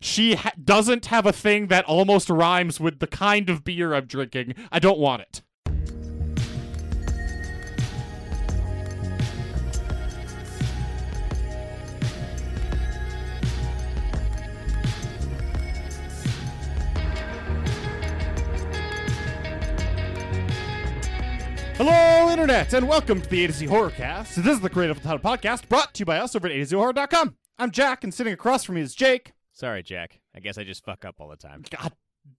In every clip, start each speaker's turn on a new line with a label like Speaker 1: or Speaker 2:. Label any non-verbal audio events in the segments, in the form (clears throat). Speaker 1: She ha- doesn't have a thing that almost rhymes with the kind of beer I'm drinking. I don't want it. Hello, Internet, and welcome to the A to Z Horrorcast. This is the Creative Thought podcast brought to you by us over at A to Z Horror.com. I'm Jack, and sitting across from me is Jake.
Speaker 2: Sorry, Jack. I guess I just fuck up all the time.
Speaker 1: God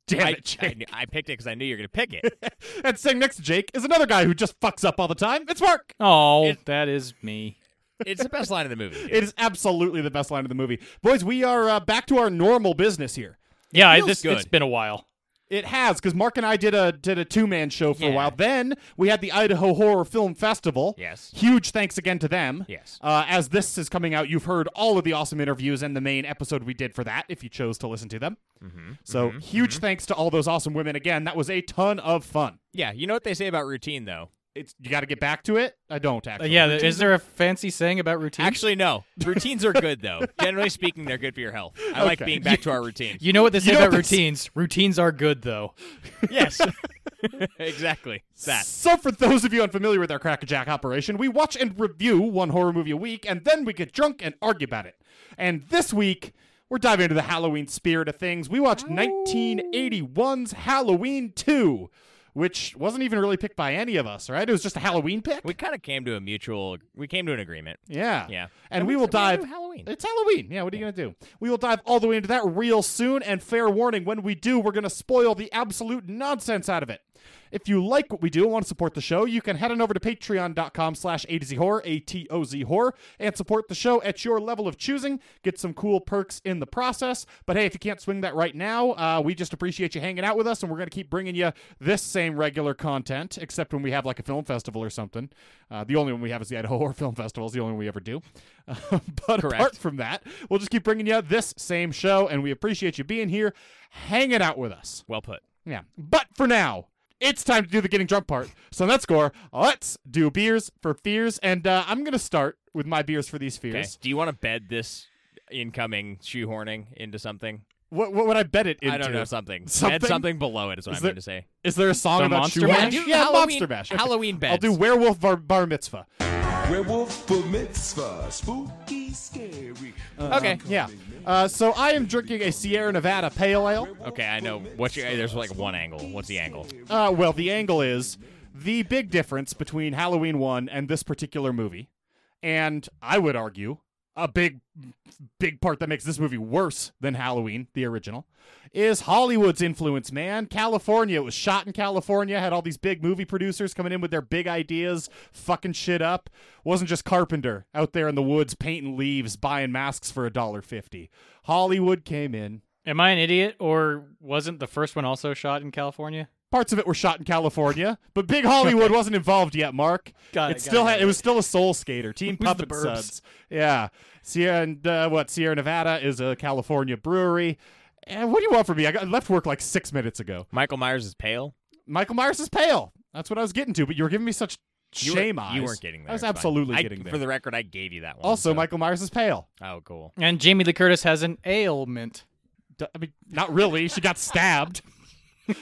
Speaker 1: damn (laughs)
Speaker 2: I,
Speaker 1: it,
Speaker 2: I,
Speaker 1: Jake.
Speaker 2: knew- I picked it because I knew you were going to pick (laughs) it.
Speaker 1: and sitting next to Jake is another guy who just fucks up all the time. It's Mark.
Speaker 3: Oh, that is me.
Speaker 2: it's the best line of the movie. dude.
Speaker 1: It is absolutely the best line of the movie. Boys, we are uh, back to our normal business here.
Speaker 3: Yeah, I,
Speaker 2: feels
Speaker 3: this it's
Speaker 2: good.
Speaker 3: been a while.
Speaker 1: It has, because Mark and I did a did a two man show for a
Speaker 2: Yeah.
Speaker 1: while. Then we had the Idaho Horror Film Festival.
Speaker 2: Yes.
Speaker 1: Huge thanks again to them.
Speaker 2: Yes.
Speaker 1: Uh, as this is coming out, you've heard all of the awesome interviews and the main episode we did for that, if you chose to listen to them. So huge thanks to all those awesome women again. That was a ton of fun.
Speaker 2: yeah, you know what they say about routine, though?
Speaker 1: It's you got to get back to it. I don't
Speaker 3: Uh,
Speaker 1: actually.
Speaker 3: yeah, th- is there a fancy saying about routine?
Speaker 2: Actually, no. Routines are good, (laughs) though. Generally speaking, they're good for your health. I like
Speaker 1: Okay.
Speaker 2: being back to our routine.
Speaker 3: you know what they say
Speaker 1: know
Speaker 3: about
Speaker 1: what they say-
Speaker 3: routines. Routines are good though.
Speaker 2: (laughs) yes. exactly. That.
Speaker 1: So, for those of you unfamiliar with our Crackerjack operation, we watch and review one horror movie a week, and then we get drunk and argue about it. And this week, we're diving into the Halloween spirit of things. We watched 1981's Halloween 2, which wasn't even really picked by any of us, right? It was just a Halloween pick.
Speaker 2: We kind of came to a mutual, we came to an agreement.
Speaker 1: yeah.
Speaker 2: Yeah.
Speaker 1: And we will
Speaker 2: gonna
Speaker 1: dive.
Speaker 2: do Halloween.
Speaker 1: It's Halloween. Yeah, what are you going to do? We will dive all the way into that real soon. And fair warning, when we do, we're going to spoil the absolute nonsense out of it. If you like what we do and want to support the show, you can head on over to patreon.com slash A to Z horror, A T O Z horror, and support the show at your level of choosing. Get some cool perks in the process. But hey, if you can't swing that right now, uh, we just appreciate you hanging out with us, and we're going to keep bringing you this same regular content, except when we have like a film festival or something. Uh, the only one we have is the Idaho (laughs) Horror Film Festival, is the only one we ever do. (laughs) but apart
Speaker 2: Correct.
Speaker 1: from that, we'll just keep bringing you this same show, and we appreciate you being here, hanging out with us.
Speaker 2: Well put.
Speaker 1: Yeah. But for now, it's time to do the getting drunk part. So on that score, let's do beers for fears. And uh, I'm going to start with my beers for these
Speaker 2: Okay.
Speaker 1: fears.
Speaker 2: Do you want to bed this incoming shoehorning into something?
Speaker 1: What, what would I bet it into?
Speaker 2: I don't know, something.
Speaker 1: Something?
Speaker 2: Bed something below it is what
Speaker 1: Is
Speaker 2: I'm
Speaker 1: there-
Speaker 2: going to say.
Speaker 1: Is there a song
Speaker 3: The
Speaker 1: about
Speaker 3: Monster
Speaker 1: shoe
Speaker 3: Mash?
Speaker 1: horning?
Speaker 2: Yeah, do
Speaker 1: Yeah,
Speaker 2: Halloween-
Speaker 1: Monster Mash.
Speaker 2: Halloween
Speaker 1: I'll
Speaker 2: beds.
Speaker 1: do Werewolf Bar, bar Mitzvah.
Speaker 4: Werewolf for mitzvah, spooky, scary.
Speaker 2: okay.
Speaker 1: Yeah. Uh, so I am drinking a Sierra Nevada Pale Ale.
Speaker 2: Okay, I know. What's your, there's like one angle. What's the angle?
Speaker 1: Uh, well, the angle is the big difference between Halloween 1 and this particular movie. And I would argue a big, big part that makes this movie worse than Halloween, the original, is Hollywood's influence, man. California. It was shot in California, had all these big movie producers coming in with their big ideas, fucking shit up. Wasn't just Carpenter out there in the woods painting leaves, buying masks for a dollar fifty. Hollywood came in.
Speaker 3: Am I an idiot or wasn't the first one also shot in California?
Speaker 1: parts of it were shot in California, but Big Hollywood wasn't involved yet. Mark, it,
Speaker 3: Got it, got
Speaker 1: still
Speaker 3: it,
Speaker 1: had
Speaker 3: got
Speaker 1: it was still a soul skater, Team
Speaker 3: Who's the
Speaker 1: Puppet
Speaker 3: Burbs?
Speaker 1: Suds, yeah. Sierra and uh, what Sierra Nevada is a California brewery. And what do you want from me? I got, left work like six minutes ago.
Speaker 2: Michael Myers is pale.
Speaker 1: Michael Myers is pale. That's what I was getting to, but you were giving me such
Speaker 2: You
Speaker 1: shame
Speaker 2: were,
Speaker 1: eyes.
Speaker 2: You weren't getting there.
Speaker 1: I was
Speaker 2: it's fine.
Speaker 1: absolutely
Speaker 2: I-
Speaker 1: getting there.
Speaker 2: For the record, I gave you that one.
Speaker 1: also,
Speaker 2: so-
Speaker 1: Michael Myers is pale.
Speaker 2: Oh, cool.
Speaker 3: And Jamie Lee Curtis has an ailment.
Speaker 1: D- I mean, not really. She got stabbed. (laughs)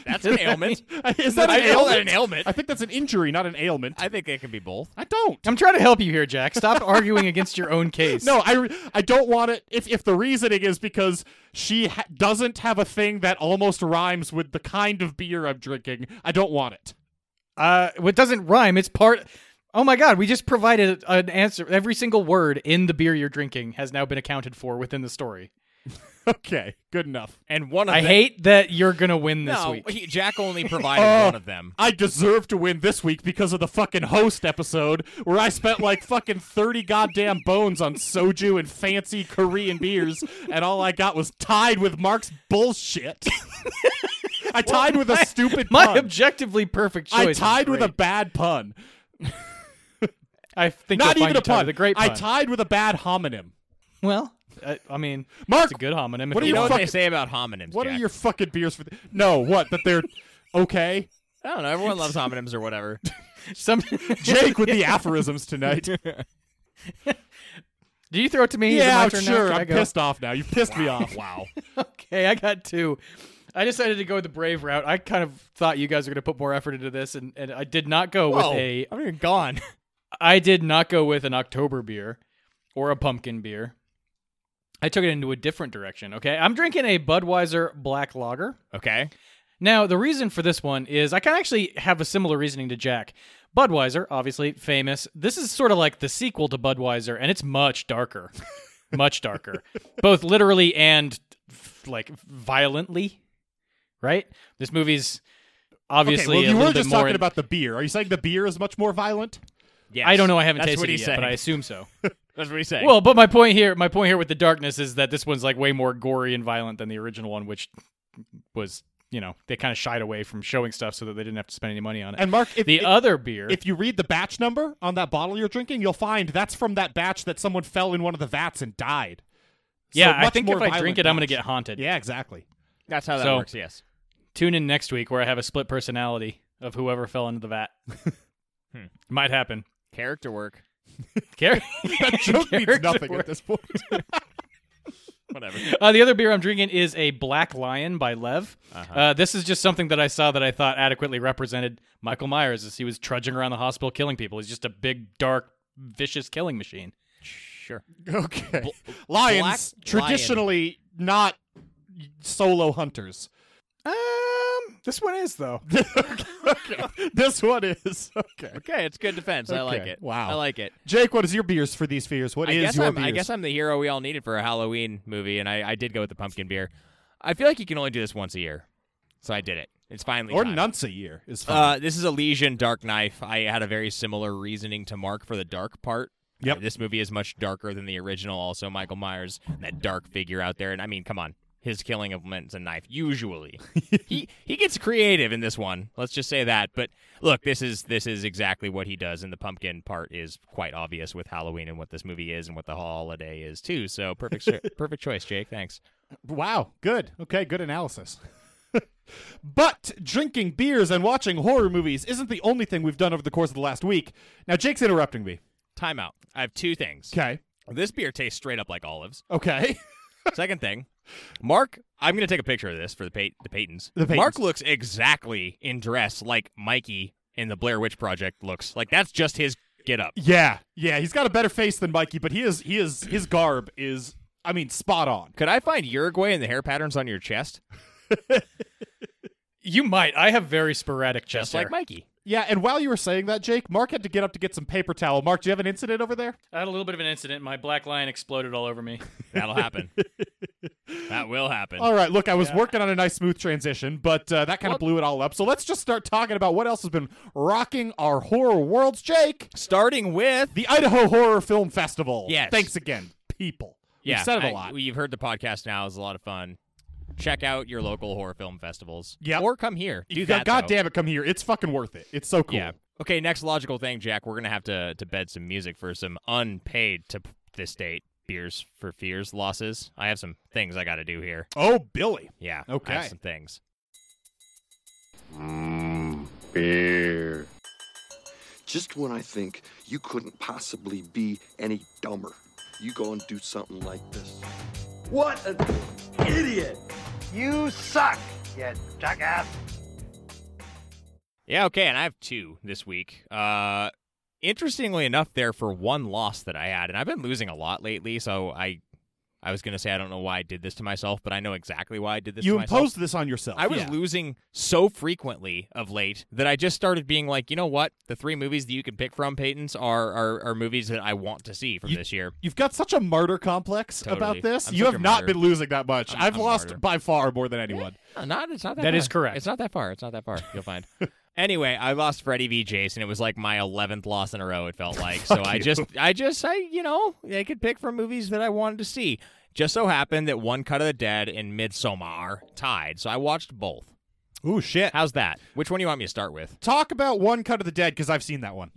Speaker 2: That's an (laughs) ailment.
Speaker 1: is that an
Speaker 2: I call that
Speaker 1: ailment?
Speaker 2: an ailment.
Speaker 1: I think that's an injury, not an ailment.
Speaker 2: I think it can be both.
Speaker 1: I don't.
Speaker 3: I'm trying to help you here, Jack. (laughs) Stop arguing against your own case.
Speaker 1: No, I I don't want it. If if the reasoning is because she ha- doesn't have a thing that almost rhymes with the kind of beer I'm drinking, I don't want it. (laughs)
Speaker 3: Uh, what doesn't rhyme? It's part. Oh my God! We just provided an answer. Every single word in the beer you're drinking has now been accounted for within the story.
Speaker 1: Okay, good enough.
Speaker 2: And one of
Speaker 3: I
Speaker 2: them,
Speaker 3: hate that you're gonna win this
Speaker 2: No,
Speaker 3: week.
Speaker 2: he- Jack (laughs) only provided one of them.
Speaker 1: I deserve to win this week because of the fucking host episode where I spent like fucking 30 goddamn bones on soju and fancy Korean beers and all I got was tied with Mark's
Speaker 3: (laughs)
Speaker 1: bullshit. I tied with a stupid
Speaker 3: My
Speaker 1: pun.
Speaker 3: objectively perfect choice.
Speaker 1: I
Speaker 3: is
Speaker 1: tied with a
Speaker 3: great.
Speaker 1: bad pun.
Speaker 3: I think
Speaker 1: Not even
Speaker 3: you'll find
Speaker 1: a
Speaker 3: your time
Speaker 1: pun.
Speaker 3: with A great pun.
Speaker 1: I tied with a bad homonym.
Speaker 3: well, I, I mean,
Speaker 1: Mark,
Speaker 3: it's a good homonym. if
Speaker 1: what are you
Speaker 3: it
Speaker 2: You know
Speaker 3: was.
Speaker 2: what they
Speaker 1: fucking-
Speaker 2: say about homonyms?
Speaker 1: What
Speaker 2: Jack?
Speaker 1: are your fucking beers for? The- no, what? That they're okay.
Speaker 2: I don't know. Everyone (laughs) loves homonyms or whatever.
Speaker 1: (laughs)
Speaker 3: Some,
Speaker 1: Jake with the aphorisms tonight.
Speaker 3: (laughs) do you throw it to me? Is it
Speaker 1: yeah,
Speaker 3: my turn now?
Speaker 1: sure.
Speaker 3: Can I
Speaker 1: I'm
Speaker 3: go?
Speaker 1: pissed off now. You pissed me off.
Speaker 2: wow.
Speaker 3: (laughs) Okay, I got two. I decided to go the brave route. I kind of thought you guys were going to put more effort into this, and, and I did not go
Speaker 2: Whoa.
Speaker 3: with a.
Speaker 2: I mean, you're Oh, gone. (laughs)
Speaker 3: I did not go with an October beer or a pumpkin beer. I took it into a different direction. Okay, I'm drinking a Budweiser Black Lager.
Speaker 2: Okay.
Speaker 3: Now, the reason for this one is I can actually have a similar reasoning to Jack. Budweiser, obviously famous. This is sort of like the sequel to Budweiser, and it's much darker. (laughs) much darker. Both literally and f- like violently, right? This movie's obviously
Speaker 1: okay,
Speaker 3: a
Speaker 1: well, you
Speaker 3: little
Speaker 1: were just
Speaker 3: bit more
Speaker 1: talking
Speaker 3: in-
Speaker 1: about the beer. Are you saying the beer is much more violent?
Speaker 2: Yes.
Speaker 3: I don't know, I haven't
Speaker 2: That's
Speaker 3: tasted
Speaker 2: what
Speaker 3: it
Speaker 2: he's
Speaker 3: yet,
Speaker 2: saying.
Speaker 3: but I
Speaker 1: (laughs)
Speaker 3: assume so.
Speaker 2: That's what he's saying.
Speaker 3: Well, but my point here, my point here with the darkness is that this one's like way more gory and violent than the original one, which was, you know, they kind of shied away from showing stuff so that they didn't have to spend any money on it.
Speaker 1: And Mark, if
Speaker 3: the
Speaker 1: if,
Speaker 3: other beer,
Speaker 1: if you read the batch number on that bottle you're drinking, you'll find that's from that batch that someone fell in one of the vats and died. So
Speaker 3: yeah, I
Speaker 1: much
Speaker 3: think
Speaker 1: more
Speaker 3: if I drink
Speaker 1: violent
Speaker 3: it, I'm gonna
Speaker 1: batch.
Speaker 3: get haunted.
Speaker 1: Yeah, exactly. (laughs)
Speaker 2: that's how that
Speaker 3: so-
Speaker 2: works. Yes.
Speaker 3: Tune in next week where I have a split personality of whoever fell into the vat.
Speaker 2: Hmm.
Speaker 3: Might happen.
Speaker 2: Character work.
Speaker 3: Gary,
Speaker 1: That joke means
Speaker 3: Character
Speaker 1: nothing
Speaker 3: work.
Speaker 1: at this point.
Speaker 2: Whatever.
Speaker 3: (laughs) uh, the other beer I'm drinking is a Black Lion by Lev.
Speaker 2: Uh-huh.
Speaker 3: Uh, this is just something that I saw that I thought adequately represented Michael Myers as he was trudging around the hospital killing people. He's just a big, dark, vicious killing machine.
Speaker 2: (laughs) Sure.
Speaker 1: (laughs) okay. Lions
Speaker 2: black
Speaker 1: traditionally not solo hunters.
Speaker 3: Um, this one is though.
Speaker 1: (laughs) okay. This one is okay.
Speaker 2: Okay, it's good defense. I like
Speaker 1: Okay.
Speaker 2: it.
Speaker 1: Wow.
Speaker 2: I like it.
Speaker 1: Jake, what is your beers for these fears? What
Speaker 2: I
Speaker 1: is
Speaker 2: guess
Speaker 1: your
Speaker 2: I'm,
Speaker 1: beers?
Speaker 2: I guess I'm the hero we all needed for a Halloween movie, and I, I did go with the pumpkin beer. I feel like you can only do this once a year, so I did it. It's finally
Speaker 1: or
Speaker 2: time.
Speaker 1: nunce a year is fine.
Speaker 2: Uh, this is Elysian Dark Knife. I had a very similar reasoning to Mark for the dark part.
Speaker 1: Yep.
Speaker 2: Uh, this movie is much darker than the original. Also, Michael Myers, that dark figure out there, and I mean, come on, his killing of Lent's a knife. Usually, he he gets creative in this one. Let's just say that. But look, this is this is exactly what he does, and the pumpkin part is quite obvious with Halloween and what this movie is and what the holiday is too. So perfect, perfect choice, Jake. Thanks.
Speaker 1: Wow, good. Okay, good analysis. (laughs) but drinking beers and watching horror movies isn't the only thing we've done over the course of the last week. Now Jake's interrupting me.
Speaker 2: Timeout. I have two things.
Speaker 1: Okay.
Speaker 2: This beer tastes straight up like olives.
Speaker 1: Okay.
Speaker 2: Second thing, Mark, I'm going to take a picture of this for the Pay- the Paytons.
Speaker 1: The Paytons.
Speaker 2: Mark looks exactly in dress like Mikey in the Blair Witch Project looks. Like that's just his get up.
Speaker 1: yeah. Yeah, he's got a better face than Mikey, but he is he is his garb is I mean spot on.
Speaker 2: Could I find Uruguay in the hair patterns on your chest,
Speaker 3: You might. I have very sporadic chest
Speaker 2: just like
Speaker 3: hair.
Speaker 2: Mikey?
Speaker 1: Yeah, and while you were saying that, Jake, Mark had to get up to get some paper towel. Mark, do you have an incident over there?
Speaker 3: I had a little bit of an incident. My black lion exploded all over me.
Speaker 2: That'll happen.
Speaker 1: (laughs)
Speaker 2: that will happen.
Speaker 1: All right, look, I was working on a nice smooth transition, but uh, that kind of blew it all up. So let's just start talking about what else has been rocking our horror worlds, Jake.
Speaker 2: Starting with
Speaker 1: The Idaho Horror Film Festival.
Speaker 2: Yes.
Speaker 1: Thanks again, people. We've
Speaker 2: yeah,
Speaker 1: said it a
Speaker 2: I-
Speaker 1: lot.
Speaker 2: You've heard the podcast now. It's a lot of fun. Check out your local horror film festivals.
Speaker 1: Yep.
Speaker 2: or come here. Do
Speaker 1: You
Speaker 2: that.
Speaker 1: got- God
Speaker 2: though.
Speaker 1: damn it, come here. It's fucking worth it. It's so cool.
Speaker 2: Yeah. Okay, next logical thing, Jack, we're going to have to to bed some music for some unpaid to p- this date beers for fears losses. I have some things I got to do here.
Speaker 1: Oh, Billy.
Speaker 2: Yeah. I
Speaker 1: Okay.
Speaker 2: have some things.
Speaker 5: Beer.
Speaker 6: Just when I think you couldn't possibly be any dumber, you go and do something like this.
Speaker 7: What an idiot! You suck, you jackass!
Speaker 2: Yeah, okay, and I have two this week. Uh interestingly enough there for one loss that I had, and I've been losing a lot lately, so I I was going to say I don't know why I did this to myself, but I know exactly why I did this
Speaker 1: you
Speaker 2: to myself.
Speaker 1: imposed this on yourself.
Speaker 2: I was
Speaker 1: Yeah.
Speaker 2: losing so frequently of late that I just started being like, you know what? The three movies that you can pick from, Peyton's, are, are, are movies that I want to see from
Speaker 1: You-
Speaker 2: this year.
Speaker 1: You've got such a martyr complex
Speaker 2: Totally.
Speaker 1: about this.
Speaker 2: I'm
Speaker 1: you
Speaker 2: such
Speaker 1: have
Speaker 2: a
Speaker 1: not
Speaker 2: martyr.
Speaker 1: been losing that much.
Speaker 2: I'm-
Speaker 1: have
Speaker 2: I'm a
Speaker 1: lost
Speaker 2: martyr.
Speaker 1: by far more than anyone.
Speaker 2: No, not, it's not that
Speaker 3: That
Speaker 2: far.
Speaker 3: is correct.
Speaker 2: It's not that far. It's not that far. You'll (laughs) find. anyway, I lost Freddy v. Jason. It was like my 11th loss in a row, it felt (laughs) like. so I just, I just, I, you know, I could pick from movies that I wanted to see. Just so happened that One Cut of the Dead and Midsommar tied. So I watched both.
Speaker 1: Ooh, shit.
Speaker 2: How's that? Which one do you want me to start with?
Speaker 1: Talk about One Cut of the Dead because I've seen that one.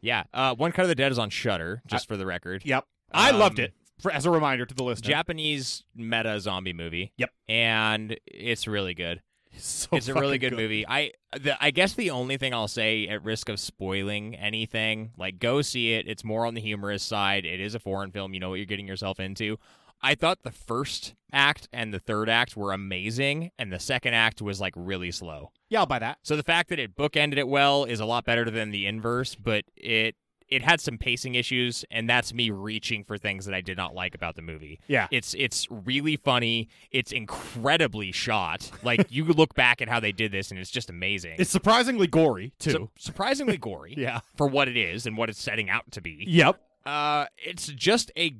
Speaker 2: Yeah, uh, One Cut of the Dead is on Shudder, just for the record.
Speaker 1: Yep. I loved
Speaker 2: Um,
Speaker 1: it. For, as a reminder to the listener,
Speaker 2: Japanese meta zombie movie.
Speaker 1: Yep.
Speaker 2: and it's really good.
Speaker 1: it's, (laughs) so
Speaker 2: it's a really
Speaker 1: fucking
Speaker 2: good, movie. I the, I guess the only thing I'll say at risk of spoiling anything, like go see it. It's more on the humorous side. It is a foreign film. You know what you're getting yourself into. I thought the first act and the third act were amazing, and the second act was like really slow.
Speaker 1: Yeah, I'll buy that.
Speaker 2: So the fact that it bookended it well is a lot better than the inverse, but it it had some pacing issues, and that's me reaching for things that I did not like about the movie.
Speaker 1: Yeah.
Speaker 2: It's it's really funny. It's incredibly shot. Like you look back at how they did this, and it's just amazing.
Speaker 1: It's surprisingly gory too.
Speaker 2: Su- surprisingly gory
Speaker 1: (laughs)
Speaker 2: (laughs)
Speaker 1: yeah.
Speaker 2: for what it is and what it's setting out to be.
Speaker 1: Yep.
Speaker 2: Uh, it's just a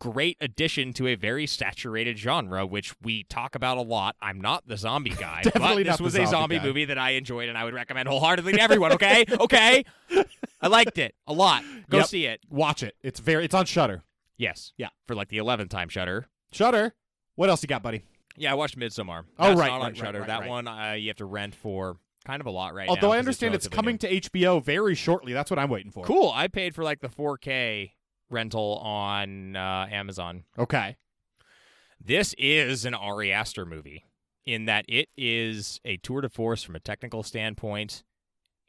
Speaker 2: great addition to a very saturated genre, which we talk about a lot. I'm not the zombie
Speaker 1: (laughs)
Speaker 2: guy, but
Speaker 1: Definitely
Speaker 2: this
Speaker 1: not the
Speaker 2: was a
Speaker 1: zombie
Speaker 2: zombie
Speaker 1: guy.
Speaker 2: movie that I enjoyed and I would recommend wholeheartedly to
Speaker 1: (laughs)
Speaker 2: everyone. Okay, okay, I liked it a lot. Go
Speaker 1: Yep.
Speaker 2: see it.
Speaker 1: Watch it. It's very. It's on Shutter.
Speaker 2: Yes,
Speaker 1: Yeah.
Speaker 2: for like the eleventh time, Shutter.
Speaker 1: Shutter. What else you got, buddy?
Speaker 2: Yeah, I watched Midsommar.
Speaker 1: Oh,
Speaker 2: That's
Speaker 1: right,
Speaker 2: not on
Speaker 1: right, right,
Speaker 2: Shutter.
Speaker 1: right,
Speaker 2: that
Speaker 1: right.
Speaker 2: one uh, you have to rent for kind of a lot right now.
Speaker 1: Although I
Speaker 2: 'cause
Speaker 1: understand it's,
Speaker 2: relatively new.
Speaker 1: coming to HBO very shortly. That's what I'm waiting for.
Speaker 2: Cool. I paid for like the 4K rental on uh, Amazon.
Speaker 1: Okay.
Speaker 2: This is an Ari Aster movie in that it is a tour de force from a technical standpoint,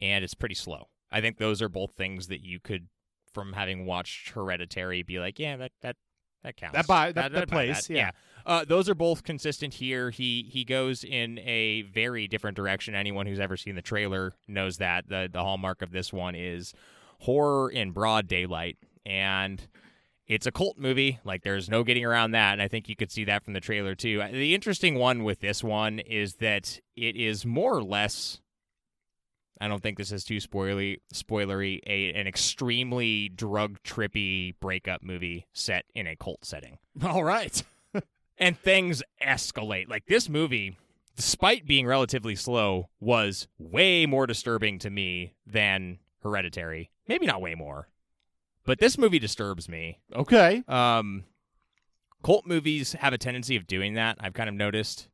Speaker 2: and it's pretty slow. I think those are both things that you could, from having watched Hereditary, be like, yeah, that that that counts.
Speaker 1: That buy- that- that
Speaker 2: buy
Speaker 1: plays, yeah.
Speaker 2: Uh, those are both consistent here. He he goes in a very different direction. Anyone who's ever seen the trailer knows that the the hallmark of this one is horror in broad daylight and it's a cult movie. Like, there's no getting around that. And I think you could see that from the trailer, too. Uh, The interesting one with this one is that it is more or less. I don't think this is too spoilery. Spoilery, a, an extremely drug trippy breakup movie set in a cult setting
Speaker 1: (laughs) All right.
Speaker 2: and things escalate. Like this movie, despite being relatively slow, was way more disturbing to me than Hereditary. Maybe not way more, but this movie disturbs me.
Speaker 1: Okay.
Speaker 2: Um, cult movies have a tendency of doing that. I've kind of noticed,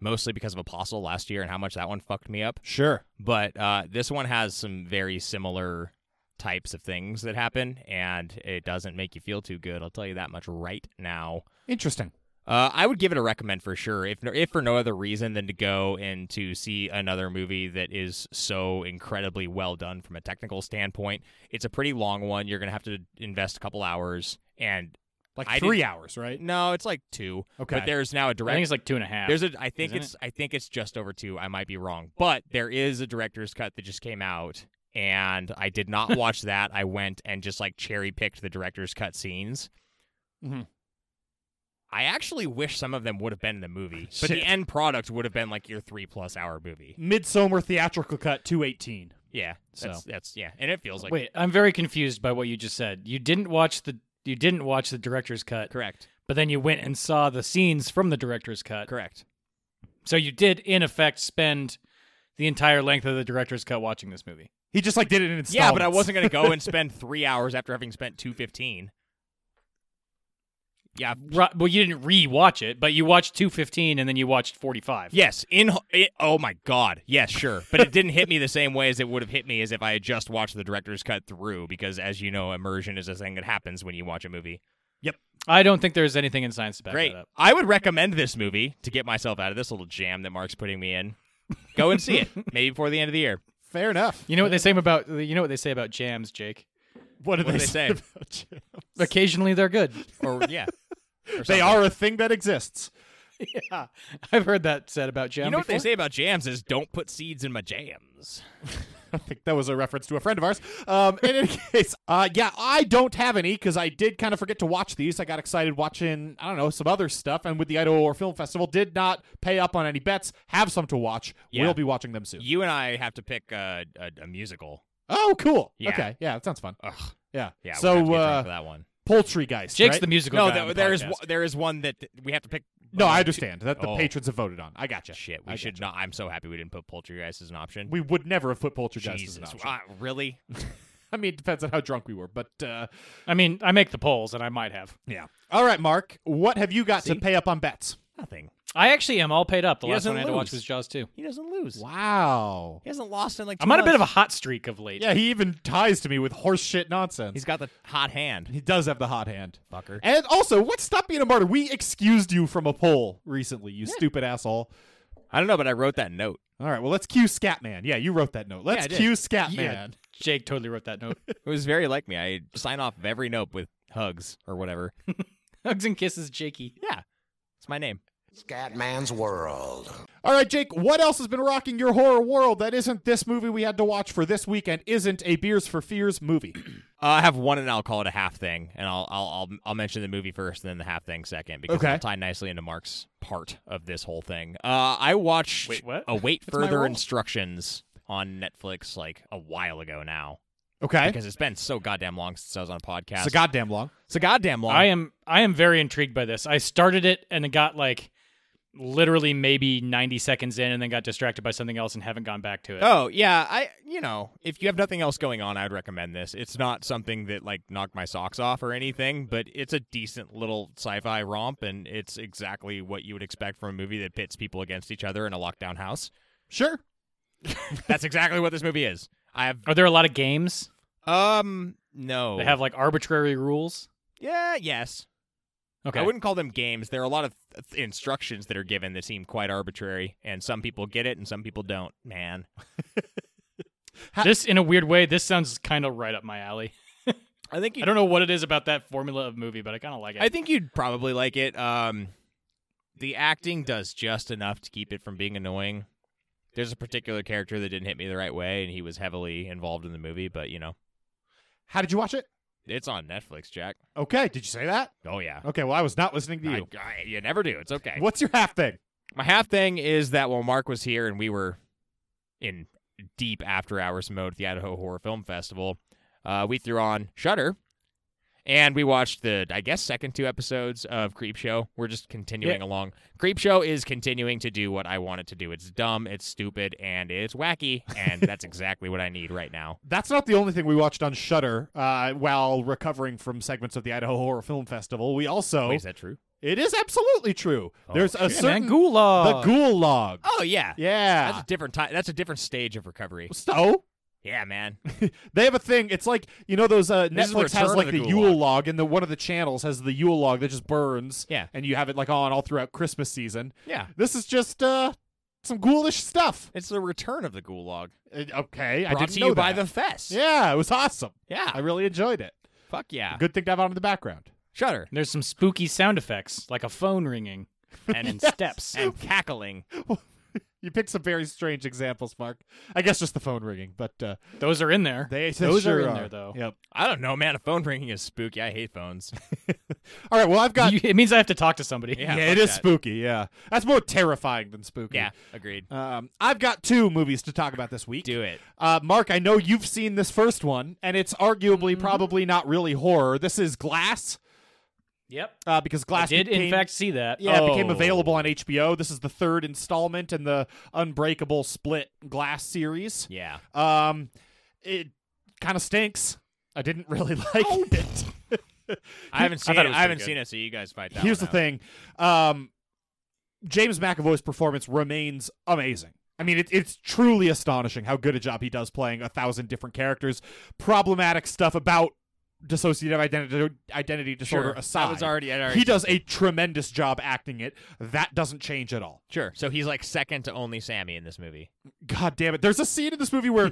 Speaker 2: mostly because of Apostle last year and how much that one fucked me up.
Speaker 1: Sure.
Speaker 2: But uh, this one has some very similar types of things that happen, and it doesn't make you feel too good. I'll tell you that much right now.
Speaker 1: Interesting.
Speaker 2: Uh, I would give it a recommend for sure, if if for no other reason than to go and to see another movie that is so incredibly well done from a technical standpoint. It's a pretty long one. You're gonna have to invest a couple hours, and
Speaker 1: Like
Speaker 2: I
Speaker 1: 3
Speaker 2: didn't-
Speaker 1: hours, right?
Speaker 2: no, it's like two.
Speaker 1: Okay.
Speaker 2: But there's now a
Speaker 3: I think
Speaker 2: direct.
Speaker 3: it's like two and a half.
Speaker 2: There's a. I think
Speaker 3: Isn't
Speaker 2: it's. I think it's just over two. I might be wrong, but there is a director's cut that just came out, and I did
Speaker 3: (laughs)
Speaker 2: not watch that. I went and just like cherry picked the director's cut scenes.
Speaker 3: Mm-hmm.
Speaker 1: Mhm.
Speaker 2: I actually wish some of them would have been in the
Speaker 3: (laughs)
Speaker 2: movie, but the
Speaker 1: Shit.
Speaker 2: end product would have been like your three plus hour movie.
Speaker 1: Midsummer theatrical cut 218.
Speaker 2: Yeah. That's,
Speaker 1: So.
Speaker 2: that's yeah, and it feels like
Speaker 3: Wait, I'm very confused by what you just said. You didn't watch the you didn't watch the director's cut,
Speaker 2: correct,
Speaker 3: but then you went and saw the scenes from the director's cut.
Speaker 2: correct.
Speaker 3: So you did in effect spend the entire length of the director's cut watching this movie.
Speaker 1: He just like did it in installments.
Speaker 2: Yeah, but I wasn't gonna
Speaker 3: (laughs)
Speaker 2: go and spend three hours after having spent two fifteen. Yeah,
Speaker 3: Right, well, you didn't re-watch it, but you watched 215 and then you watched 45.
Speaker 2: Yes, in it, oh my god, yes, sure, but it didn't hit me the same way as it would have hit me as if I had just watched the director's cut through. Because as you know, immersion is a thing that happens when you watch a movie.
Speaker 3: I don't think there's anything in science to back
Speaker 2: Great,
Speaker 3: that up.
Speaker 2: I would recommend this movie to get myself out of this little jam that Mark's putting me in. Go and (laughs) see it, maybe before the end of the year.
Speaker 1: Fair enough.
Speaker 3: You know what they say about you know what they say about jams, Jake.
Speaker 1: What do they,
Speaker 2: What do they say?
Speaker 1: about
Speaker 2: (laughs)
Speaker 1: you?
Speaker 3: Occasionally they're good. (laughs)
Speaker 2: Or yeah,
Speaker 1: They
Speaker 2: or something.
Speaker 1: are a thing that exists. (laughs)
Speaker 3: yeah, I've heard that said about jam.
Speaker 2: You know what they
Speaker 3: before.
Speaker 2: say about jams is don't put seeds in my jams.
Speaker 1: I think that was a reference to a friend of ours. Um, in any (laughs) case, uh, yeah, I don't have any because I did kind of forget to watch these. I got excited watching, I don't know, some other stuff, and with the Idaho Horror Film Festival, did not pay up on any bets. Have some to watch.
Speaker 2: Yeah.
Speaker 1: We'll be watching them soon.
Speaker 2: You and I have to pick uh, a, a musical.
Speaker 1: Oh, cool.
Speaker 2: Yeah.
Speaker 1: Okay, yeah, that sounds fun.
Speaker 2: Ugh,
Speaker 1: Yeah,
Speaker 2: yeah. we're gonna have
Speaker 1: So,
Speaker 2: to get drunk
Speaker 1: uh,
Speaker 2: for that one.
Speaker 1: poultry guys.
Speaker 3: Jake's
Speaker 1: right?
Speaker 3: the musical
Speaker 2: No,
Speaker 3: guy.
Speaker 2: that-
Speaker 3: on the
Speaker 2: there is
Speaker 3: podcast.
Speaker 2: one- there is one that we have to pick.
Speaker 1: No, I
Speaker 2: uh,
Speaker 1: understand that the
Speaker 2: Oh.
Speaker 1: patrons have voted on. I got gotcha. you.
Speaker 2: Shit, we should not. I'm so happy we didn't put poltergeist as an option.
Speaker 1: We would never have put poultry guys as
Speaker 2: Jesus,
Speaker 1: an option.
Speaker 2: uh, really?
Speaker 1: I mean, it depends on how drunk we were, but uh,
Speaker 3: I mean, I make the polls, and I might have.
Speaker 1: (laughs) yeah. All right, Mark, what have you got to
Speaker 2: See?
Speaker 1: pay up on bets?
Speaker 2: Nothing.
Speaker 3: I actually am all paid up. The
Speaker 2: He
Speaker 3: last one
Speaker 2: doesn't
Speaker 3: I had to watch
Speaker 2: lose.
Speaker 3: was Jaws 2.
Speaker 2: He doesn't lose.
Speaker 1: Wow.
Speaker 2: He hasn't lost in like. Two
Speaker 3: I'm on a bit of a
Speaker 2: months.
Speaker 3: hot streak of late.
Speaker 1: Yeah, he even ties to me with horse shit nonsense.
Speaker 2: He's got the hot hand,
Speaker 1: he does have the hot hand.
Speaker 2: fucker.
Speaker 1: And also, what stop being a martyr? We excused you from a poll recently, you stupid asshole.
Speaker 2: I don't know, but I wrote that note.
Speaker 1: All right, well, let's cue Scatman. Yeah, you wrote that note.
Speaker 2: I
Speaker 1: Let's
Speaker 2: did.
Speaker 1: cue Scatman.
Speaker 3: Jake totally wrote that note.
Speaker 2: It was very like me. I sign off of every note with (laughs) hugs or whatever.
Speaker 3: Hugs and kisses, Jakey.
Speaker 2: Yeah, it's my name.
Speaker 8: Scatman's World.
Speaker 1: All right, Jake, what else has been rocking your horror world that isn't this movie we had to watch for this week and isn't a Beers for Fears movie? (clears throat)
Speaker 2: Uh, I have one, and I'll call it a half thing, and I'll I'll I'll, I'll mention the movie first, and then the half thing second, because
Speaker 1: Okay.
Speaker 2: it'll tie nicely into Mark's part of this whole thing. Uh, I watched
Speaker 3: Wait, what?
Speaker 2: Await
Speaker 1: my
Speaker 2: Further
Speaker 1: role.
Speaker 2: Instructions on Netflix like a while ago now,
Speaker 1: Okay.
Speaker 2: because it's been so goddamn long since I was on a podcast.
Speaker 1: It's a goddamn long.
Speaker 2: it's a goddamn long.
Speaker 3: I am I am very intrigued by this. I started it and it got like literally maybe 90 seconds in and then got distracted by something else and haven't gone back to it.
Speaker 2: Oh yeah, I you know if you have nothing else going on, I'd recommend this. It's not something that like knocked my socks off or anything, but it's a decent little sci-fi romp, and it's exactly what you would expect from a movie that pits people against each other in a lockdown house.
Speaker 1: Sure.
Speaker 2: (laughs) That's exactly what this movie is. I have
Speaker 3: Are there a lot of games
Speaker 2: um no.
Speaker 3: that have like arbitrary rules?
Speaker 2: yeah yes.
Speaker 3: Okay.
Speaker 2: I wouldn't call them games. There are a lot of th- instructions that are given that seem quite arbitrary, and some people get it and some people don't. Man,
Speaker 3: this in a weird way this sounds kind of right up my alley.
Speaker 2: I think you
Speaker 3: I don't know what it is about that formula of movie, but I kind of like it.
Speaker 2: I think you'd probably like it. Um, the acting does just enough to keep it from being annoying. There's a particular character that didn't hit me the right way, and he was heavily involved in the movie. But you know,
Speaker 1: How did you watch it?
Speaker 2: it's on Netflix, Jack.
Speaker 1: Okay. Did you say that?
Speaker 2: Oh yeah,
Speaker 1: Okay. Well, I was not listening to
Speaker 2: I-
Speaker 1: you.
Speaker 2: I- you never do. It's okay.
Speaker 1: What's your half thing?
Speaker 2: My half thing is that while Mark was here and we were in deep after hours mode at the Idaho Horror Film Festival, uh, we threw on Shutter. And we watched the, I guess, second two episodes of Creep Show. We're just continuing along. Creep Show is continuing to do what I want it to do. It's dumb, it's stupid, and it's wacky, (laughs) and that's exactly what I need right now.
Speaker 1: That's not the only thing we watched on Shudder uh, while recovering from segments of the Idaho Horror Film Festival. We also
Speaker 2: Wait, is that Oh, true?
Speaker 1: it is absolutely true. There's a
Speaker 3: yeah,
Speaker 1: certain
Speaker 3: man, Gulag.
Speaker 1: the Ghoul Log.
Speaker 2: Oh yeah, That's
Speaker 1: Yeah.
Speaker 2: a different time. That's a different stage of recovery.
Speaker 1: So
Speaker 2: Yeah, man.
Speaker 1: (laughs) they have a thing. It's like you know those uh,
Speaker 2: This is
Speaker 1: Netflix
Speaker 2: Return
Speaker 1: has
Speaker 2: of
Speaker 1: like
Speaker 2: the
Speaker 1: the,
Speaker 2: Ghoul
Speaker 1: Yule
Speaker 2: Log.
Speaker 1: log, and the one of the channels has the Yule log that just burns.
Speaker 2: (laughs) Yeah.
Speaker 1: and you have it like on all throughout Christmas season.
Speaker 2: Yeah,
Speaker 1: This is just uh, some ghoulish stuff.
Speaker 2: it's the return of the Gulag.
Speaker 1: Uh, okay, I
Speaker 2: Brought
Speaker 1: didn't
Speaker 2: to
Speaker 1: know
Speaker 2: you by
Speaker 1: that.
Speaker 2: the Fest.
Speaker 1: yeah, it was awesome.
Speaker 2: Yeah.
Speaker 1: I really enjoyed it.
Speaker 2: Fuck yeah.
Speaker 1: Good thing to have on in the background.
Speaker 2: Shutter.
Speaker 1: (laughs)
Speaker 3: There's some spooky sound effects like a phone ringing.
Speaker 2: and
Speaker 3: (laughs) Yes. steps.
Speaker 2: and cackling.
Speaker 1: You picked some very strange examples, Mark. I guess just the phone ringing, but uh,
Speaker 3: Those are in there.
Speaker 1: (laughs) they they
Speaker 3: Those
Speaker 1: sure
Speaker 3: are in there though.
Speaker 1: Yep.
Speaker 2: I don't know, man. A phone ringing is spooky. I hate
Speaker 1: (laughs)
Speaker 2: phones.
Speaker 1: All right. Well, I've
Speaker 3: (laughs)
Speaker 1: got.
Speaker 3: You- (laughs) it means I have to talk to somebody.
Speaker 2: Yeah.
Speaker 1: yeah,
Speaker 2: fuck
Speaker 1: it is
Speaker 2: that.
Speaker 1: spooky. Yeah, that's more terrifying than spooky.
Speaker 2: yeah, agreed.
Speaker 1: Um, I've got two movies to talk about this week.
Speaker 2: Do it.
Speaker 1: Uh, Mark, I know you've seen this first one, and it's arguably probably not really horror. This is Glass,
Speaker 3: Yep.
Speaker 1: uh, because
Speaker 3: I
Speaker 1: Glass
Speaker 3: did in
Speaker 1: became-
Speaker 3: fact see that.
Speaker 1: yeah, it became
Speaker 2: Oh.
Speaker 1: available on HBO. This is the third installment in the Unbreakable Split Glass series.
Speaker 2: Yeah.
Speaker 1: Um, it kind of stinks. I didn't (laughs) really like
Speaker 2: Oh,
Speaker 1: it. (laughs)
Speaker 2: I haven't seen
Speaker 1: thought it
Speaker 2: it.
Speaker 1: was
Speaker 2: I haven't
Speaker 1: pretty
Speaker 2: seen it, so you guys fight that
Speaker 1: Here's the
Speaker 2: one out.
Speaker 1: thing. Um, James McAvoy's performance remains amazing. I mean, it, it's truly astonishing how good a job he does playing a thousand different characters. Problematic stuff about dissociative identity identity disorder
Speaker 2: Sure.
Speaker 1: aside,
Speaker 2: That was already, I'd already
Speaker 1: he does a tremendous job acting it. That doesn't change at all.
Speaker 2: Sure. So he's like second to only Sammy in this movie.
Speaker 1: God damn it! There's a scene in this movie
Speaker 2: (laughs)
Speaker 1: where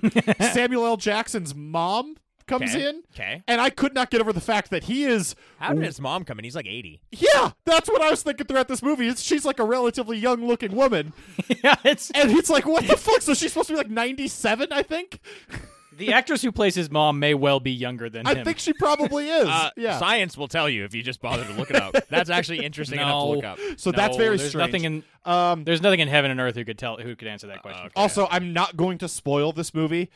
Speaker 1: Samuel L. Jackson's mom comes
Speaker 2: Okay.
Speaker 1: in,
Speaker 2: Okay.
Speaker 1: and I could not get over the fact that he is
Speaker 2: How did his mom come in? He's like eighty.
Speaker 1: Yeah, that's what I was thinking throughout this movie. It's, she's like a relatively young looking woman.
Speaker 3: (laughs) yeah, it's
Speaker 1: And it's like, what the fuck? So she's supposed to be like 97, I think?
Speaker 3: the actress who plays his mom may well be younger than
Speaker 1: I
Speaker 3: him.
Speaker 1: think she probably is.
Speaker 2: Uh,
Speaker 1: yeah.
Speaker 2: Science will tell you if you just bother to look
Speaker 1: (laughs)
Speaker 2: it up. That's actually interesting enough to
Speaker 3: No.
Speaker 2: look up.
Speaker 1: so that's very
Speaker 3: there's
Speaker 1: strange.
Speaker 3: nothing in
Speaker 1: um,
Speaker 3: there's nothing in heaven and earth who could tell who could answer that question.
Speaker 1: Also, I'm not going to spoil this movie,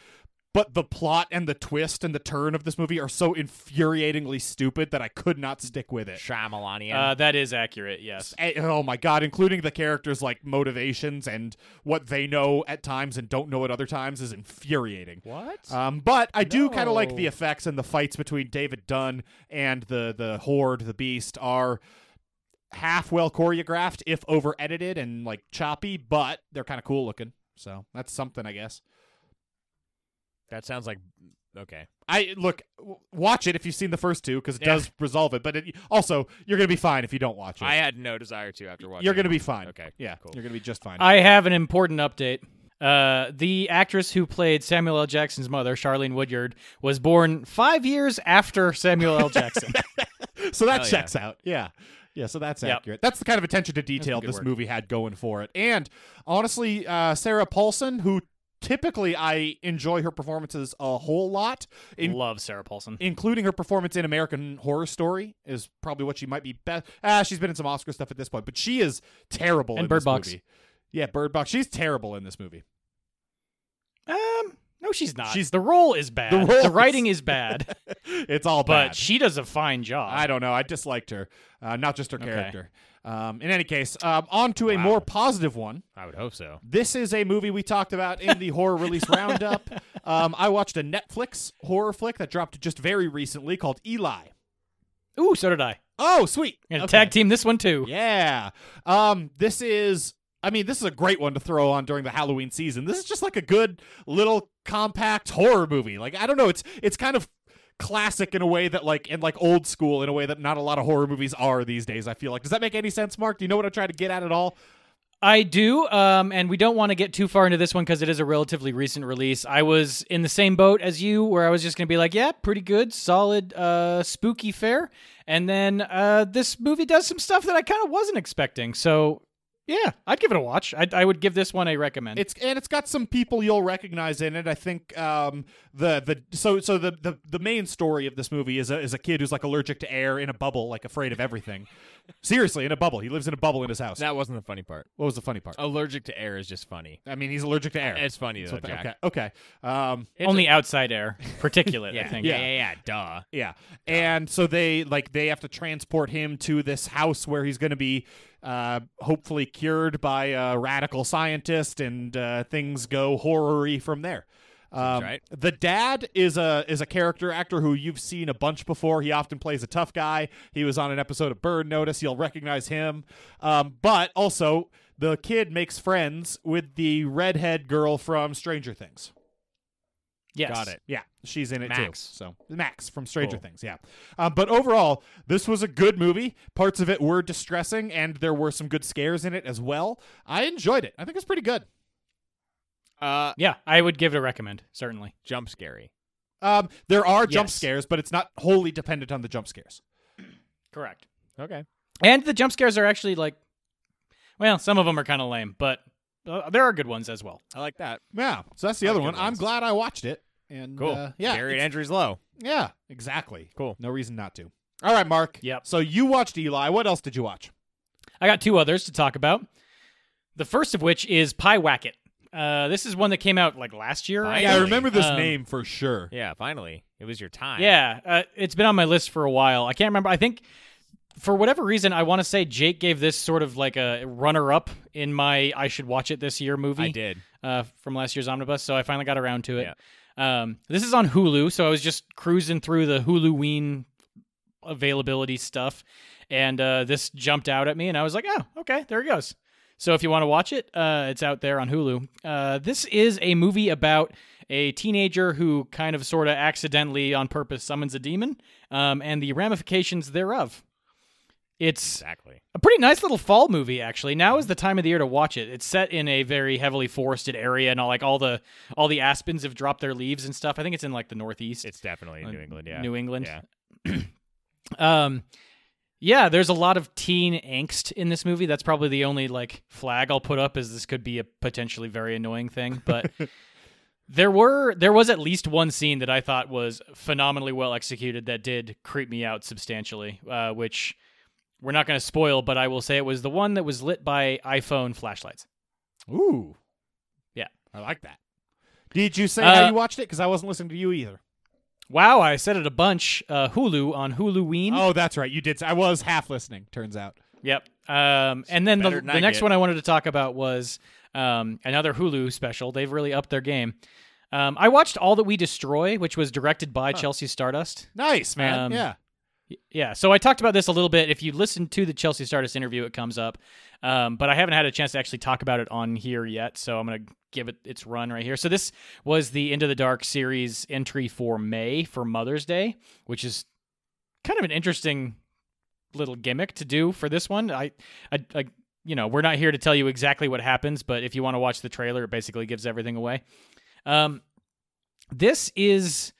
Speaker 1: but the plot and the twist and the turn of this movie are so infuriatingly stupid that I could not stick with it.
Speaker 2: Shyamalanian.
Speaker 3: Uh, that is accurate. Yes.
Speaker 1: Eh, Oh my god, including the characters' like motivations and what they know at times and don't know at other times is infuriating.
Speaker 3: What?
Speaker 1: Um, but I do kind of like the
Speaker 3: No.
Speaker 1: effects and the fights between David Dunn and the the Horde, the Beast, are half well choreographed, if over edited and like choppy, but they're kind of cool looking. So that's something, I guess.
Speaker 2: that sounds like okay.
Speaker 1: I look, w- watch it if you've seen the first two because it
Speaker 2: Yeah.
Speaker 1: does resolve it. But it, also, you're gonna be fine if you don't watch it.
Speaker 2: I had no desire to after watching.
Speaker 1: you're gonna
Speaker 2: it.
Speaker 1: be fine.
Speaker 2: Okay,
Speaker 1: yeah,
Speaker 2: cool.
Speaker 1: you're gonna be just fine.
Speaker 3: I have an important update. Uh, the actress who played Samuel
Speaker 1: (laughs)
Speaker 3: L. Jackson's mother, Charlene Woodyard, was born five years after Samuel L. Jackson.
Speaker 1: so that
Speaker 2: Hell yeah.
Speaker 1: checks out. Yeah. Yeah, so that's
Speaker 3: Yep.
Speaker 1: accurate. That's the kind of attention to detail
Speaker 3: good
Speaker 1: this
Speaker 3: word.
Speaker 1: movie had going for it. And honestly, uh, Sarah Paulson, who typically I enjoy her performances a whole lot, in-
Speaker 3: Love Sarah Paulson.
Speaker 1: including her performance in American Horror Story, is probably what she might be best. Ah, she's been in some Oscar stuff at this point, but she is terrible
Speaker 3: And
Speaker 1: in
Speaker 3: Bird
Speaker 1: this
Speaker 3: Box.
Speaker 1: movie. Yeah, Bird Box. She's terrible in this movie. (laughs)
Speaker 3: Um, no, she's not.
Speaker 1: She's-
Speaker 3: She's the role is bad.
Speaker 1: The role is-
Speaker 3: writing is (laughs) bad,
Speaker 1: It's all
Speaker 3: but
Speaker 1: bad.
Speaker 3: she does a fine job.
Speaker 1: I don't know. I disliked her, uh, not just her character. Um, in any case, um, on to a
Speaker 2: Wow.
Speaker 1: more positive one.
Speaker 2: I would hope so.
Speaker 1: This is a movie we talked about in the horror release roundup.
Speaker 3: (laughs)
Speaker 1: Um, I watched a Netflix horror flick that dropped just very recently called Eli.
Speaker 3: Ooh, so did I.
Speaker 1: Oh, sweet!
Speaker 3: I'm gonna
Speaker 1: Okay.
Speaker 3: tag team this one too.
Speaker 1: Yeah. Um, this is. I mean, this is a great one to throw on during the Halloween season. This is just like a good little compact horror movie. Like I don't know, it's it's kind of classic in a way that like and like old school in a way that not a lot of horror movies are these days. I feel like. Does that make any sense, Mark? Do you know what I'm trying to get at at all?
Speaker 3: I do, um, and we don't want to get too far into this one because it is a relatively recent release. I was in the same boat as you, where I was just going to be like, "Yeah, pretty good, solid, uh, spooky fare." And then uh, this movie does some stuff that I kind of wasn't expecting. So, yeah, I'd give it a watch. I, I would give this one a recommend.
Speaker 1: It's and it's got some people you'll recognize in it. I think um, the the so so the, the the main story of this movie is a is a kid who's like allergic to air in a bubble, like afraid of everything. Seriously, in a bubble. He lives in a bubble in his house.
Speaker 2: That wasn't the funny part.
Speaker 1: what was the funny part?
Speaker 2: Allergic to air is just funny.
Speaker 1: I mean, he's allergic to air.
Speaker 2: Oh. It's funny
Speaker 1: That's
Speaker 2: though,
Speaker 1: what the-
Speaker 2: Jack.
Speaker 1: okay. Okay. Um,
Speaker 3: Only outside air, (laughs) particulate. I think.
Speaker 2: yeah, yeah, yeah, duh.
Speaker 1: yeah. And so they like they have to transport him to this house where he's going to be uh, hopefully cured by a radical scientist, and uh, things go horror-y from there. Um,
Speaker 2: right.
Speaker 1: The dad is a is a character actor who you've seen a bunch before. He often plays a tough guy. He was on an episode of Bird Notice. You'll recognize him. Um, but also, the kid makes friends with the redhead girl from Stranger Things.
Speaker 3: Yes.
Speaker 2: Got it.
Speaker 1: Yeah, she's in it
Speaker 2: Max.
Speaker 1: too. So Max from Stranger
Speaker 2: Cool.
Speaker 1: Things. Yeah, um, but overall, this was a good movie. Parts of it were distressing, and there were some good scares in it as well. I enjoyed it. I think it's pretty good.
Speaker 2: Uh,
Speaker 3: Yeah, I would give it a recommend. Certainly.
Speaker 2: jump scary.
Speaker 1: Um, there are jump
Speaker 3: Yes.
Speaker 1: scares, but it's not wholly dependent on the jump scares.
Speaker 3: Correct.
Speaker 2: Okay.
Speaker 3: And the jump scares are actually like, well, some of them are kind of lame, but uh, there are good ones as well.
Speaker 2: I like that.
Speaker 1: Yeah, so that's the
Speaker 2: Like
Speaker 1: other
Speaker 2: good
Speaker 1: one. I'm
Speaker 2: ones.
Speaker 1: glad I watched it. And
Speaker 2: Cool.
Speaker 1: uh, yeah,
Speaker 2: Buried
Speaker 1: it's-
Speaker 2: entries low.
Speaker 1: yeah, exactly.
Speaker 2: Cool.
Speaker 1: No reason not to. All right, Mark.
Speaker 3: Yep.
Speaker 1: So you watched Eli. What else did you watch?
Speaker 3: I got two others to talk about. The first of which is Pie Wacket. Uh, this is one that came out like last year. I
Speaker 2: Pie
Speaker 1: Yeah, I
Speaker 3: think.
Speaker 2: Really?
Speaker 1: remember this
Speaker 3: Um,
Speaker 1: name for sure.
Speaker 2: Yeah, finally. It was your time.
Speaker 3: Yeah, uh, it's been on my list for a while. I can't remember. I think for whatever reason, I want to say Jake gave this sort of like a runner up in my I should watch it this year movie.
Speaker 2: I did.
Speaker 3: uh, from last year's omnibus, so I finally got around to it.
Speaker 2: Yeah.
Speaker 3: Um, this is on Hulu, so I was just cruising through the Huluween availability stuff, and uh, this jumped out at me, and I was like, "Oh, okay, there it goes." So if you want to watch it, uh, it's out there on Hulu. Uh, this is a movie about a teenager who kind of sort of accidentally on purpose summons a demon, um, and the ramifications thereof. It's
Speaker 2: Exactly.
Speaker 3: a pretty nice little fall movie, actually. Now is the time of the year to watch it. It's set in a very heavily forested area, and all like all the all the aspens have dropped their leaves and stuff. I think it's in like the Northeast.
Speaker 2: It's definitely
Speaker 3: Uh,
Speaker 2: New England. Yeah.
Speaker 3: New England.
Speaker 2: Yeah.
Speaker 3: (clears throat) Um, yeah, there's a lot of teen angst in this movie. That's probably the only like flag I'll put up is this could be a potentially very annoying thing,
Speaker 2: (laughs)
Speaker 3: but there were there was at least one scene that I thought was phenomenally well executed that did creep me out substantially, uh, which we're not going to spoil, but I will say it was the one that was lit by iPhone flashlights.
Speaker 1: Ooh.
Speaker 3: Yeah.
Speaker 1: I like that. Did you say
Speaker 3: Uh,
Speaker 1: how you watched it? Because I wasn't listening to you either.
Speaker 3: Wow, I said it a bunch. Uh, Hulu on Huluween.
Speaker 1: Oh, that's right. You did. Say, I was half listening, turns out.
Speaker 3: Yep. Um, and then the,
Speaker 2: better than
Speaker 3: the
Speaker 2: I
Speaker 3: next
Speaker 2: get.
Speaker 3: one I wanted to talk about was um, another Hulu special. They've really upped their game. Um, I watched All That We Destroy, which was directed by Chelsea Stardust.
Speaker 1: Nice, man.
Speaker 3: Um,
Speaker 1: yeah.
Speaker 3: Yeah, so I talked about this a little bit. If you listen to the Chelsea Stardust interview, it comes up. Um, but I haven't had a chance to actually talk about it on here yet, so I'm going to give it its run right here. So this was the Into the Dark series entry for May for Mother's Day, which is kind of an interesting little gimmick to do for this one. I, I, I you know, we're not here to tell you exactly what happens, but if you want to watch the trailer, it basically gives everything away. Um, this is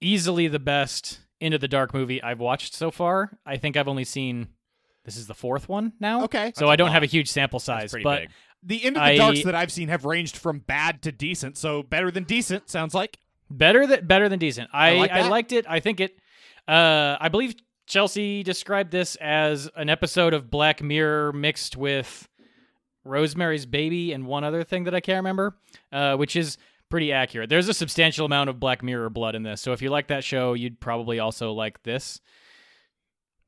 Speaker 3: easily the best Into the Dark movie I've watched so far. I think I've only seen this is the fourth one now.
Speaker 1: Okay.
Speaker 3: so I don't have a huge sample size,
Speaker 2: pretty
Speaker 3: but
Speaker 2: big.
Speaker 1: The end of the
Speaker 3: I-
Speaker 1: darks that I've seen have ranged from bad to decent, so better than decent sounds like.
Speaker 3: better than better than decent. I I,
Speaker 1: like that.
Speaker 3: liked it. I think it. Uh, I believe Chelsea described this as an episode of Black Mirror mixed with Rosemary's Baby and one other thing that I can't remember, uh, which is pretty accurate. There's a substantial amount of Black Mirror blood in this, so if you like that show, you'd probably also like this.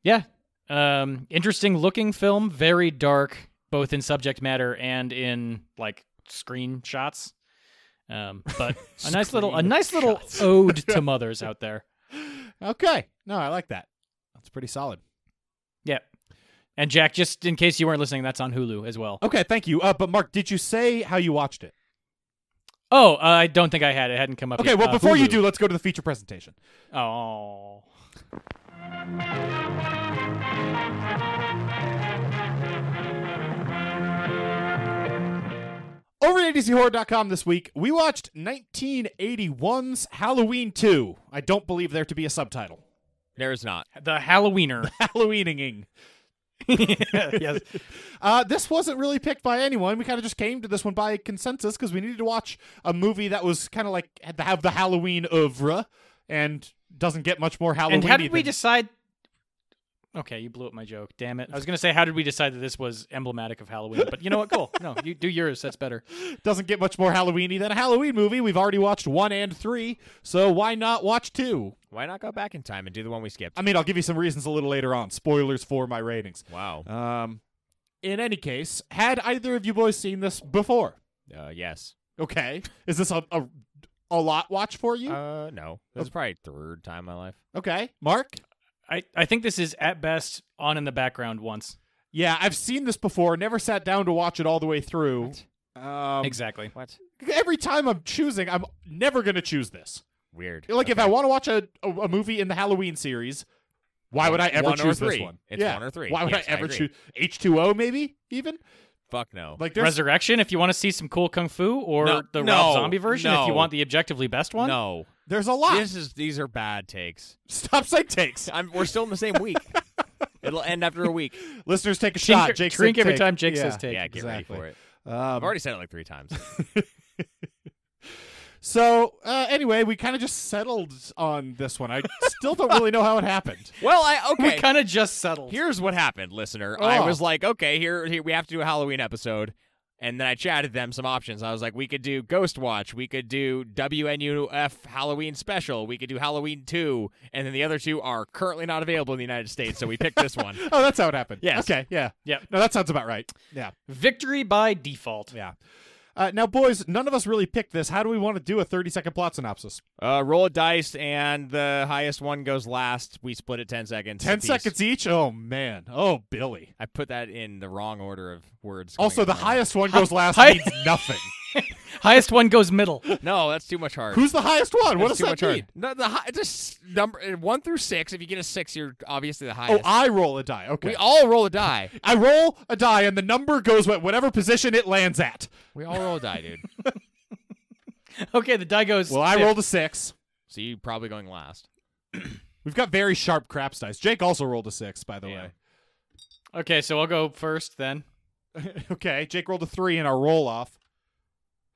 Speaker 3: Yeah, um, interesting looking film, very dark, both in subject matter and in like screenshots. Um,
Speaker 1: (laughs)
Speaker 3: but a nice little, a nice little ode to mothers out there.
Speaker 1: Okay. No, I like that. That's pretty solid.
Speaker 3: Yeah. And Jack, just in case you weren't listening, that's on Hulu as well.
Speaker 1: Okay, thank you. Uh, but Mark, did you say how you watched it?
Speaker 3: Oh, uh, I don't think I had it. Hadn't come up.
Speaker 1: Okay,
Speaker 3: yet.
Speaker 1: well,
Speaker 3: Uh,
Speaker 1: before you
Speaker 3: Hulu.
Speaker 1: do, let's go to the feature presentation.
Speaker 3: Oh.
Speaker 1: Over at ADCHorror.com this week, we watched 1981's Halloween 2. I don't believe there to be a subtitle.
Speaker 2: There is not.
Speaker 3: The Halloweener.
Speaker 1: (laughs) Halloweening.
Speaker 3: yes.
Speaker 1: Uh, this wasn't really picked by anyone. We kind of just came to this one by consensus because we needed to watch a movie that was kind of like had to have the Halloween oeuvre and doesn't get much more Halloween.
Speaker 3: And how did we decide? Okay, you blew up my joke. Damn it! I was gonna say how did we decide that this was emblematic of Halloween, but you know what?
Speaker 1: (laughs)
Speaker 3: Cool. No, you do yours. That's better.
Speaker 1: (laughs) doesn't get much more Halloweeny than a Halloween movie? We've already watched one and three, so why not watch two?
Speaker 2: Why not go back in time and do the one we skipped?
Speaker 1: I mean, I'll give you some reasons a little later on. Spoilers for my ratings.
Speaker 2: Wow.
Speaker 1: Um, in any case, had either of you boys seen this before?
Speaker 2: Uh, yes.
Speaker 1: Okay, is this a a, a lot watch for you?
Speaker 2: Uh, no. This is probably third time in my life.
Speaker 1: okay, Mark.
Speaker 3: I, I think this is at best on in the background once.
Speaker 1: Yeah, I've seen this before. Never sat down to watch it all the way through. Um,
Speaker 3: exactly.
Speaker 2: What?
Speaker 1: Every time I'm choosing, I'm never gonna choose this.
Speaker 2: Weird.
Speaker 1: Like if
Speaker 2: Okay.
Speaker 1: I want to watch a, a a movie in the Halloween series, why would I ever
Speaker 2: One or
Speaker 1: choose this
Speaker 2: three.
Speaker 1: one?
Speaker 2: It's
Speaker 1: Yeah.
Speaker 2: one or three.
Speaker 1: Why would
Speaker 2: Yes,
Speaker 1: I
Speaker 2: I
Speaker 1: ever
Speaker 2: agree.
Speaker 1: choose H two O? Maybe even
Speaker 2: Fuck no.
Speaker 1: like there's
Speaker 3: Resurrection, if you want to see some cool kung fu, or
Speaker 2: No,
Speaker 3: the
Speaker 2: no,
Speaker 3: Rob Zombie version, if you
Speaker 2: no.
Speaker 3: want the objectively best one.
Speaker 2: no.
Speaker 1: there's a lot.
Speaker 2: This is these are bad takes.
Speaker 1: (laughs) Stop psych takes.
Speaker 2: I'm, we're still in the same week.
Speaker 1: (laughs)
Speaker 2: It'll end after a week.
Speaker 1: Listeners take a
Speaker 3: Drink-
Speaker 1: shot. Jake
Speaker 3: drink
Speaker 1: said
Speaker 3: every
Speaker 1: take.
Speaker 3: time Jake says
Speaker 1: Yeah.
Speaker 3: take.
Speaker 2: Yeah, get
Speaker 1: exactly.
Speaker 2: ready for it.
Speaker 1: Um,
Speaker 2: I've already said it like three times.
Speaker 1: so uh, anyway, we kind of just settled on this one. I still don't really know how it happened.
Speaker 2: well, I
Speaker 3: (laughs)
Speaker 2: okay.
Speaker 3: We kind of just settled.
Speaker 2: Here's what happened, listener. I
Speaker 1: Oh.
Speaker 2: was like, okay, here, here we have to do a Halloween episode. And then I chatted them some options. I was like, we could do Ghost Watch, we could do WNUF Halloween Special, we could do Halloween 2, and then the other two are currently not available in the United States, so we picked
Speaker 1: (laughs)
Speaker 2: this one.
Speaker 1: Oh, that's how it happened.
Speaker 2: Yes.
Speaker 1: Okay. Yeah.
Speaker 3: Yep.
Speaker 1: No, that sounds about right. Yeah.
Speaker 3: Victory by default.
Speaker 1: Yeah. Uh, now, boys, none of us really picked this. How do we want to do a 30 second plot synopsis?
Speaker 2: Uh, roll a dice, and the highest one goes last. We split it 10 seconds.
Speaker 1: 10
Speaker 2: apiece.
Speaker 1: seconds each? Oh, man. Oh, Billy.
Speaker 2: I put that in the wrong order of words. coming
Speaker 1: Also,
Speaker 2: up
Speaker 1: the
Speaker 2: now.
Speaker 1: highest
Speaker 2: (laughs)
Speaker 1: one goes last
Speaker 3: hi-
Speaker 1: means nothing.
Speaker 3: (laughs) Highest one goes middle. (laughs)
Speaker 2: No, that's too much hard.
Speaker 1: Who's the highest one? What
Speaker 2: That's
Speaker 1: does that
Speaker 2: too much
Speaker 1: mean? Oh,
Speaker 2: hard. No, the high, just number uh, one through six. If you get a six, you're obviously the
Speaker 1: Oh,
Speaker 2: highest.
Speaker 1: I roll a die. Okay.
Speaker 2: We all roll a die.
Speaker 1: I roll a die, and the number goes at whatever position it lands at.
Speaker 2: We all roll a die, dude. (laughs)
Speaker 3: Okay, the die goes.
Speaker 1: Well, I
Speaker 3: fifth.
Speaker 1: rolled a six.
Speaker 2: So you probably going last.
Speaker 1: We've got very sharp craps dice. Jake also rolled a six, by the
Speaker 2: Damn.
Speaker 3: Okay, so I'll go first then.
Speaker 1: way. (laughs) okay. Jake rolled a three in our roll off.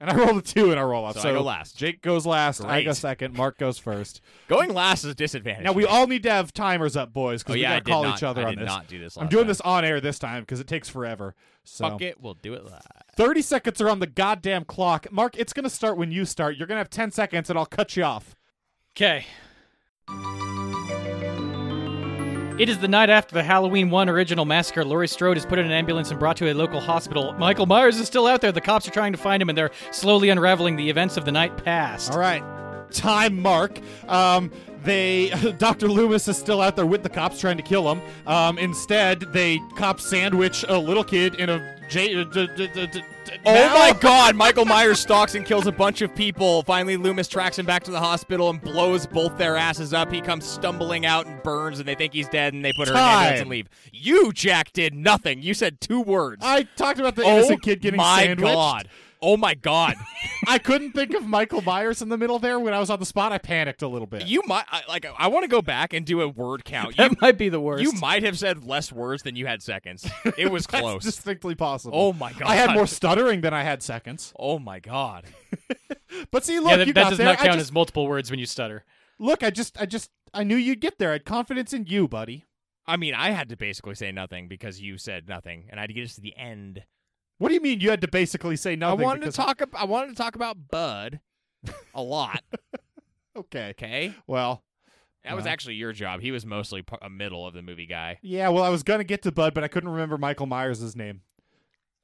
Speaker 1: And I rolled a two in our roll off.
Speaker 2: So I go last.
Speaker 1: Jake goes last. I
Speaker 2: Great.
Speaker 1: go second. Mark goes first.
Speaker 2: Going last is a disadvantage.
Speaker 1: Now we all need to have timers up, boys,
Speaker 2: Oh
Speaker 1: because
Speaker 2: yeah, I
Speaker 1: we
Speaker 2: did
Speaker 1: gotta call
Speaker 2: not,
Speaker 1: each other
Speaker 2: I
Speaker 1: on
Speaker 2: did
Speaker 1: this.
Speaker 2: Not do this.
Speaker 1: I'm
Speaker 2: last
Speaker 1: doing
Speaker 2: time.
Speaker 1: this on air this time because it takes forever. So
Speaker 2: Fuck it, we'll do it live.
Speaker 1: 30 seconds are on the goddamn clock. Mark, it's gonna start when you start. You're gonna have 10 seconds, and I'll cut you off.
Speaker 3: Okay. It is the night after the Halloween 1 original massacre. Laurie Strode is put in an ambulance and brought to a local hospital. Michael Myers is still out there. The cops are trying to find him, and they're slowly unraveling the events of the night past.
Speaker 1: All right, time mark. Um, they (laughs) Dr. Loomis is still out there with the cops trying to kill him. Um, instead, they cop sandwich a little kid in a J. d- d- d- d-
Speaker 2: Oh
Speaker 1: now-
Speaker 2: (laughs) my god, Michael Myers stalks and kills a bunch of people. Finally, Loomis tracks him back to the hospital and blows both their asses up. He comes stumbling out and burns, and they think he's dead, and they put her in an ambulance
Speaker 1: Time.
Speaker 2: and leave. You, Jack, did nothing. You said two words.
Speaker 1: I talked about the
Speaker 2: oh
Speaker 1: innocent kid getting
Speaker 2: my
Speaker 1: sandwiched.
Speaker 2: god. Oh my god.
Speaker 1: I couldn't think of Michael Myers in the middle there. When I was on the spot, I panicked a little bit.
Speaker 2: You might I, like I want to go back and do a word (laughs) count. You,
Speaker 3: (laughs) That might be the worst.
Speaker 2: you might have said less words than you had seconds. It was
Speaker 1: That's
Speaker 2: close.
Speaker 1: distinctly possible.
Speaker 2: Oh my god.
Speaker 1: I had more stuttering than I had seconds. (laughs)
Speaker 2: Oh my god.
Speaker 1: But see, look,
Speaker 3: yeah, that,
Speaker 1: you
Speaker 3: that
Speaker 1: got
Speaker 3: does
Speaker 1: there.
Speaker 3: not
Speaker 1: I
Speaker 3: count
Speaker 1: just-
Speaker 3: as multiple words when you stutter.
Speaker 1: look, I just, I just, I knew you'd get there. I had confidence in you, buddy.
Speaker 2: I mean, I had to basically say nothing because you said nothing and I had to get us to the end.
Speaker 1: What do you mean you had to basically say
Speaker 2: I
Speaker 1: nothing?
Speaker 2: wanted to
Speaker 1: because-
Speaker 2: talk ab- I wanted to talk about Bud a (laughs) lot,
Speaker 1: Okay.
Speaker 2: okay?
Speaker 1: Well,
Speaker 2: That was
Speaker 1: Well.
Speaker 2: actually your job. He was mostly p- a middle of the movie guy.
Speaker 1: yeah. Well, I was gonna get to Bud, but I couldn't remember Michael Myers' name.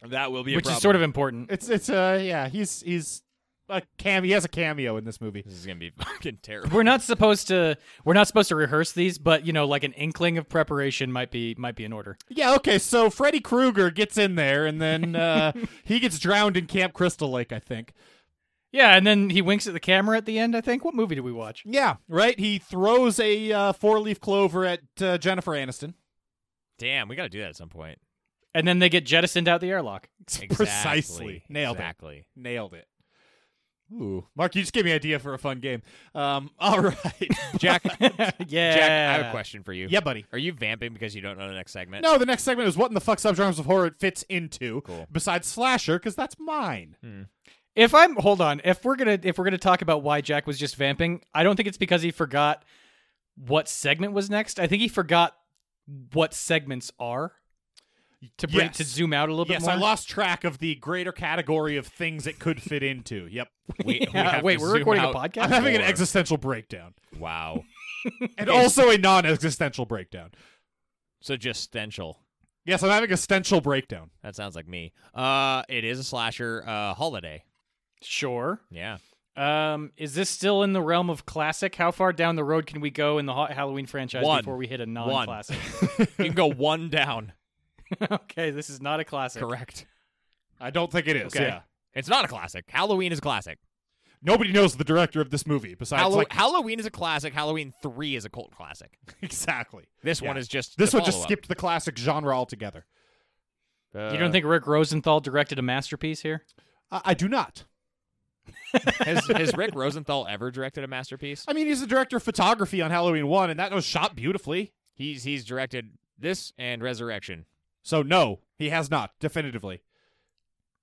Speaker 2: That will be
Speaker 3: Which is sort of important.
Speaker 1: It's, it's, uh, yeah. He's, he's a cameo. He has a cameo in this movie.
Speaker 2: This is going to be (laughs) fucking terrible.
Speaker 3: We're not supposed to we're not supposed to rehearse these, but you know, like an inkling of preparation might be might be in order.
Speaker 1: Yeah. Okay. So Freddy Krueger gets in there, and then
Speaker 2: (laughs)
Speaker 1: uh, he gets drowned in Camp Crystal Lake, I think.
Speaker 3: Yeah, and then he winks at the camera at the end, I think. What movie did we watch?
Speaker 1: Yeah. Right. He throws a uh, four-leaf clover at uh, Jennifer Aniston. (laughs)
Speaker 2: Damn, we got to do that at some point.
Speaker 3: And then they get jettisoned out the airlock.
Speaker 1: Precisely. Nailed it.
Speaker 2: exactly.
Speaker 1: Nailed it. Ooh, Mark, you just gave me an idea for a fun game. Um, (laughs) all right,
Speaker 3: (laughs)
Speaker 2: Jack, Jack,
Speaker 3: yeah.
Speaker 2: I have a question for you.
Speaker 1: yeah, buddy.
Speaker 2: Are you vamping because you don't know the next segment?
Speaker 1: No, the next segment is what in the fuck subgenres of horror it fits into.
Speaker 2: Cool.
Speaker 1: Besides slasher, because that's mine.
Speaker 3: Hmm. If I'm hold on, if we're gonna if we're gonna talk about why Jack was just vamping, I don't think it's because he forgot what segment was next. I think he forgot what segments are. To bring
Speaker 1: Yes.
Speaker 3: to zoom out a little
Speaker 1: Yes,
Speaker 3: bit
Speaker 1: I
Speaker 3: more.
Speaker 1: lost track of the greater category of things it could fit into.
Speaker 3: (laughs)
Speaker 1: Yep,
Speaker 2: We, we
Speaker 3: Yeah,
Speaker 2: have
Speaker 3: wait,
Speaker 2: to
Speaker 3: we're
Speaker 2: zoom
Speaker 3: recording a
Speaker 2: out.
Speaker 3: podcast?
Speaker 1: I'm having an
Speaker 2: Or-
Speaker 1: existential breakdown,
Speaker 2: Wow.
Speaker 1: and also a non-existential breakdown.
Speaker 2: So just Stenchel.
Speaker 1: Yes, I'm having a stential breakdown.
Speaker 2: That sounds like me. Uh, it is a slasher uh, holiday.
Speaker 3: Sure.
Speaker 2: Yeah.
Speaker 3: Um, is this still in the realm of classic? How far down the road can we go in the ha- Halloween franchise
Speaker 2: One.
Speaker 3: before we hit a non-classic?
Speaker 2: (laughs) You
Speaker 1: (laughs)
Speaker 2: can go one down.
Speaker 3: okay, this is not a classic.
Speaker 2: Correct.
Speaker 1: I don't think it is.
Speaker 3: Okay.
Speaker 1: Yeah,
Speaker 2: It's not a classic. Halloween is a classic.
Speaker 1: nobody knows the director of this movie besides
Speaker 2: Hallow-
Speaker 1: like (laughs)
Speaker 2: Halloween is a classic. Halloween 3 is a cult classic.
Speaker 1: exactly.
Speaker 2: This
Speaker 1: Yeah.
Speaker 2: one is just
Speaker 1: This
Speaker 2: the
Speaker 1: one just
Speaker 2: follow-up.
Speaker 1: skipped the classic genre altogether.
Speaker 3: You don't think Rick Rosenthal directed a masterpiece here?
Speaker 1: I, I do not.
Speaker 2: has,
Speaker 1: (laughs)
Speaker 2: has Rick Rosenthal ever directed a masterpiece?
Speaker 1: I mean, he's the director of photography on Halloween One, and that was shot beautifully.
Speaker 2: He's he's directed this and Resurrection.
Speaker 1: So no, he has not definitively.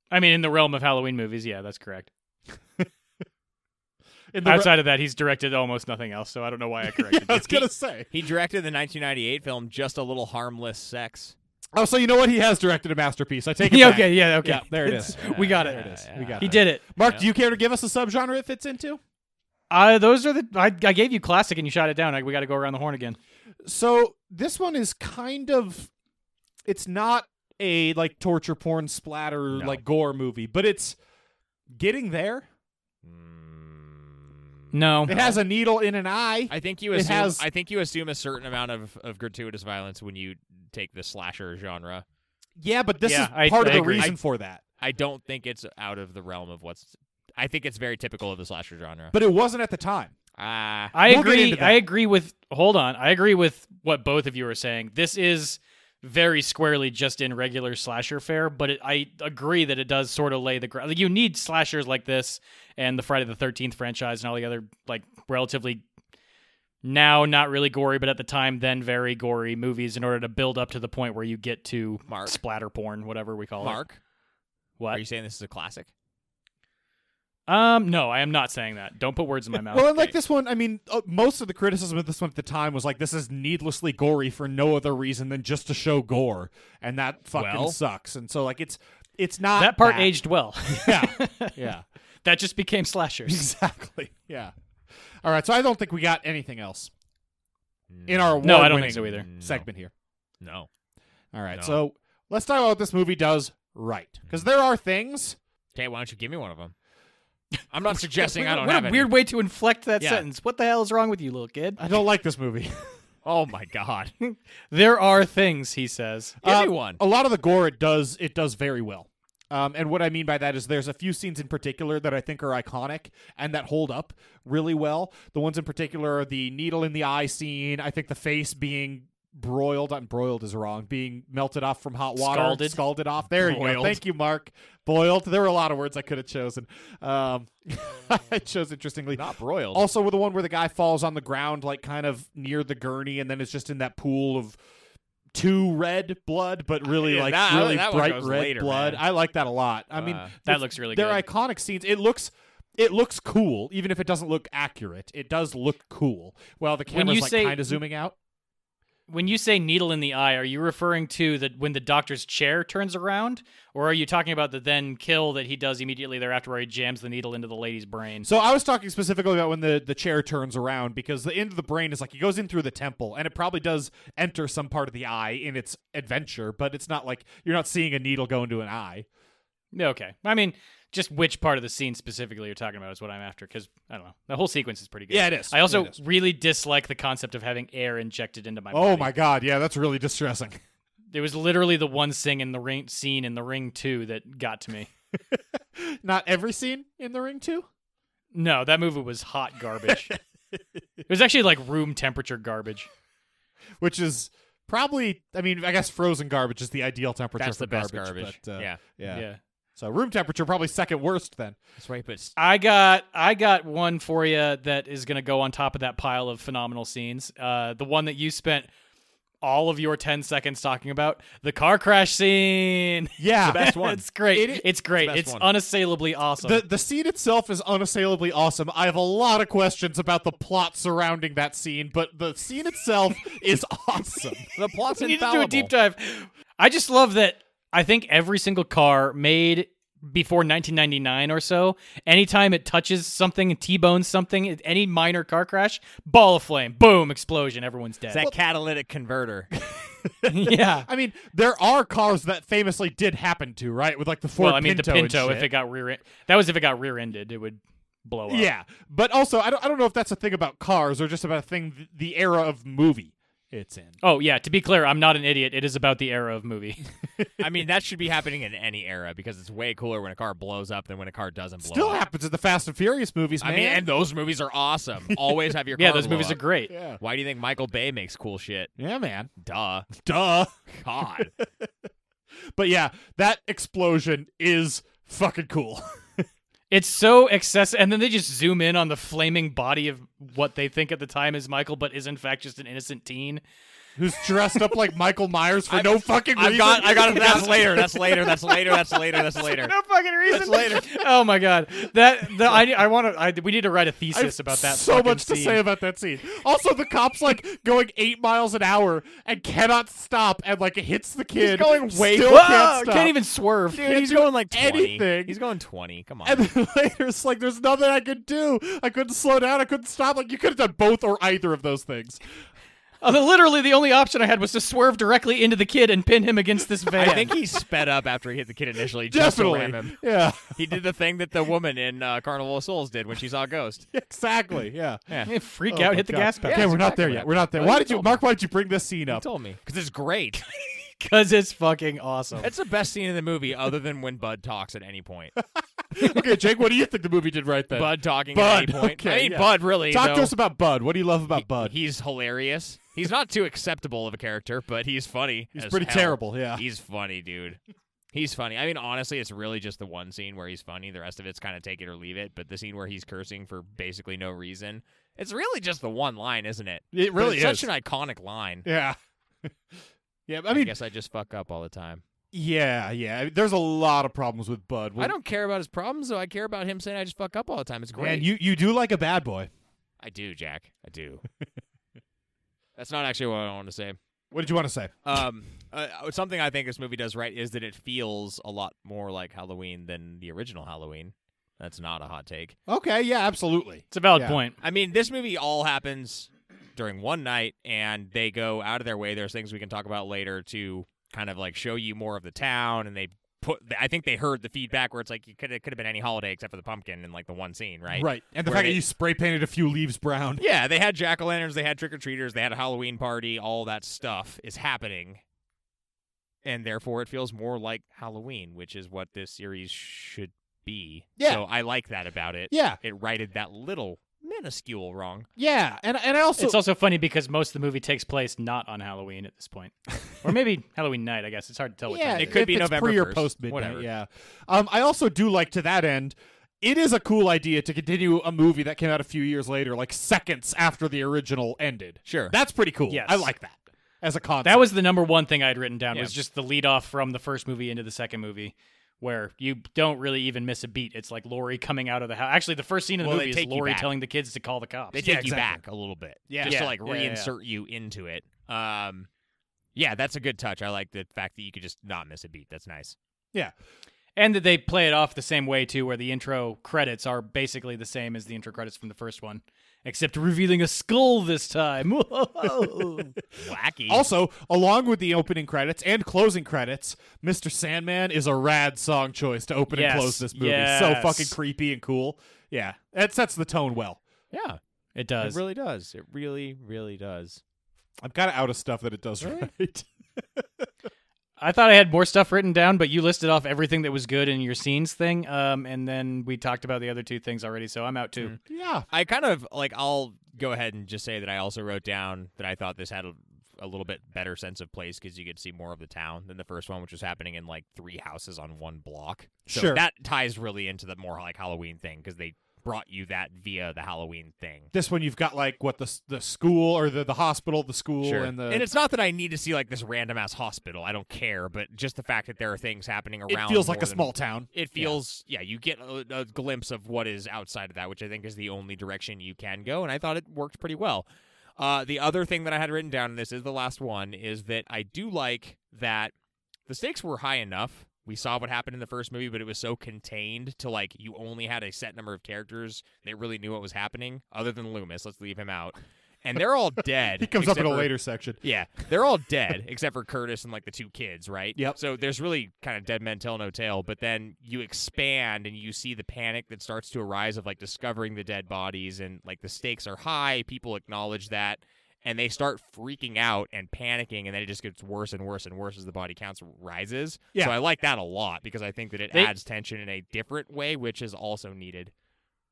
Speaker 3: I mean, in the realm of Halloween movies, yeah, that's correct.
Speaker 1: In the re-
Speaker 3: Outside of that, he's directed almost nothing else, so I don't know why I
Speaker 1: Yeah, (laughs)
Speaker 3: corrected.
Speaker 1: I was gonna say.
Speaker 2: He directed the 1998 film Just a Little Harmless Sex.
Speaker 1: Oh, so you know what? He has directed a masterpiece. I take it
Speaker 3: you. (laughs) Yeah,
Speaker 1: back.
Speaker 3: okay, yeah, okay.
Speaker 1: Yeah, there it is.
Speaker 3: It's- We got it.
Speaker 1: There it is. We got
Speaker 3: He
Speaker 1: it.
Speaker 3: did it.
Speaker 1: Mark, do you care to give us a subgenre it fits into?
Speaker 3: Uh, those are the I, I gave you classic and you shot it down. I, we got to go around the horn again.
Speaker 1: So this one is kind of it's not a like torture porn splatter
Speaker 2: No.
Speaker 1: like gore movie, but it's getting there.
Speaker 3: No,
Speaker 1: It has a needle in an eye.
Speaker 2: I think you
Speaker 1: It
Speaker 2: assume
Speaker 1: has-
Speaker 2: I think you assume a certain amount of, of gratuitous violence when you take the slasher genre.
Speaker 1: yeah, but this
Speaker 3: Yeah,
Speaker 1: is
Speaker 3: I-
Speaker 1: part of
Speaker 3: I
Speaker 1: the
Speaker 3: agree.
Speaker 1: reason for that.
Speaker 2: I don't think it's out of the realm of what's I think it's very typical of the slasher genre.
Speaker 1: But it wasn't at the time.
Speaker 2: Ah,
Speaker 3: I
Speaker 1: We'll get
Speaker 3: agree.
Speaker 1: into that.
Speaker 3: I agree with. Hold on. I agree with what both of you are saying. This is very squarely just in regular slasher fare, but it, I agree that it does sort of lay the ground. Like, you need slashers like this and the Friday the Thirteenth franchise and all the other like relatively now not really gory, but at the time then very gory movies in order to build up to the point where you get to
Speaker 2: Mark.
Speaker 3: splatter porn, whatever we call it.
Speaker 2: Mark,
Speaker 3: What?
Speaker 2: are you saying this is a classic?
Speaker 3: Um, no, I am not saying that. Don't
Speaker 1: (laughs)
Speaker 3: put words in my mouth.
Speaker 1: Well, and like this one, I mean, uh, most of the criticism of this one at the time was like, this is needlessly gory for no other reason than just to show gore, and that fucking
Speaker 2: Well-
Speaker 1: sucks. And so, like, it's it's not
Speaker 3: that part
Speaker 1: that.
Speaker 3: aged well.
Speaker 1: (laughs)
Speaker 3: (laughs)
Speaker 1: Yeah, yeah,
Speaker 3: that just became slashers.
Speaker 1: exactly. Yeah. All right, so I don't think we got anything else in our
Speaker 3: No, I don't
Speaker 1: award-winning
Speaker 3: think so either.
Speaker 2: No.
Speaker 1: segment here.
Speaker 2: No.
Speaker 1: All right,
Speaker 2: No.
Speaker 1: so let's talk about what this movie does right, because there are things.
Speaker 2: Okay, why don't you give me one of them? I'm not suggesting I don't
Speaker 3: (laughs) what
Speaker 2: have
Speaker 3: a
Speaker 2: any.
Speaker 3: weird way to inflect that
Speaker 2: Yeah.
Speaker 3: sentence. What the hell is wrong with you, little kid?
Speaker 1: I don't like this movie. (laughs)
Speaker 2: Oh my god. Give
Speaker 3: There are things he says.
Speaker 2: me
Speaker 1: Uh,
Speaker 2: one.
Speaker 1: A lot of the gore it does it does very well. Um, and what I mean by that is there's a few scenes in particular that I think are iconic and that hold up really well. The ones in particular are the needle in the eye scene. I think the face being broiled, not broiled is wrong, being melted off from hot water,
Speaker 3: Scalded.
Speaker 1: scalded off. There you go.
Speaker 2: Broiled.
Speaker 1: Thank you, Mark. Boiled. There were a lot of words I could have chosen. Um, (laughs) I chose interestingly
Speaker 2: Not broiled.
Speaker 1: Also, with the one where the guy falls on the ground, like kind of near the gurney, and then it's just in that pool of two red blood, but really
Speaker 2: Yeah,
Speaker 1: like
Speaker 2: that-
Speaker 1: really
Speaker 2: that one
Speaker 1: bright red
Speaker 2: goes later,
Speaker 1: blood.
Speaker 2: man.
Speaker 1: I like that a lot. I mean,
Speaker 2: Uh,
Speaker 3: That
Speaker 1: with-
Speaker 3: looks really
Speaker 1: They're
Speaker 3: good.
Speaker 1: iconic scenes. It looks. It looks cool, even if it doesn't look accurate. It does look cool. Well, the
Speaker 3: When
Speaker 1: camera's
Speaker 3: you
Speaker 1: like
Speaker 3: say-
Speaker 1: kind of zooming out.
Speaker 3: When you say needle in the eye, are you referring to that when the doctor's chair turns around, or are you talking about the then kill that he does immediately thereafter, where he jams the needle into the lady's brain?
Speaker 1: So I was talking specifically about when the, the chair turns around because the end of the brain is like it goes in through the temple and it probably does enter some part of the eye in its adventure, but it's not like you're not seeing a needle go into an eye.
Speaker 3: Okay, I mean, just which part of the scene specifically you're talking about is what I'm after, because I don't know. The whole sequence is pretty good.
Speaker 1: Yeah, it is.
Speaker 3: I also
Speaker 1: It is.
Speaker 3: really dislike the concept of having air injected into my.
Speaker 1: Oh
Speaker 3: body.
Speaker 1: my god, yeah, that's really distressing. (laughs)
Speaker 3: It was literally the one thing in the ring scene in the ring two that got to me.
Speaker 1: Not every scene in the ring too.
Speaker 3: No, that movie was hot garbage. it was actually like room temperature garbage.
Speaker 1: Which is probably I mean, I guess frozen garbage is the ideal temperature
Speaker 2: That's
Speaker 1: for
Speaker 2: the best
Speaker 1: garbage.
Speaker 2: garbage.
Speaker 1: But, uh,
Speaker 2: Yeah.
Speaker 1: yeah.
Speaker 3: yeah.
Speaker 1: So room temperature probably second worst then.
Speaker 2: That's right, but
Speaker 3: I got I got one for you that is going to go on top of that pile of phenomenal scenes. Uh, the one that you spent all of your 10 seconds talking about, the car crash scene.
Speaker 1: Yeah.
Speaker 3: (laughs) it's great.
Speaker 1: It-
Speaker 3: it's great.
Speaker 2: best
Speaker 3: It's,
Speaker 2: one.
Speaker 3: unassailably awesome.
Speaker 1: The the scene itself is unassailably awesome. I have a lot of questions about the plot surrounding that scene, but the scene itself is awesome.
Speaker 2: the plot's
Speaker 3: we need to do
Speaker 2: infallible.
Speaker 3: a deep dive. I just love that I think every single car made before 1999 or so, anytime it touches something and T-bones something, any minor car crash, ball of flame, boom, explosion, everyone's dead.
Speaker 2: It's that catalytic converter.
Speaker 3: (laughs) yeah.
Speaker 1: (laughs) I mean, there are cars that famously did happen to, right? With like the Ford
Speaker 3: well, I mean
Speaker 1: Pinto
Speaker 3: the Pinto.
Speaker 1: and
Speaker 3: If
Speaker 1: shit.
Speaker 3: it got rear, that was if it got rear-ended, it would blow up.
Speaker 1: Yeah, but also I don't I don't know if that's a thing about cars or just about a thing th- the era of movie it's in.
Speaker 3: Oh yeah. To be clear, I'm not an idiot. It is about the era of movie. (laughs)
Speaker 2: I mean, that should be happening in any era because it's way cooler when a car blows up than when a car doesn't blow
Speaker 1: Still
Speaker 2: up.
Speaker 1: happens in the Fast and Furious movies,
Speaker 2: I
Speaker 1: man.
Speaker 2: mean, and those movies are
Speaker 3: (laughs)
Speaker 2: awesome. Always have your
Speaker 3: yeah,
Speaker 2: car
Speaker 3: those
Speaker 2: blow
Speaker 3: movies are
Speaker 2: up.
Speaker 3: great.
Speaker 1: Oh, yeah,
Speaker 2: Why do you think Michael Bay makes cool shit?
Speaker 1: yeah, man.
Speaker 2: Duh.
Speaker 1: Duh.
Speaker 2: God.
Speaker 1: But yeah, that explosion is fucking cool.
Speaker 3: It's so excessive, and then they just zoom in on the flaming body of what they think at the time is Michael, but is in fact just an innocent teen.
Speaker 1: (laughs) Who's dressed up like Michael Myers for no (laughs) fucking reason?
Speaker 2: I've got, I got
Speaker 1: (laughs)
Speaker 2: it. That's later. That's later. That's later. That's later. That's later.
Speaker 3: No fucking
Speaker 2: That's
Speaker 3: reason.
Speaker 2: later.
Speaker 3: oh my god, that the I I want to. I, we need to write
Speaker 1: I
Speaker 3: a
Speaker 1: have
Speaker 3: thesis about that.
Speaker 1: So
Speaker 3: fucking
Speaker 1: much to
Speaker 3: scene.
Speaker 1: say about that scene. Also, the cop's like going eight miles an hour and cannot stop, and like hits the kid. He's
Speaker 2: going way-
Speaker 1: still (laughs)
Speaker 3: Whoa,
Speaker 1: can't stop.
Speaker 3: Ah, even swerve.
Speaker 2: Dude, he's going like 20.
Speaker 1: anything.
Speaker 2: He's going 20. Come on.
Speaker 1: And then (laughs) later, it's like there's nothing I could do. I couldn't slow down. I couldn't stop. Like you could have done both or either of those things.
Speaker 3: Uh, literally, the only option I had was to swerve directly into the kid and pin him against (laughs) this van.
Speaker 2: I think he sped up after he hit the kid initially just to
Speaker 1: Definitely.
Speaker 2: ram him.
Speaker 1: (laughs) Yeah.
Speaker 2: He did the thing that the woman in uh, Carnival of Souls did when she saw
Speaker 1: (laughs)
Speaker 2: a ghost.
Speaker 1: Exactly. Yeah.
Speaker 3: Yeah, freak
Speaker 1: Oh,
Speaker 3: out,
Speaker 1: my
Speaker 3: hit the
Speaker 1: God.
Speaker 3: gas pedal.
Speaker 1: Okay,
Speaker 3: (laughs)
Speaker 1: we're not there
Speaker 2: exactly.
Speaker 1: yet. We're not there.
Speaker 2: Well,
Speaker 1: Why
Speaker 2: you
Speaker 1: did you,
Speaker 2: told
Speaker 1: Mark? Why did you bring this scene up?
Speaker 2: told me because it's great.
Speaker 3: because it's fucking awesome.
Speaker 2: That's the best scene in the movie, other than when Bud talks at
Speaker 1: (laughs)
Speaker 2: any point.
Speaker 1: okay, Jake. What do you think the movie did right then?
Speaker 2: Bud talking
Speaker 1: Bud,
Speaker 2: at any point.
Speaker 1: okay,
Speaker 2: I mean,
Speaker 1: yeah.
Speaker 2: Bud really.
Speaker 1: Talk
Speaker 2: though,
Speaker 1: to us about Bud. What do you love about Bud?
Speaker 2: He's hilarious. He's not too acceptable of a character, but he's funny.
Speaker 1: He's
Speaker 2: as
Speaker 1: pretty
Speaker 2: hell.
Speaker 1: terrible. Yeah.
Speaker 2: He's funny, dude. He's funny. I mean, honestly, it's really just the one scene where he's funny. The rest of it's kind of take it or leave it. But the scene where he's cursing for basically no reason, it's really just the one line, isn't it?
Speaker 1: it
Speaker 2: But
Speaker 1: really
Speaker 2: it's
Speaker 1: is.
Speaker 2: such an iconic line.
Speaker 1: (laughs) yeah. (laughs) yeah. I
Speaker 2: I
Speaker 1: mean,
Speaker 2: guess I just fuck up all the time.
Speaker 1: yeah, yeah. I mean, there's a lot of problems with Bud.
Speaker 2: I don't care about his problems, though. I care about him saying I just fuck up all the time. It's great.
Speaker 1: Man, you you do like a bad boy.
Speaker 2: I do, Jack. I do. (laughs) That's not actually what I want to say.
Speaker 1: What did you want to say?
Speaker 2: Um, uh, something I think this movie does right is that it feels a lot more like Halloween than the original Halloween. That's not a hot take.
Speaker 1: Okay. Yeah. Absolutely.
Speaker 3: it's a valid
Speaker 1: Yeah.
Speaker 3: point.
Speaker 2: I mean, this movie all happens during one night, and they go out of their way. There's things we can talk about later to kind of like show you more of the town, and they put. I think they heard the feedback where it's like you could it could have been any holiday except for the pumpkin and like the one scene, right?
Speaker 1: Right. And the
Speaker 2: Where
Speaker 1: fact
Speaker 2: they-
Speaker 1: that you spray painted a few leaves brown.
Speaker 2: Yeah, they had jack o' lanterns, they had trick or treaters, they had a Halloween party. All that stuff is happening, and therefore it feels more like Halloween, which is what this series should be.
Speaker 1: Yeah.
Speaker 2: So I like that about it.
Speaker 1: Yeah.
Speaker 2: it righted that little, meh, minuscule wrong.
Speaker 1: Yeah, and and I also,
Speaker 3: it's also funny because most of the movie takes place not on Halloween at this point, or maybe (laughs) Halloween night. I guess it's hard to tell. What
Speaker 1: yeah,
Speaker 3: time
Speaker 2: It could
Speaker 1: if
Speaker 2: be
Speaker 1: it's
Speaker 2: November
Speaker 1: pre or
Speaker 2: 1st,
Speaker 1: post midnight.
Speaker 2: whatever.
Speaker 1: Yeah, um, I also do like to that end. It is a cool idea to continue a movie that came out a few years later, like seconds after the original ended.
Speaker 2: Sure.
Speaker 1: that's pretty cool.
Speaker 3: Yes.
Speaker 1: I like that as a concept.
Speaker 3: That was the number one thing I'd written down
Speaker 2: Yeah.
Speaker 3: was just the lead off from the first movie into the second movie, where you don't really even miss a beat. It's like Lori coming out of the house. Actually, the first scene of the
Speaker 2: Well, they
Speaker 3: movie is
Speaker 2: take you
Speaker 3: Lori
Speaker 2: back.
Speaker 3: telling the kids to call the cops.
Speaker 2: They take
Speaker 1: Yeah,
Speaker 2: you
Speaker 1: exactly.
Speaker 2: back a little bit,
Speaker 1: Yeah.
Speaker 2: just
Speaker 3: Yeah,
Speaker 2: to like
Speaker 3: yeah, yeah, yeah.
Speaker 2: reinsert you into it. Um, yeah, that's a good touch. I like the fact that you could just not miss a beat. That's nice.
Speaker 1: yeah.
Speaker 3: and that they play it off the same way too, where the intro credits are basically the same as the intro credits from the first one, except revealing a skull this time. Whoa.
Speaker 2: Wacky.
Speaker 1: Also, along with the opening credits and closing credits, Mr. Sandman is a rad song choice to open
Speaker 3: Yes,
Speaker 1: and close this movie. So
Speaker 3: yes.
Speaker 1: fucking creepy and cool. Yeah, it sets the tone well.
Speaker 2: yeah,
Speaker 3: (laughs) it does.
Speaker 2: it really does. It really, really (laughs) does.
Speaker 1: I'm kind of out of stuff that it does right.
Speaker 3: I thought I had more stuff written down, but you listed off everything that was good in your scenes thing, um, and then we talked about the other two things already, so I'm out too.
Speaker 2: Mm-hmm.
Speaker 1: yeah.
Speaker 2: I kind of like. I'll go ahead and just say that I also wrote down that I thought this had a, a little bit better sense of place because you could see more of the town than the first one, which was happening in like three houses on one block. So
Speaker 1: Sure.
Speaker 2: That ties really into the more like Halloween thing because they brought you that via the Halloween thing.
Speaker 1: This one you've got like what the s- the school or the, the hospital, the school, and the
Speaker 2: it's not that I need to see like this random ass hospital. I don't care, but just the fact that there are things happening around.
Speaker 1: it feels like
Speaker 2: more
Speaker 1: a
Speaker 2: than-
Speaker 1: small town.
Speaker 2: It feels yeah. you get a, a glimpse of what is outside of that, which I think is the only direction you can go, and I thought it worked pretty well. Uh, the other thing that I had written down, and this is the last one, is that I do like that the stakes were high enough. We saw what happened in the first movie, but it was so contained to like you only had a set number of characters that really knew what was happening, other than Loomis. Let's leave him out. And they're
Speaker 1: (laughs)
Speaker 2: all dead.
Speaker 1: He comes up in
Speaker 2: except
Speaker 1: a
Speaker 2: for-
Speaker 1: later section.
Speaker 2: yeah, they're all dead (laughs) except for Curtis and like the two kids, right?
Speaker 1: Yep.
Speaker 2: So there's really kind of dead men tell no tale, but then you expand and you see the panic that starts to arise of like discovering the dead bodies and like the stakes are high. People acknowledge that and they start freaking out and panicking, and then it just gets worse and worse and worse as the body counts rises.
Speaker 1: Yeah.
Speaker 2: So I like that a lot because I think that it
Speaker 3: They-
Speaker 2: adds tension in a different way, which is also needed.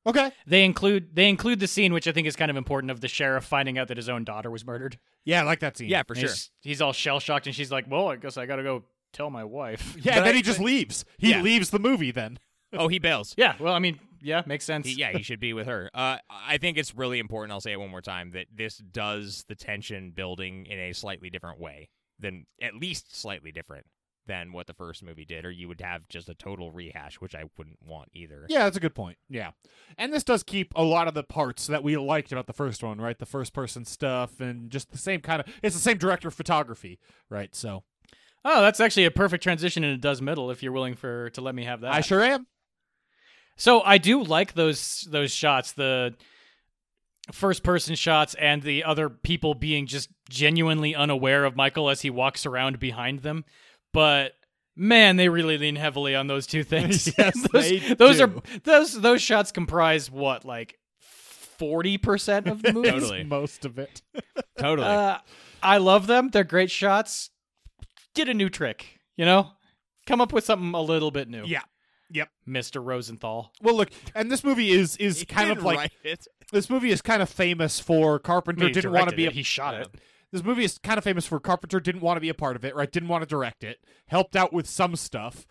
Speaker 1: Okay.
Speaker 3: They include they include the scene which I think is kind of important of the sheriff finding out that his own daughter was murdered.
Speaker 1: Yeah, I like that scene.
Speaker 2: Yeah, for
Speaker 3: And
Speaker 2: sure.
Speaker 3: He's, he's all shell shocked, and she's like, "Well, I guess I gotta go tell my wife."
Speaker 1: Yeah,
Speaker 2: But
Speaker 1: and then
Speaker 2: I-
Speaker 1: he (laughs) just leaves. He
Speaker 2: Yeah.
Speaker 1: leaves the movie then.
Speaker 2: Oh, he bails.
Speaker 3: (laughs) yeah. Well, I mean, yeah, makes sense.
Speaker 2: He- yeah, he should be with her. Uh, I think it's really important. I'll say it one more time that this does the tension building in a slightly different way than at least slightly different than what the first movie did, or you would have just a total rehash, which I wouldn't want either.
Speaker 1: Yeah, that's a good point. Yeah. And this does keep a lot of the parts that we liked about the first one, right? The first person stuff and just the same kind of it's the same director of photography, right? So
Speaker 3: Oh, that's actually a perfect transition into does middle if you're willing for to let me
Speaker 2: Uh,
Speaker 3: have that.
Speaker 1: I sure am. (laughs)
Speaker 3: So I do like those those shots, the first person shots and the other people being just genuinely unaware of Michael as he walks around behind them. But man, they really lean heavily on those two things.
Speaker 1: (laughs) Yes,
Speaker 3: (laughs) those,
Speaker 1: they
Speaker 3: those
Speaker 1: do.
Speaker 3: are those those shots comprise what like 40% of
Speaker 1: (laughs)
Speaker 3: the movie.
Speaker 2: Totally.
Speaker 1: Most of
Speaker 2: (laughs)
Speaker 1: it.
Speaker 2: Totally.
Speaker 3: Uh, I love them. They're great shots. Get a new trick, you know? Come up with something a little bit new.
Speaker 1: Yeah. Yep.
Speaker 3: Mr. Rosenthal.
Speaker 1: Well, look, and this movie is is kind of like this movie is kind of famous for Carpenter
Speaker 3: I mean, he
Speaker 1: didn't want to
Speaker 3: directed
Speaker 1: be
Speaker 3: it.
Speaker 1: a,
Speaker 3: he shot it.
Speaker 1: this movie is kind of famous for Carpenter didn't want to be a part of it, right? Didn't want to direct it. Helped out with some stuff.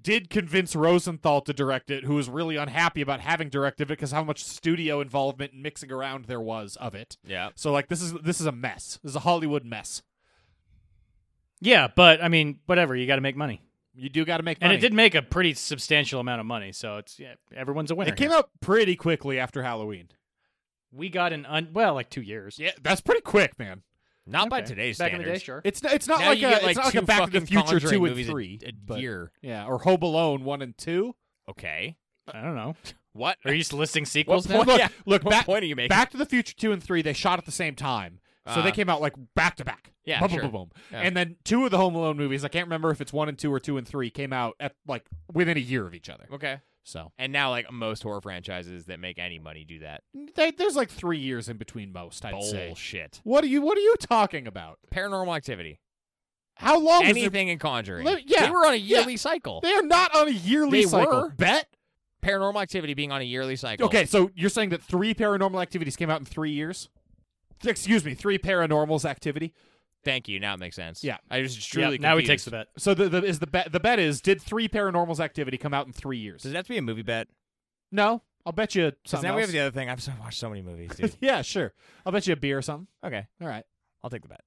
Speaker 1: Did convince Rosenthal to direct it, who was really unhappy about having directed it because how much studio involvement and mixing around there was of it.
Speaker 2: yeah.
Speaker 1: So like this is this is a mess. This is a Hollywood mess.
Speaker 3: Yeah, but I mean, whatever. You got to make money,
Speaker 1: You do got to make
Speaker 3: and
Speaker 1: money.
Speaker 3: it did make a pretty substantial amount of money. So it's yeah, everyone's a winner.
Speaker 1: It came
Speaker 3: here.
Speaker 1: out pretty quickly after Halloween.
Speaker 3: We got an un- well, like two years.
Speaker 1: Yeah, that's pretty quick, man.
Speaker 2: Not by
Speaker 3: Okay.
Speaker 2: today's
Speaker 3: back
Speaker 2: standards.
Speaker 3: in the day, sure.
Speaker 1: It's it's not
Speaker 2: Now
Speaker 1: like
Speaker 2: you
Speaker 1: a
Speaker 2: get,
Speaker 1: it's
Speaker 2: like
Speaker 1: not like
Speaker 2: two
Speaker 1: a Back to the
Speaker 2: fucking
Speaker 1: Future
Speaker 2: Conjuring
Speaker 1: two and
Speaker 2: movies a-
Speaker 1: three
Speaker 2: a
Speaker 1: but-
Speaker 2: year.
Speaker 1: Yeah, or Home Alone one and two.
Speaker 2: Okay.
Speaker 3: I don't know.
Speaker 2: What?
Speaker 3: Are you
Speaker 1: (laughs)
Speaker 3: just listing sequels now?
Speaker 2: point-
Speaker 1: Look,
Speaker 2: yeah.
Speaker 1: look
Speaker 2: (laughs) What
Speaker 1: back,
Speaker 2: point are you making?
Speaker 1: Back to the Future 2 and 3, they shot at the same time. So they
Speaker 2: Uh,
Speaker 1: came out like back to back.
Speaker 2: Yeah,
Speaker 1: Boom, boom,
Speaker 2: sure.
Speaker 1: boom, boom.
Speaker 2: Yeah.
Speaker 1: And then two of the Home Alone movies, I can't remember if it's 1 and 2 or 2 and 3, came out at like within a year of each other.
Speaker 2: Okay.
Speaker 1: So
Speaker 2: And now, like most horror franchises that make any money do that.
Speaker 1: they, there's like 3 years in between most, I'd say.
Speaker 2: Bullshit.
Speaker 1: What are you what are you talking about?
Speaker 2: Paranormal activity.
Speaker 1: How long is it?
Speaker 2: Anything in Conjuring.
Speaker 1: Let- yeah,
Speaker 2: They were on a
Speaker 1: yeah.
Speaker 2: yearly cycle.
Speaker 1: They are not on a yearly
Speaker 2: They
Speaker 1: cycle.
Speaker 2: were.
Speaker 1: Bet
Speaker 2: Paranormal Activity being on a yearly cycle.
Speaker 1: Okay, so you're saying that three paranormal activities came out in three years? Excuse me, three paranormals activity.
Speaker 2: Thank you. Now it makes sense.
Speaker 1: Yeah.
Speaker 2: I was just
Speaker 3: Yeah,
Speaker 2: truly
Speaker 3: now he
Speaker 2: confused.
Speaker 3: takes the bet.
Speaker 1: So the, the is the bet the bet is did three paranormals activity come out in three years?
Speaker 2: Does it have to be a movie bet?
Speaker 1: No, I'll bet you
Speaker 2: Because
Speaker 1: something.
Speaker 2: now we
Speaker 1: else.
Speaker 2: have the other thing. I've so, watched so many movies,
Speaker 1: (laughs)
Speaker 2: dude.
Speaker 1: yeah, sure. I'll bet you a beer or something.
Speaker 2: okay,
Speaker 1: All right.
Speaker 2: I'll take the bet.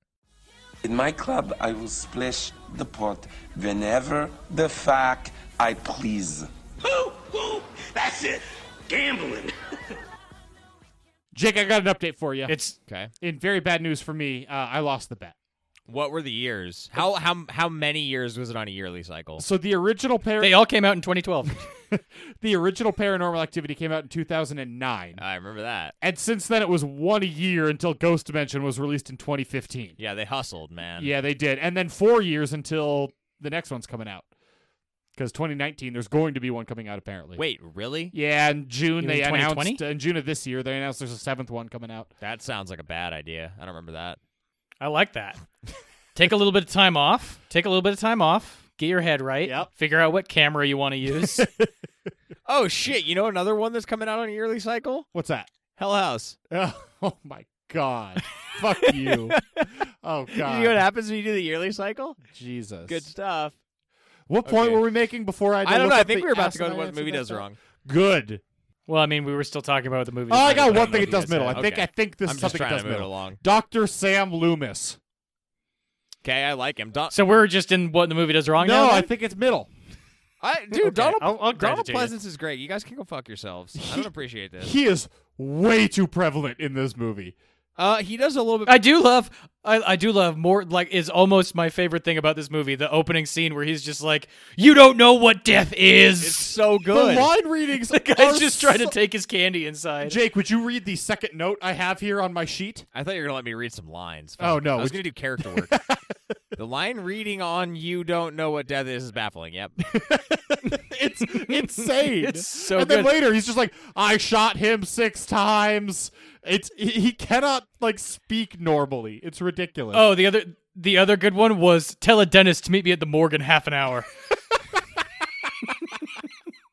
Speaker 4: In my club, I will splash the pot whenever the fuck I please.
Speaker 7: Who? Who? That's it. Gambling.
Speaker 1: Jake, I got an update for you.
Speaker 3: It's
Speaker 2: Okay.
Speaker 1: in very bad news for me. Uh, I lost the bet.
Speaker 2: What were the years? How how how many years was it on a yearly cycle?
Speaker 1: So the original par-
Speaker 3: they all came out
Speaker 1: (laughs)
Speaker 3: in 2012.
Speaker 1: the original Paranormal Activity came out in 2009,
Speaker 2: I remember that.
Speaker 1: and since then it was one a year until Ghost Dimension was released in 2015.
Speaker 2: Yeah, they hustled, man.
Speaker 1: Yeah, they did. And then four years until the next one's coming out. Because 2019, there's going to be one coming out apparently.
Speaker 2: Wait, really?
Speaker 1: Yeah, in June
Speaker 3: You
Speaker 1: they
Speaker 3: mean 2020?
Speaker 1: announced. In June of this year, they announced there's a seventh one coming out.
Speaker 2: That sounds like a bad idea. I don't remember that.
Speaker 3: I like that. Take a little bit of time off. Take a little bit of time off. Get your head right.
Speaker 1: Yep.
Speaker 3: Figure out what camera you want
Speaker 1: (laughs)
Speaker 3: to use.
Speaker 2: Oh shit! You know another one that's coming out on a yearly cycle?
Speaker 1: What's that?
Speaker 2: Hell House.
Speaker 1: Oh, (laughs) oh my god! Fuck
Speaker 2: (laughs)
Speaker 1: you! Oh god!
Speaker 2: You know what happens when you do the yearly cycle?
Speaker 1: Jesus.
Speaker 2: Good stuff.
Speaker 1: What point
Speaker 2: Okay.
Speaker 1: were we making before I? had to
Speaker 2: I don't
Speaker 1: look
Speaker 2: know. I
Speaker 1: up
Speaker 2: think
Speaker 1: the
Speaker 2: we were about to go to
Speaker 1: asinine
Speaker 2: what
Speaker 1: answer
Speaker 2: movie
Speaker 1: that
Speaker 2: does
Speaker 1: time?
Speaker 2: wrong.
Speaker 1: Good.
Speaker 3: well, I mean, we were still talking about what the movie.
Speaker 1: Oh,
Speaker 3: was
Speaker 1: I
Speaker 3: about.
Speaker 1: got
Speaker 2: don't
Speaker 1: one
Speaker 2: know
Speaker 1: thing
Speaker 2: if
Speaker 1: it
Speaker 2: you
Speaker 1: does
Speaker 2: guys
Speaker 1: middle. I
Speaker 2: had it.
Speaker 1: think
Speaker 2: Okay.
Speaker 1: I think this
Speaker 2: I'm
Speaker 1: is
Speaker 2: just
Speaker 1: something it
Speaker 2: trying
Speaker 1: does
Speaker 2: to move it
Speaker 1: middle.
Speaker 2: along.
Speaker 1: Doctor Sam Loomis.
Speaker 2: Okay, I like him. Don-
Speaker 3: So we're just in what the movie does wrong.
Speaker 1: No,
Speaker 3: now,
Speaker 1: I
Speaker 3: then?
Speaker 1: think it's middle.
Speaker 2: I, dude, Donald,
Speaker 3: I'll- I'll grant it
Speaker 2: Donald
Speaker 3: to you.
Speaker 2: Pleasance is great. You guys can go fuck yourselves. I
Speaker 3: (laughs)
Speaker 2: don't appreciate this.
Speaker 1: He is way too prevalent in this movie.
Speaker 2: uh, he does a little bit.
Speaker 3: I do love. I, I do love more. Like is almost my favorite thing about this movie. The opening scene where he's just like, (laughs) "You don't know what death
Speaker 2: It's
Speaker 3: is."
Speaker 2: so good.
Speaker 1: The line
Speaker 2: (laughs)
Speaker 1: readings.
Speaker 3: The
Speaker 1: are
Speaker 2: Oh,
Speaker 3: guy's just trying
Speaker 1: so-
Speaker 3: to take his candy inside.
Speaker 1: Jake, would you read the second note I have here on my sheet?
Speaker 2: I thought you were gonna let me read some lines.
Speaker 1: Oh,
Speaker 2: Fuck.
Speaker 1: no.
Speaker 2: I was gonna do character
Speaker 3: (laughs)
Speaker 2: work. the line reading on "You don't know what death is" is baffling. Yep.
Speaker 3: (laughs)
Speaker 1: It's insane.
Speaker 3: It's so
Speaker 1: and then
Speaker 3: good.
Speaker 1: later he's just like, I shot him six times. It's he, he cannot like speak normally. It's ridiculous.
Speaker 3: Oh, the other the other good one was tell a dentist to meet me at the morgue in half an hour.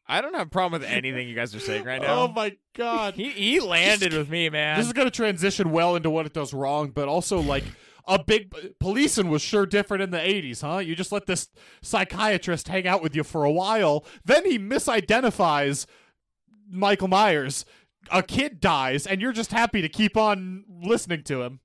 Speaker 2: I don't have a problem with anything you guys are saying
Speaker 3: (laughs)
Speaker 2: right now.
Speaker 1: Oh my god.
Speaker 2: (laughs) he he landed with me, man.
Speaker 1: This is going to transition well into what it does wrong, but also like a big policing was sure different in the 80s, huh? You just let this psychiatrist hang out with you for a while, then he misidentifies Michael Myers. A kid dies, and you're just happy to keep on listening to him.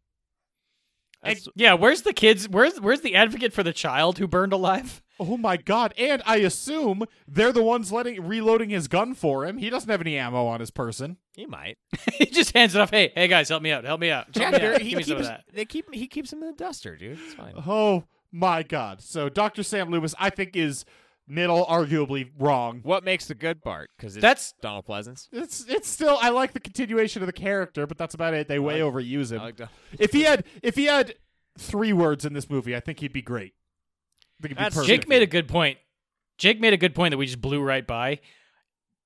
Speaker 2: That's-
Speaker 3: Yeah, where's the kids? Where's where's the advocate for the child who burned alive? (laughs)
Speaker 1: Oh my god! And I assume they're the ones letting reloading his gun for him. He doesn't have any ammo on his person.
Speaker 2: he might.
Speaker 3: he just hands it off. Hey, hey guys, help me out. Help me out. Help
Speaker 2: Yeah,
Speaker 3: me
Speaker 2: they're-
Speaker 3: out.
Speaker 2: he
Speaker 3: Oh, Give me
Speaker 2: keeps
Speaker 3: some of that.
Speaker 2: they keep he keeps him in the duster, dude. It's fine.
Speaker 1: Oh my god! So Dr. Sam Loomis, I think, is middle, arguably wrong.
Speaker 2: What makes the good part? Because
Speaker 3: That's-
Speaker 2: Donald Pleasance.
Speaker 1: It's it's still I like the continuation of the character, but that's about it. They way overuse him.
Speaker 2: I like Donald.
Speaker 1: if he had if he had three words in this movie, I think he'd be great. I think he'd be
Speaker 2: That's-
Speaker 1: perfect.
Speaker 3: Jake made a good point. Jake made a good point that we just blew right by.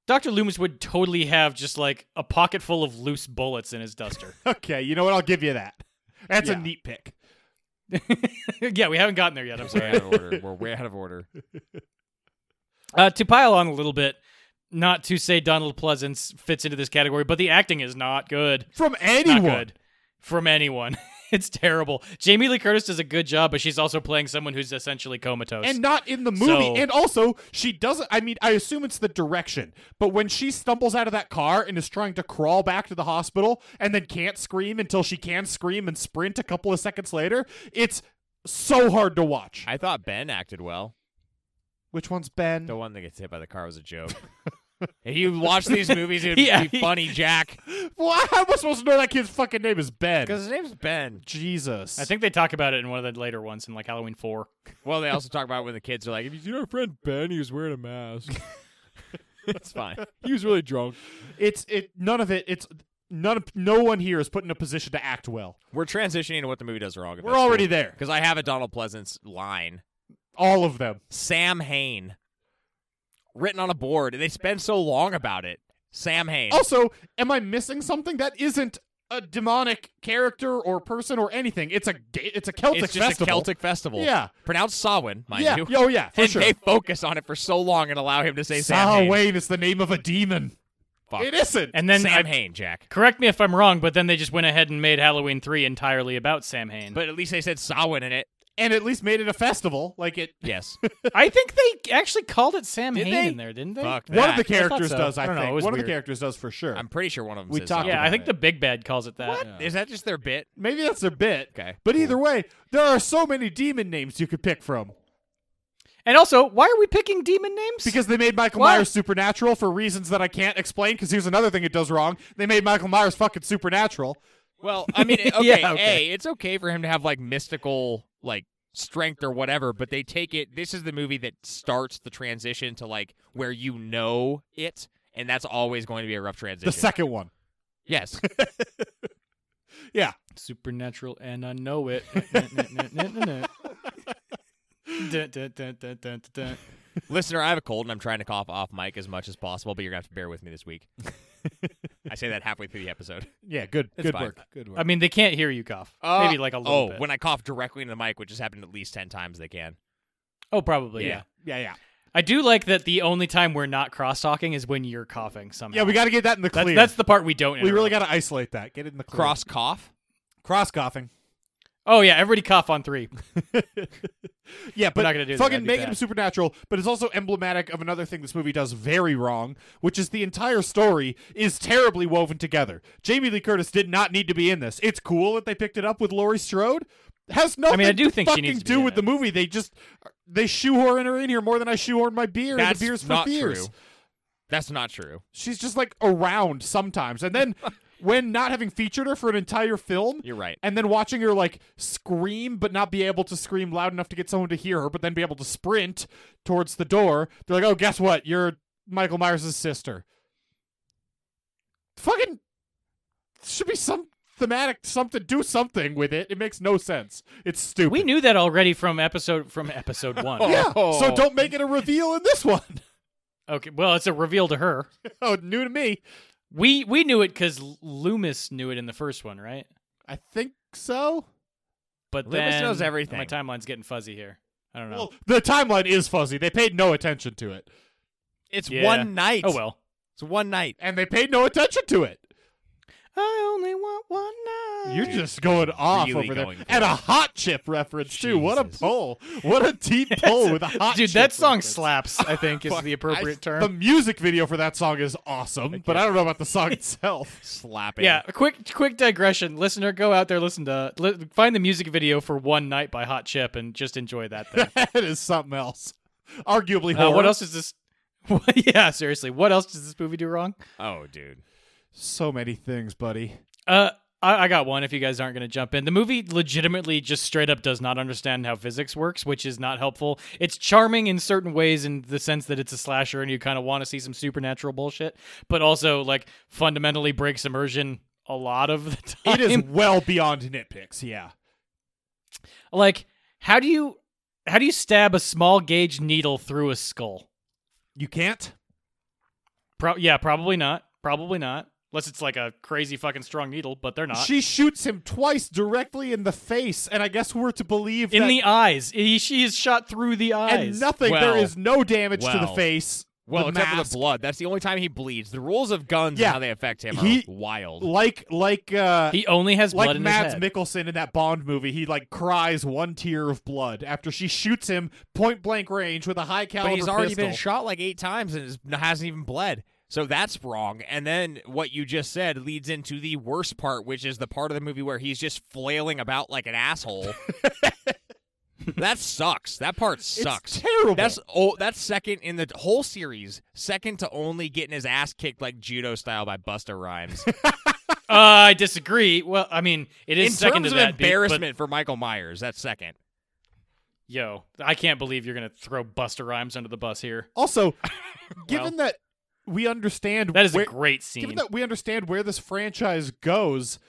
Speaker 3: Dr. Loomis would totally have just like a pocket full of loose bullets in
Speaker 2: (laughs)
Speaker 3: his duster.
Speaker 1: (laughs)
Speaker 3: (laughs)
Speaker 1: okay, you know what? I'll give you that. That's
Speaker 3: Yeah.
Speaker 1: a neat pick.
Speaker 3: yeah, we haven't gotten there yet. I'm
Speaker 2: We're
Speaker 3: sorry.
Speaker 2: out of order. We're way out of order.
Speaker 3: Uh, to pile on a little bit, not to say Donald Pleasance fits into this category, but the acting is not good.
Speaker 1: From
Speaker 3: Not
Speaker 1: anyone.
Speaker 3: good from anyone. (laughs) it's terrible. Jamie Lee Curtis does a good job, but she's also playing someone who's essentially comatose.
Speaker 1: And not in the movie.
Speaker 3: So-
Speaker 1: and also, she doesn't. I mean, I assume it's the direction, but when she stumbles out of that car and is trying to crawl back to the hospital and then can't scream until she can scream and sprint a couple of seconds later, it's so hard to watch.
Speaker 2: I thought Ben acted well.
Speaker 1: Which one's Ben? (laughs)
Speaker 2: The one that gets hit by the car was a joke. if you watch these movies,
Speaker 1: (laughs)
Speaker 2: it would
Speaker 3: Yeah,
Speaker 2: be
Speaker 3: he-
Speaker 2: funny, Jack.
Speaker 1: Well, (laughs) how am I supposed to know that kid's fucking name is Ben?
Speaker 2: Because his name's Ben.
Speaker 1: Jesus.
Speaker 3: I think they talk about it in one of the later ones in like Halloween 4.
Speaker 2: Well, they also talk about when the kids are like, "Have you seen our friend Ben? He was wearing a mask."
Speaker 1: (laughs)
Speaker 2: it's fine. He was really drunk.
Speaker 1: it's it. None of it. It's none. Of, no one here is put in a position to act well.
Speaker 2: We're transitioning to what the movie does wrong.
Speaker 1: We're already there.
Speaker 2: because I have a Donald Pleasance line.
Speaker 1: All of them.
Speaker 2: Sam Hain, written on a
Speaker 1: Oh,
Speaker 2: board, and they spend so long about it. Sam Hain.
Speaker 1: Also, am I missing something? That isn't a demonic character or person or anything. It's a ga- it's a Celtic
Speaker 2: it's just
Speaker 1: festival.
Speaker 2: a Celtic festival.
Speaker 1: Yeah.
Speaker 2: Pronounced Samhain, mind
Speaker 1: yeah.
Speaker 2: you.
Speaker 1: Oh yeah, for
Speaker 2: and
Speaker 1: sure.
Speaker 2: they focus on it for so long and allow him to say Samhain.
Speaker 1: Samhain is the name of a demon.
Speaker 2: Fuck.
Speaker 1: It isn't.
Speaker 3: And then I-
Speaker 2: Samhain, Jack.
Speaker 3: correct me if I'm wrong, but then they just went ahead and made Halloween three entirely about Sam Hain.
Speaker 2: But at least they said Samhain in it.
Speaker 1: and at least made it a festival. Like it.
Speaker 2: Yes.
Speaker 3: I think they actually called it Sam
Speaker 2: Did
Speaker 3: Hain
Speaker 2: they?
Speaker 3: in there, didn't they?
Speaker 2: Fuck
Speaker 1: One of the
Speaker 2: that.
Speaker 1: characters
Speaker 3: so.
Speaker 1: does. I,
Speaker 3: I don't know,
Speaker 1: think
Speaker 3: it was
Speaker 1: one of
Speaker 3: weird.
Speaker 1: the characters does for sure.
Speaker 2: I'm pretty sure one of them
Speaker 1: We
Speaker 2: says
Speaker 1: talked
Speaker 2: Samhain.
Speaker 3: Yeah, I think
Speaker 2: in
Speaker 3: the
Speaker 2: it.
Speaker 3: big bad calls it that.
Speaker 2: Is that just their bit?
Speaker 1: Maybe that's their bit.
Speaker 2: Okay,
Speaker 1: But either way, there are so many demon names you could pick from
Speaker 3: And also, why are we picking demon names?
Speaker 1: because they made Michael
Speaker 3: What?
Speaker 1: Myers supernatural for reasons that I can't explain. Because here's another thing it does wrong: they made Michael Myers fucking supernatural.
Speaker 2: (laughs) Well, I mean, okay,
Speaker 3: Yeah, okay.
Speaker 2: A, it's okay for him to have like mystical like strength or whatever, but they take it this is the movie that starts the transition to like where you know it, and that's always going to be a rough transition.
Speaker 1: The second one.
Speaker 2: yes. (laughs)
Speaker 1: Yeah.
Speaker 3: supernatural and I know it. Dun, dun, dun, dun, dun, dun.
Speaker 2: Listener, I have a cold and I'm trying to cough off mic as much as possible, but you're gonna have to bear with me this (laughs) week. I say that halfway through the episode.
Speaker 1: Yeah. Good.
Speaker 2: It's
Speaker 1: good
Speaker 2: fine.
Speaker 1: work. Good work.
Speaker 3: I mean, they can't hear you cough. Maybe like a little
Speaker 2: Oh,
Speaker 3: bit.
Speaker 2: when I cough directly into the mic, which has happened at least ten times, they can.
Speaker 3: oh, probably. Yeah.
Speaker 2: Yeah.
Speaker 1: yeah. Yeah.
Speaker 3: I do like that. The only time we're not cross talking is when you're coughing. Somehow.
Speaker 1: Yeah. We got to get that in the
Speaker 3: That's,
Speaker 1: clear.
Speaker 3: that's the part we don't.
Speaker 1: we really
Speaker 3: interrupt.
Speaker 1: got to isolate that. Get it in the clear.
Speaker 2: Cross cough.
Speaker 1: cross coughing.
Speaker 3: Oh yeah, everybody cough on three. (laughs)
Speaker 1: Yeah, but
Speaker 3: not gonna do that.
Speaker 1: fucking
Speaker 3: That'd be
Speaker 1: make it
Speaker 3: bad.
Speaker 1: supernatural, but it's also emblematic of another thing this movie does very wrong, which is the entire story is terribly woven together. Jamie Lee Curtis did not need to be in this. It's cool that they picked it up with Laurie Strode. Has nothing
Speaker 3: I do
Speaker 1: to
Speaker 3: think she
Speaker 1: fucking
Speaker 3: needs to be
Speaker 1: do
Speaker 3: in
Speaker 1: with
Speaker 3: it.
Speaker 1: the movie. They just they shoehorn her in here more than I shoehorn my beer. and
Speaker 2: That's
Speaker 1: the beer's for
Speaker 2: not
Speaker 1: beers.
Speaker 2: true. That's not true.
Speaker 1: She's just like around sometimes, and
Speaker 2: (laughs)
Speaker 1: then when not having featured her for an entire film,
Speaker 2: You're right.
Speaker 1: and then watching her like scream but not be able to scream loud enough to get someone to hear her but then be able to sprint towards the door they're like oh guess what you're michael myers' sister fucking should be some thematic something do something with it it makes no sense it's stupid
Speaker 3: We knew that already from episode from episode one.
Speaker 1: yeah so
Speaker 2: Oh.
Speaker 1: don't make it a reveal in this one (laughs)
Speaker 3: Okay. Well, it's a reveal to her.
Speaker 1: oh new to me
Speaker 3: We we knew it because Loomis knew it in the first one, right?
Speaker 1: i think so
Speaker 3: But
Speaker 2: Loomis
Speaker 3: then
Speaker 2: knows everything.
Speaker 3: My timeline's getting fuzzy here. I don't know.
Speaker 1: well the timeline is fuzzy they paid no attention to it
Speaker 2: It's
Speaker 3: Yeah.
Speaker 2: one night.
Speaker 3: Oh well.
Speaker 2: It's one night.
Speaker 1: and they paid no attention to it
Speaker 3: I only want one night.
Speaker 1: You're just going off
Speaker 2: really
Speaker 1: over there.
Speaker 2: going for
Speaker 1: And a
Speaker 2: it.
Speaker 1: hot chip reference, too. What a
Speaker 2: Jesus.
Speaker 1: pull. What a deep pull with a hot
Speaker 3: Dude,
Speaker 1: chip
Speaker 3: that song
Speaker 1: reference.
Speaker 3: slaps,
Speaker 1: (laughs)
Speaker 3: I think, is the appropriate term.
Speaker 1: The music video for that song is awesome, but I don't know about the
Speaker 3: (laughs)
Speaker 1: song itself.
Speaker 2: Slapping.
Speaker 3: yeah, a quick quick digression. Listener, go out there, listen to li- find the music video for One Night by Hot Chip and just enjoy that thing.
Speaker 1: (laughs) that is something else. Arguably (laughs)
Speaker 3: Uh,
Speaker 1: horror.
Speaker 3: what else is this? (laughs) yeah, seriously. What else does this movie do wrong?
Speaker 2: Oh, dude.
Speaker 1: So many things, buddy.
Speaker 3: Uh, I, I got one. If you guys aren't going to jump in, the movie legitimately just straight up does not understand how physics works, which is not helpful. It's charming in certain ways in the sense that it's a slasher and you kind of want to see some supernatural bullshit, but also like fundamentally breaks immersion a lot of the
Speaker 1: (laughs)
Speaker 3: time.
Speaker 1: It is well beyond nitpicks, yeah.
Speaker 3: like how do you how do you stab a small gauge needle through a skull?
Speaker 1: You can't?
Speaker 3: Pro- yeah, probably not. Probably not. Unless it's like a crazy fucking strong needle, but they're not.
Speaker 1: She shoots him twice directly in the face, and I guess we're to believe
Speaker 3: in
Speaker 1: that
Speaker 3: the eyes. He- she is shot through the eyes.
Speaker 1: and nothing.
Speaker 2: Well,
Speaker 1: there is no damage to the
Speaker 2: well.
Speaker 1: face.
Speaker 2: Well,
Speaker 1: the
Speaker 2: except for
Speaker 1: mask.
Speaker 2: the blood. That's the only time he bleeds. The rules of guns
Speaker 1: Yeah.
Speaker 2: and how they affect him are
Speaker 1: He-
Speaker 2: wild.
Speaker 1: Like like uh
Speaker 3: He only has blood
Speaker 1: like
Speaker 3: in his
Speaker 1: Mads
Speaker 3: head.
Speaker 1: Mikkelsen in that Bond movie, he like cries one tear of blood after she shoots him point blank range with a high caliber
Speaker 2: But he's already
Speaker 1: pistol.
Speaker 2: been shot like eight times and is, hasn't even bled. So that's wrong. And then what you just said leads into the worst part, which is the part of the movie where he's just flailing about like an asshole. that sucks. That part sucks.
Speaker 1: terrible.
Speaker 2: That's oh, that's second in the whole series. Second to only getting his ass kicked like judo style by Busta Rhymes.
Speaker 3: Uh, I disagree. Well, I mean, it is
Speaker 2: in
Speaker 3: second
Speaker 2: terms
Speaker 3: to
Speaker 2: of
Speaker 3: that beat, but-
Speaker 2: embarrassment for Michael Myers, that's second.
Speaker 3: yo, I can't believe you're gonna throw Buster Rhymes under the bus here.
Speaker 2: (laughs)
Speaker 1: Also, given that we understand
Speaker 3: That is
Speaker 1: where,
Speaker 3: a great scene.
Speaker 1: given that we understand where this franchise goes,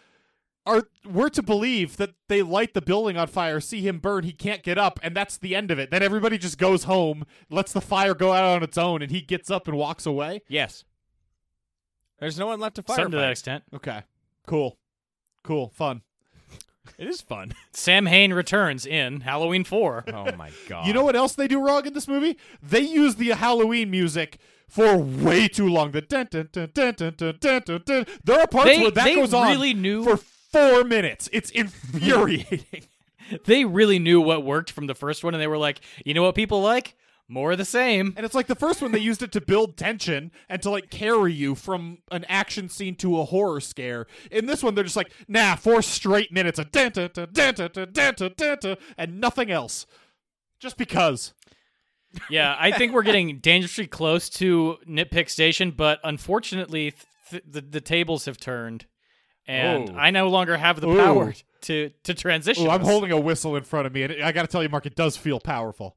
Speaker 1: are we're to believe that they light the building on fire, see him burn, he can't get up, and that's the end of it. Then everybody just goes home, lets the fire go out on its own, and he gets up and walks away.
Speaker 2: Yes. There's no one left to fire.
Speaker 3: Something to that extent.
Speaker 1: Okay, cool. Cool. Fun.
Speaker 2: It is fun.
Speaker 3: Sam Hain returns in
Speaker 1: (laughs)
Speaker 3: Halloween 4.
Speaker 2: Oh (laughs) my god.
Speaker 1: You know what else they do wrong in this movie? They use the Halloween music for way too long. The dun, dun, dun, dun, dun, dun, dun, dun, dun. There are parts
Speaker 3: They-
Speaker 1: where that
Speaker 3: they
Speaker 1: goes on
Speaker 3: really knew-
Speaker 1: for four minutes. It's (laughs) infuriating.
Speaker 3: They really knew what worked from the first one, and they were like, you know what people like? More of the same.
Speaker 1: and it's like the first one they used it to build tension and to like carry you from an action scene to a horror scare. In this one, they're just like, nah, four straight minutes of dun, dun, dun, dun, dun, dun, dun, dun, dun, dun, and nothing else. Just because.
Speaker 3: Yeah, I think
Speaker 1: (laughs)
Speaker 3: we're getting dangerously close to nitpick station, but unfortunately, th- th- the, the tables have turned, and
Speaker 1: Oh.
Speaker 3: I no longer have the
Speaker 1: Ooh.
Speaker 3: power to to transition.
Speaker 1: Ooh, I'm
Speaker 3: us.
Speaker 1: holding a whistle in front of me, and it, I got to tell you, Mark, it does feel powerful.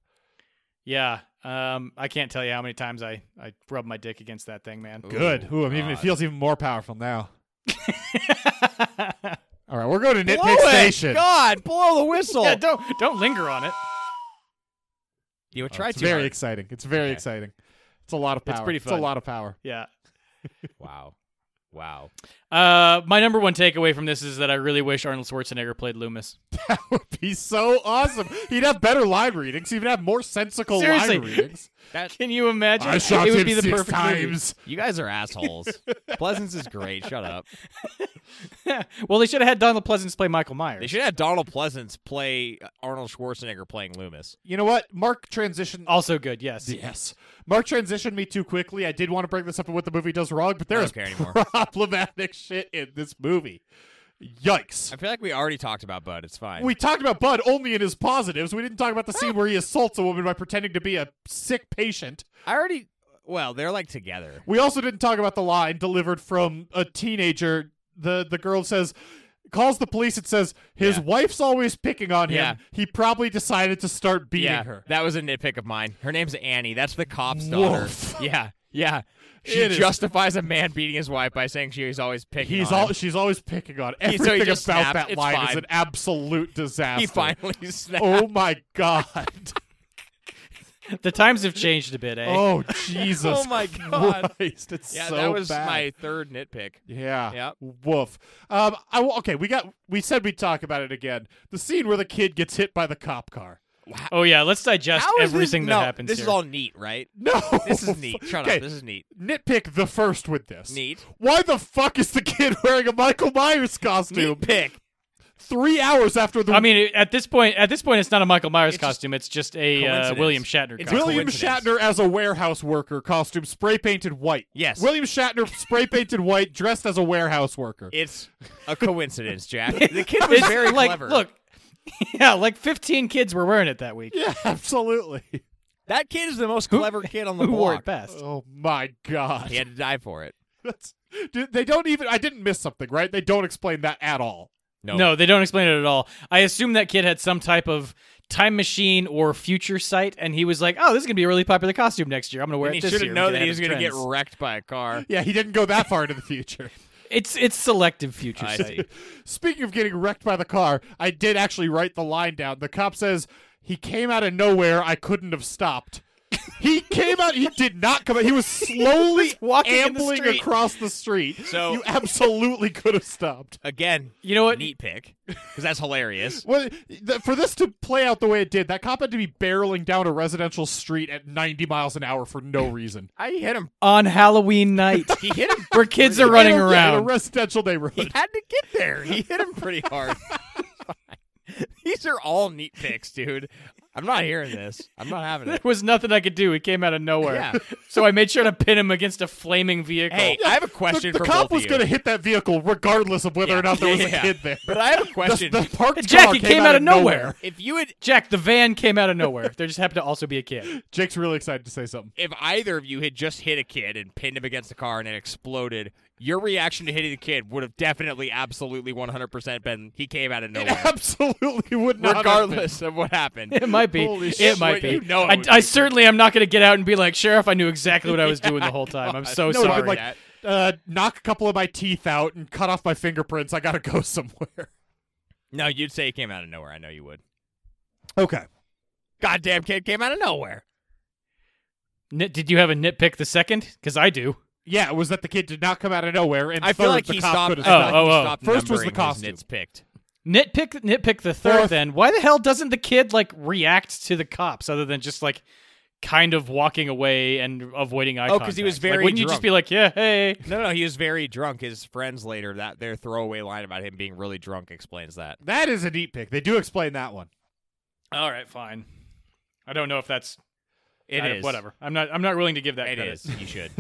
Speaker 3: Yeah, um, I can't tell you how many times I I rub my dick against that thing, man.
Speaker 1: Good. Ooh, I mean, it feels even more powerful now. All right, we're going to nitpick station.
Speaker 2: God, blow the whistle.
Speaker 3: (laughs) Yeah, don't don't linger on it. Oh,
Speaker 2: you would try
Speaker 1: It's
Speaker 2: too
Speaker 1: very
Speaker 2: hard.
Speaker 1: exciting. It's very
Speaker 2: Okay.
Speaker 1: exciting. It's a lot of power.
Speaker 3: It's pretty
Speaker 1: It's
Speaker 3: fun.
Speaker 1: a lot of power.
Speaker 3: Yeah.
Speaker 2: Wow. Wow.
Speaker 3: Uh, my number one takeaway from this is that I really wish Arnold Schwarzenegger played Loomis.
Speaker 1: That would be so awesome. He'd have better line readings. He'd have more sensical
Speaker 3: Seriously.
Speaker 1: line (laughs) readings.
Speaker 3: Can you imagine?
Speaker 1: I shot
Speaker 3: it would
Speaker 1: him
Speaker 3: be the
Speaker 1: six
Speaker 3: perfect movie.
Speaker 1: times.
Speaker 2: You guys
Speaker 1: (laughs)
Speaker 2: are assholes. Pleasance is great. Shut up.
Speaker 3: well, they should have had Donald Pleasance play Michael Myers.
Speaker 2: They should have Donald Pleasance play Arnold Schwarzenegger playing Loomis.
Speaker 1: You know what? Mark transitioned.
Speaker 3: Also good, yes.
Speaker 1: Yes. Mark transitioned me too quickly. I did want to bring this up in what the movie does wrong, but there
Speaker 2: don't
Speaker 1: is
Speaker 2: care anymore.
Speaker 1: problematic shit in this movie. Yikes.
Speaker 2: I feel like we already talked about Bud. It's fine.
Speaker 1: We talked about Bud only in his positives. We didn't talk about the (laughs) scene where he assaults a woman by pretending to be a sick patient.
Speaker 2: I already. Well, they're like together.
Speaker 1: We also didn't talk about the line delivered from a teenager. The the girl says calls the police and says his
Speaker 2: Yeah.
Speaker 1: wife's always picking on him.
Speaker 2: Yeah.
Speaker 1: He probably decided to start beating
Speaker 2: yeah,
Speaker 1: her.
Speaker 2: that was a nitpick of mine. Her name's Annie. That's the cop's daughter.
Speaker 1: Woof.
Speaker 2: Yeah, yeah. She
Speaker 1: It is-
Speaker 2: justifies a man beating his wife by saying she's always picking.
Speaker 1: He's
Speaker 2: on him.
Speaker 1: all she's always picking on.
Speaker 2: He- so he
Speaker 1: Everything about
Speaker 2: just snaps.
Speaker 1: that
Speaker 2: It's
Speaker 1: line is
Speaker 2: fine.
Speaker 1: an absolute disaster.
Speaker 2: (laughs) He finally snapped.
Speaker 1: Oh my
Speaker 2: (laughs)
Speaker 1: god.
Speaker 3: The times have changed a bit,
Speaker 2: (laughs)
Speaker 3: eh?
Speaker 1: oh Jesus.
Speaker 2: Oh my God.
Speaker 1: Christ. It's
Speaker 2: yeah,
Speaker 1: so
Speaker 2: that was
Speaker 1: bad.
Speaker 2: my third nitpick.
Speaker 1: Yeah.
Speaker 2: Yep.
Speaker 1: Woof. Um. I w- okay. We got. We said we'd talk about it again. The scene where the kid gets hit by the cop car.
Speaker 3: Oh yeah, let's digest
Speaker 2: How is
Speaker 3: everything
Speaker 2: this,
Speaker 3: that
Speaker 2: no,
Speaker 3: happens
Speaker 2: This
Speaker 3: here.
Speaker 2: is all neat, right?
Speaker 1: (laughs) No.
Speaker 2: This is neat.
Speaker 1: Oh,
Speaker 2: Shut
Speaker 1: Okay,
Speaker 2: up. This is neat.
Speaker 1: Nitpick the first with this.
Speaker 2: Neat.
Speaker 1: Why the fuck is the kid (laughs) wearing a Michael Myers costume?
Speaker 2: Nitpick.
Speaker 1: Three hours after the
Speaker 3: I mean, it- at this point, at this point, it's not a Michael Myers
Speaker 2: It's just
Speaker 3: costume. It's just a uh,
Speaker 2: coincidence.
Speaker 3: William Shatner
Speaker 2: It's
Speaker 3: costume.
Speaker 1: William
Speaker 2: coincidence.
Speaker 1: Shatner as a warehouse worker costume, spray painted white.
Speaker 2: Yes.
Speaker 1: William Shatner spray painted white, dressed as a warehouse worker.
Speaker 2: It's (laughs) a coincidence, Jack. The kid was
Speaker 3: It's
Speaker 2: very
Speaker 3: like,
Speaker 2: clever.
Speaker 3: Look, (laughs) yeah, like 15 kids were wearing it that week.
Speaker 1: yeah, (laughs) absolutely.
Speaker 2: that kid is the most clever kid on the
Speaker 3: (laughs) Who wore
Speaker 2: block.
Speaker 3: it best?
Speaker 1: Oh my god.
Speaker 2: He had to die for it.
Speaker 1: (laughs) That's, dude, they don't even. I didn't miss something, right? They don't explain that at all.
Speaker 2: Oh.
Speaker 3: No, they don't explain it at all. I assume that kid had some type of time machine or future sight, and he was like, "Oh, this is gonna be a really popular costume next year. I'm gonna wear
Speaker 2: And he
Speaker 3: it this
Speaker 2: should
Speaker 3: year."
Speaker 2: have
Speaker 3: I'm
Speaker 2: known
Speaker 3: gonna
Speaker 2: that he was
Speaker 3: have
Speaker 2: going to get
Speaker 3: trends."
Speaker 2: wrecked by a car.
Speaker 1: Yeah, he didn't go that far into the future.
Speaker 3: It's it's selective future
Speaker 2: I
Speaker 3: sight.
Speaker 2: see.
Speaker 1: Speaking of getting wrecked by the car, I did actually write the line down. The cop says, He came out of nowhere. I couldn't have stopped. He came out. He did not come out.
Speaker 2: (laughs)
Speaker 1: He was slowly
Speaker 3: walking in the
Speaker 1: ambling
Speaker 3: street.
Speaker 1: across the street.
Speaker 2: So-
Speaker 1: you absolutely could have stopped.
Speaker 2: Again,
Speaker 3: You know what?
Speaker 2: neat pick because
Speaker 1: (laughs)
Speaker 2: that's hilarious.
Speaker 1: Well, th- for this to play out the way it did, that cop had to be barreling down a residential street at 90 miles an hour for
Speaker 2: (laughs)
Speaker 1: no reason.
Speaker 2: I hit him.
Speaker 3: On
Speaker 2: (laughs)
Speaker 3: Halloween night,
Speaker 2: He hit
Speaker 3: (laughs)
Speaker 2: him.
Speaker 3: where kids are running
Speaker 1: Yeah, in a
Speaker 3: around.
Speaker 1: residential neighborhood.
Speaker 2: He had to get there. He hit him pretty hard. (laughs) These are all neat picks, dude. I'm not hearing this. I'm not having
Speaker 3: (laughs) There
Speaker 2: it.
Speaker 3: was nothing I could do. He came out of nowhere.
Speaker 2: Yeah.
Speaker 3: (laughs) So I made sure to pin him against a flaming vehicle.
Speaker 2: Hey, I have a question
Speaker 1: the, the
Speaker 2: for
Speaker 1: cop
Speaker 2: both
Speaker 1: was
Speaker 2: of you.
Speaker 1: going to hit that vehicle regardless of whether or not there was
Speaker 2: (laughs) Yeah.
Speaker 1: a kid there.
Speaker 2: But I have a
Speaker 1: the,
Speaker 2: question.
Speaker 1: the parked car
Speaker 3: Jackie
Speaker 1: came, out, of nowhere.
Speaker 2: if you had,
Speaker 3: Jack, the van came out of nowhere. there just happened to also be a kid.
Speaker 1: Jake's really excited to say something. (laughs)
Speaker 2: if either of you had just hit a kid and pinned him against the car and it exploded, your reaction to hitting the kid would have definitely, absolutely, 100% been he came out of nowhere,
Speaker 1: Absolutely would not. have been.
Speaker 2: regardless of what happened.
Speaker 3: It might be.
Speaker 1: Holy
Speaker 3: it
Speaker 1: shit,
Speaker 3: might be.
Speaker 2: you know it
Speaker 3: I,
Speaker 2: would
Speaker 3: I
Speaker 2: be.
Speaker 3: certainly am not going to get out and be like, Sheriff, I knew exactly what I
Speaker 2: (laughs)
Speaker 3: was doing the whole time. I'm so
Speaker 1: No, I'd
Speaker 3: sorry.
Speaker 1: like uh, knock a couple of my teeth out and cut off my fingerprints. I gotta (laughs) go somewhere.
Speaker 2: No, you'd say he came out of nowhere. I know you would.
Speaker 1: Okay.
Speaker 2: Goddamn kid came out of nowhere.
Speaker 3: Nit- did you have a nitpick the second? Because I do.
Speaker 1: Yeah, it was that the kid did not come out of nowhere, and
Speaker 2: I
Speaker 1: third,
Speaker 2: feel like
Speaker 1: the
Speaker 2: he
Speaker 1: cop
Speaker 2: stopped.
Speaker 1: could
Speaker 2: I
Speaker 1: have
Speaker 2: feel
Speaker 1: stopped.
Speaker 2: like he
Speaker 3: oh, oh.
Speaker 2: stopped
Speaker 1: First was the
Speaker 2: numbering his
Speaker 1: costume.
Speaker 2: nits picked.
Speaker 3: Nitpick, nitpick the third.
Speaker 1: Fourth.
Speaker 3: Then why the hell doesn't the kid like react to the cops other than just like kind of walking away and avoiding eye?
Speaker 2: Oh, 'cause he was
Speaker 3: contact?
Speaker 2: very
Speaker 3: Like, wouldn't you just
Speaker 2: drunk.
Speaker 3: be like, yeah, hey?
Speaker 2: No, no, he was very drunk. His friends later that their throwaway line about him being really drunk explains that.
Speaker 1: That is a neat pick. They do explain that one.
Speaker 3: All right, fine. I don't know if that's
Speaker 2: It is
Speaker 3: I- whatever. I'm not. I'm not willing to give that.
Speaker 2: It
Speaker 3: credit.
Speaker 2: is. You
Speaker 3: (laughs)
Speaker 2: should.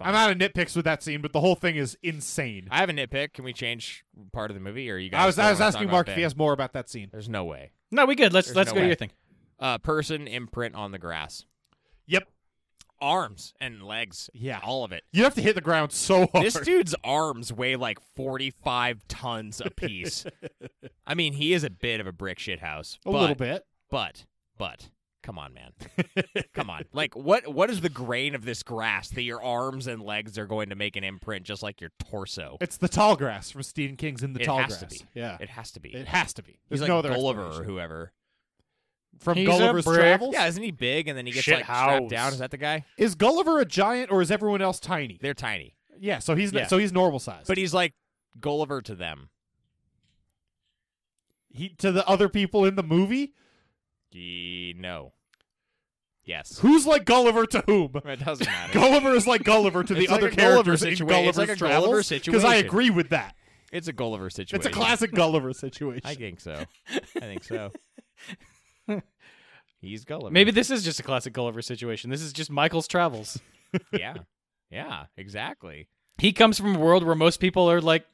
Speaker 1: I'm out of nitpicks with that scene, but the whole thing is insane.
Speaker 2: I have a nitpick. Can we change part of the movie, or you guys?
Speaker 1: I was
Speaker 2: still
Speaker 1: I was
Speaker 2: wanna talk
Speaker 1: asking
Speaker 2: about
Speaker 1: Mark
Speaker 2: Ben?
Speaker 1: if he has more about that scene.
Speaker 2: There's no way.
Speaker 3: No, we good. Let's
Speaker 2: There's
Speaker 3: let's
Speaker 2: no
Speaker 3: go to
Speaker 2: way.
Speaker 3: your thing.
Speaker 2: Uh, person imprint on the grass,
Speaker 1: Yep.
Speaker 2: arms and legs.
Speaker 1: Yeah. (laughs)
Speaker 2: all of it.
Speaker 1: You have to hit the ground so hard.
Speaker 2: This dude's arms weigh like 45 tons apiece.
Speaker 1: (laughs)
Speaker 2: I mean, he is a bit of a brick shit house.
Speaker 1: a
Speaker 2: but-
Speaker 1: little bit.
Speaker 2: But, but, come on, man.
Speaker 1: (laughs)
Speaker 2: come on. Like, what? what is the grain of this grass that your arms and legs are going to make an imprint just like your torso?
Speaker 1: It's the tall grass from Stephen King's In the
Speaker 2: It
Speaker 1: Tall
Speaker 2: has
Speaker 1: Grass.
Speaker 2: to be.
Speaker 1: Yeah.
Speaker 2: It has to be.
Speaker 1: It has to be. There's
Speaker 2: He's like
Speaker 1: no other
Speaker 2: Gulliver or
Speaker 1: explanation.
Speaker 2: whoever.
Speaker 1: from
Speaker 3: He's a
Speaker 1: Gulliver's
Speaker 3: brick.
Speaker 1: Travels.
Speaker 2: Yeah, isn't he big? And then he gets
Speaker 3: Shit
Speaker 2: like strapped
Speaker 3: house.
Speaker 2: down. Is that the guy?
Speaker 1: Is Gulliver a giant or is everyone else tiny?
Speaker 2: They're tiny,
Speaker 1: Yeah, so he's
Speaker 3: Yeah.
Speaker 1: so he's normal size.
Speaker 2: but he's like Gulliver to them.
Speaker 1: he to the other people in the movie,
Speaker 2: Ye- no. Yes.
Speaker 1: who's like Gulliver to whom?
Speaker 2: (laughs) It doesn't matter.
Speaker 1: Gulliver is like Gulliver
Speaker 2: (laughs)
Speaker 1: to the
Speaker 2: It's like
Speaker 1: other
Speaker 2: a Gulliver
Speaker 1: characters
Speaker 2: situa-
Speaker 1: in
Speaker 2: it's
Speaker 1: Gulliver's
Speaker 2: like a Gulliver
Speaker 1: Travels. I
Speaker 2: situation.
Speaker 1: agree with that.
Speaker 2: It's a Gulliver situation.
Speaker 1: It's a
Speaker 2: (laughs)
Speaker 1: classic Gulliver situation.
Speaker 2: I think so. I think so. He's Gulliver.
Speaker 3: Maybe this is just a classic Gulliver situation. This is just Michael's travels.
Speaker 2: Yeah. Yeah. Exactly.
Speaker 3: He comes from a world where most people are like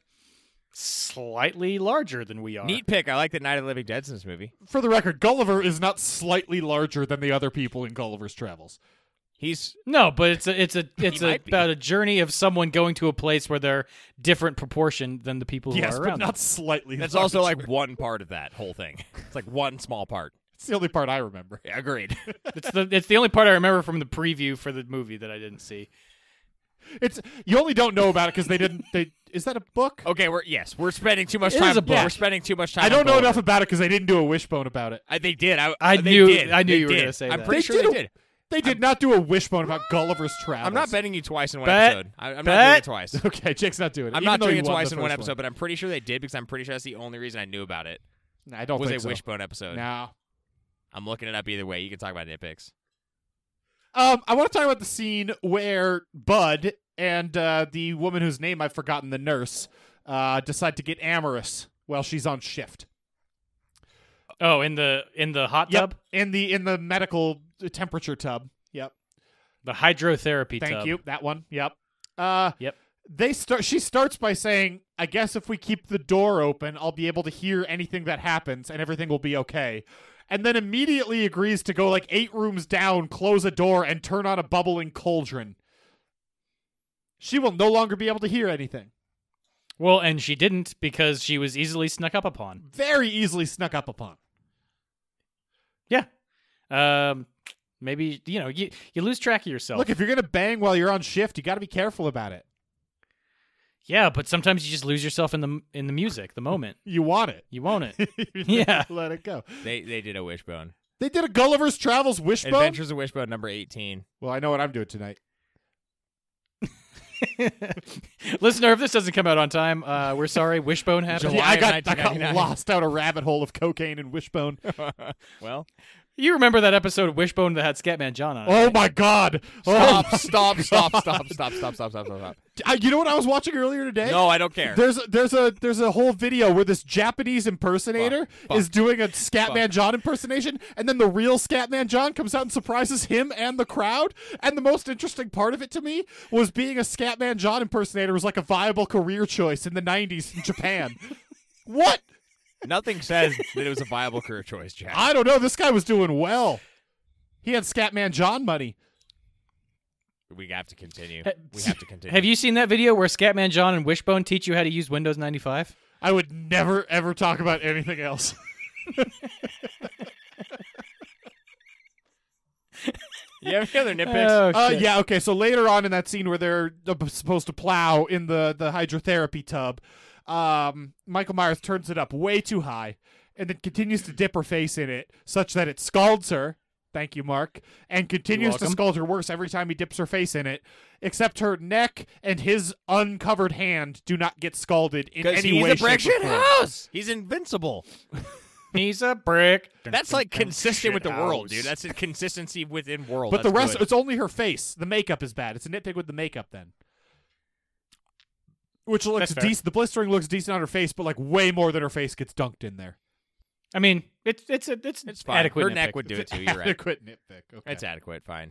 Speaker 3: slightly larger than we are.
Speaker 2: Neat pick. I like the Night of the Living Dead's in this movie.
Speaker 1: For the record, Gulliver is not slightly larger than the other people in Gulliver's Travels.
Speaker 2: He's
Speaker 3: No, but it's
Speaker 1: (laughs)
Speaker 3: a, it's a it's a,
Speaker 2: might be.
Speaker 3: about a journey of someone going to a place where they're different proportion than the people who
Speaker 1: yes,
Speaker 3: are
Speaker 1: but
Speaker 3: around.
Speaker 1: not
Speaker 3: them.
Speaker 1: slightly.
Speaker 2: that's
Speaker 1: larger.
Speaker 2: also like one part of that whole thing. It's like one small part.
Speaker 1: it's the only part I remember.
Speaker 2: Yeah, agreed. (laughs)
Speaker 3: It's the it's the only part I remember from the preview for the movie that I didn't see.
Speaker 1: It's you only don't know about it because they didn't. They is that a book?
Speaker 2: Okay, we're yes, we're spending too much
Speaker 3: It
Speaker 2: time.
Speaker 3: is a book.
Speaker 2: We're spending too much time.
Speaker 1: I don't
Speaker 2: on
Speaker 1: know
Speaker 2: Gulliver.
Speaker 1: enough about it because they didn't do a wishbone about it.
Speaker 2: I, Uh, they did. I,
Speaker 3: I
Speaker 2: they
Speaker 3: knew-
Speaker 2: Did.
Speaker 3: I knew
Speaker 2: They
Speaker 3: you were
Speaker 2: did.
Speaker 3: gonna say
Speaker 2: I'm
Speaker 3: that.
Speaker 2: pretty
Speaker 1: They
Speaker 2: sure
Speaker 1: did
Speaker 2: they
Speaker 1: a-
Speaker 2: did.
Speaker 1: They did not do a wishbone about Gulliver's Travels.
Speaker 2: I'm not betting you twice in one
Speaker 3: Bet.
Speaker 2: episode. I, I'm not
Speaker 3: Bet.
Speaker 2: doing it
Speaker 3: (laughs)
Speaker 2: twice.
Speaker 1: Okay, Jake's not doing it.
Speaker 2: I'm
Speaker 1: even
Speaker 2: not
Speaker 1: though
Speaker 2: doing
Speaker 1: he
Speaker 2: it
Speaker 1: won
Speaker 2: twice
Speaker 1: the
Speaker 2: in one
Speaker 1: first
Speaker 2: episode, but I'm pretty sure they did because I'm pretty sure that's the only reason I knew about it
Speaker 1: Nah, I don't
Speaker 2: was a
Speaker 1: think so.
Speaker 2: Wishbone episode.
Speaker 1: No.
Speaker 2: I'm looking it up either way. You can talk about nitpicks.
Speaker 1: Um, I want to talk about the scene where Bud and uh, the woman whose name I've forgotten, the nurse, uh, decide to get amorous while she's on shift.
Speaker 3: Oh, in the in the hot tub,
Speaker 1: In the in the medical temperature tub. Yep.
Speaker 3: the hydrotherapy
Speaker 1: Thank
Speaker 3: tub.
Speaker 1: you. That one. Yep. Uh,
Speaker 3: Yep.
Speaker 1: They start. She starts by saying, "I guess if we keep the door open, I'll be able to hear anything that happens, and everything will be okay." And then immediately agrees to go like eight rooms down, close a door, and turn on a bubbling cauldron. She will no longer be able to hear anything.
Speaker 3: Well, and she didn't because she was easily snuck up upon.
Speaker 1: Very easily snuck up upon.
Speaker 3: Yeah. Um maybe you know, you you lose track of yourself.
Speaker 1: Look, if you're gonna bang while you're on shift, you got to be careful about it.
Speaker 3: yeah, but sometimes you just lose yourself in the in the music, the moment.
Speaker 1: You want it. (laughs)
Speaker 3: You won't it. (laughs)
Speaker 1: You're
Speaker 3: Yeah.
Speaker 1: not gonna let it go.
Speaker 2: They they did a Wishbone.
Speaker 1: They did a Gulliver's Travels wishbone.
Speaker 2: Adventures of Wishbone number 18.
Speaker 1: Well, I know what I'm doing tonight.
Speaker 3: Listener, if this doesn't come out on time, uh, we're sorry. Wishbone happened.
Speaker 2: July
Speaker 1: yeah, I
Speaker 2: of
Speaker 1: got, I got
Speaker 2: 1999.
Speaker 1: lost down a rabbit hole of cocaine and wishbone.
Speaker 2: well,
Speaker 3: (laughs) You remember that episode of Wishbone that had Scatman John on it?
Speaker 1: Oh my god!
Speaker 2: stop,
Speaker 1: Oh,
Speaker 2: stop, stop, stop, stop, stop, stop, stop, stop.
Speaker 1: I- you know what I was watching earlier today?
Speaker 2: No, I don't care.
Speaker 1: There's there's a there's a whole video where this Japanese impersonator
Speaker 2: Fuck, fuck,
Speaker 1: is doing a Scatman John impersonation, and then the real Scatman John comes out and surprises him and the crowd. And the most interesting part of it to me was being a Scatman John impersonator was like a viable career choice in the '90s in
Speaker 2: (laughs)
Speaker 1: Japan. what?
Speaker 3: (laughs)
Speaker 2: Nothing says that it was a viable career choice, Jack.
Speaker 1: I don't know. This guy was doing well. He had Scatman John money.
Speaker 2: we have to continue.
Speaker 3: Ha-
Speaker 2: We have to continue.
Speaker 3: Have you seen that video where Scatman John and Wishbone teach you how to use Windows 95?
Speaker 1: I would never ever talk about anything
Speaker 2: (laughs)
Speaker 1: else.
Speaker 2: You have any other nitpicks?
Speaker 3: (laughs) Oh,
Speaker 1: Uh,
Speaker 3: shit.
Speaker 1: yeah, okay. So later on in that scene where they're uh, supposed to plow in the the hydrotherapy tub, um, Michael Myers turns it up way too high, and then continues to dip her face in it, such that it scalds her Thank you, Mark. And continues to
Speaker 3: welcome.
Speaker 1: scald her worse every time he dips her face in it, except her neck and his uncovered hand do not get scalded in
Speaker 2: Because
Speaker 1: any
Speaker 2: he's
Speaker 1: way.
Speaker 2: a
Speaker 1: shape, or
Speaker 2: Brexit
Speaker 1: form.
Speaker 2: house. He's invincible.
Speaker 3: He's a brick.
Speaker 2: That's like consistent with the world,
Speaker 3: house.
Speaker 2: dude. That's a consistency (laughs) within world.
Speaker 1: But the
Speaker 2: That's
Speaker 1: rest,
Speaker 2: good.
Speaker 1: it's only her face. The makeup is bad. It's a nitpick with the makeup then. Which looks
Speaker 3: That's fair.
Speaker 1: decent. The blistering looks decent on her face, but like way more than her face gets dunked in there.
Speaker 3: I mean, it's it's a, it's
Speaker 2: it's fine.
Speaker 3: adequate.
Speaker 2: Her neck
Speaker 3: nitpick.
Speaker 2: would do it
Speaker 3: (laughs)
Speaker 2: too. You're right.
Speaker 1: Adequate nitpick. Okay.
Speaker 2: It's adequate. Fine.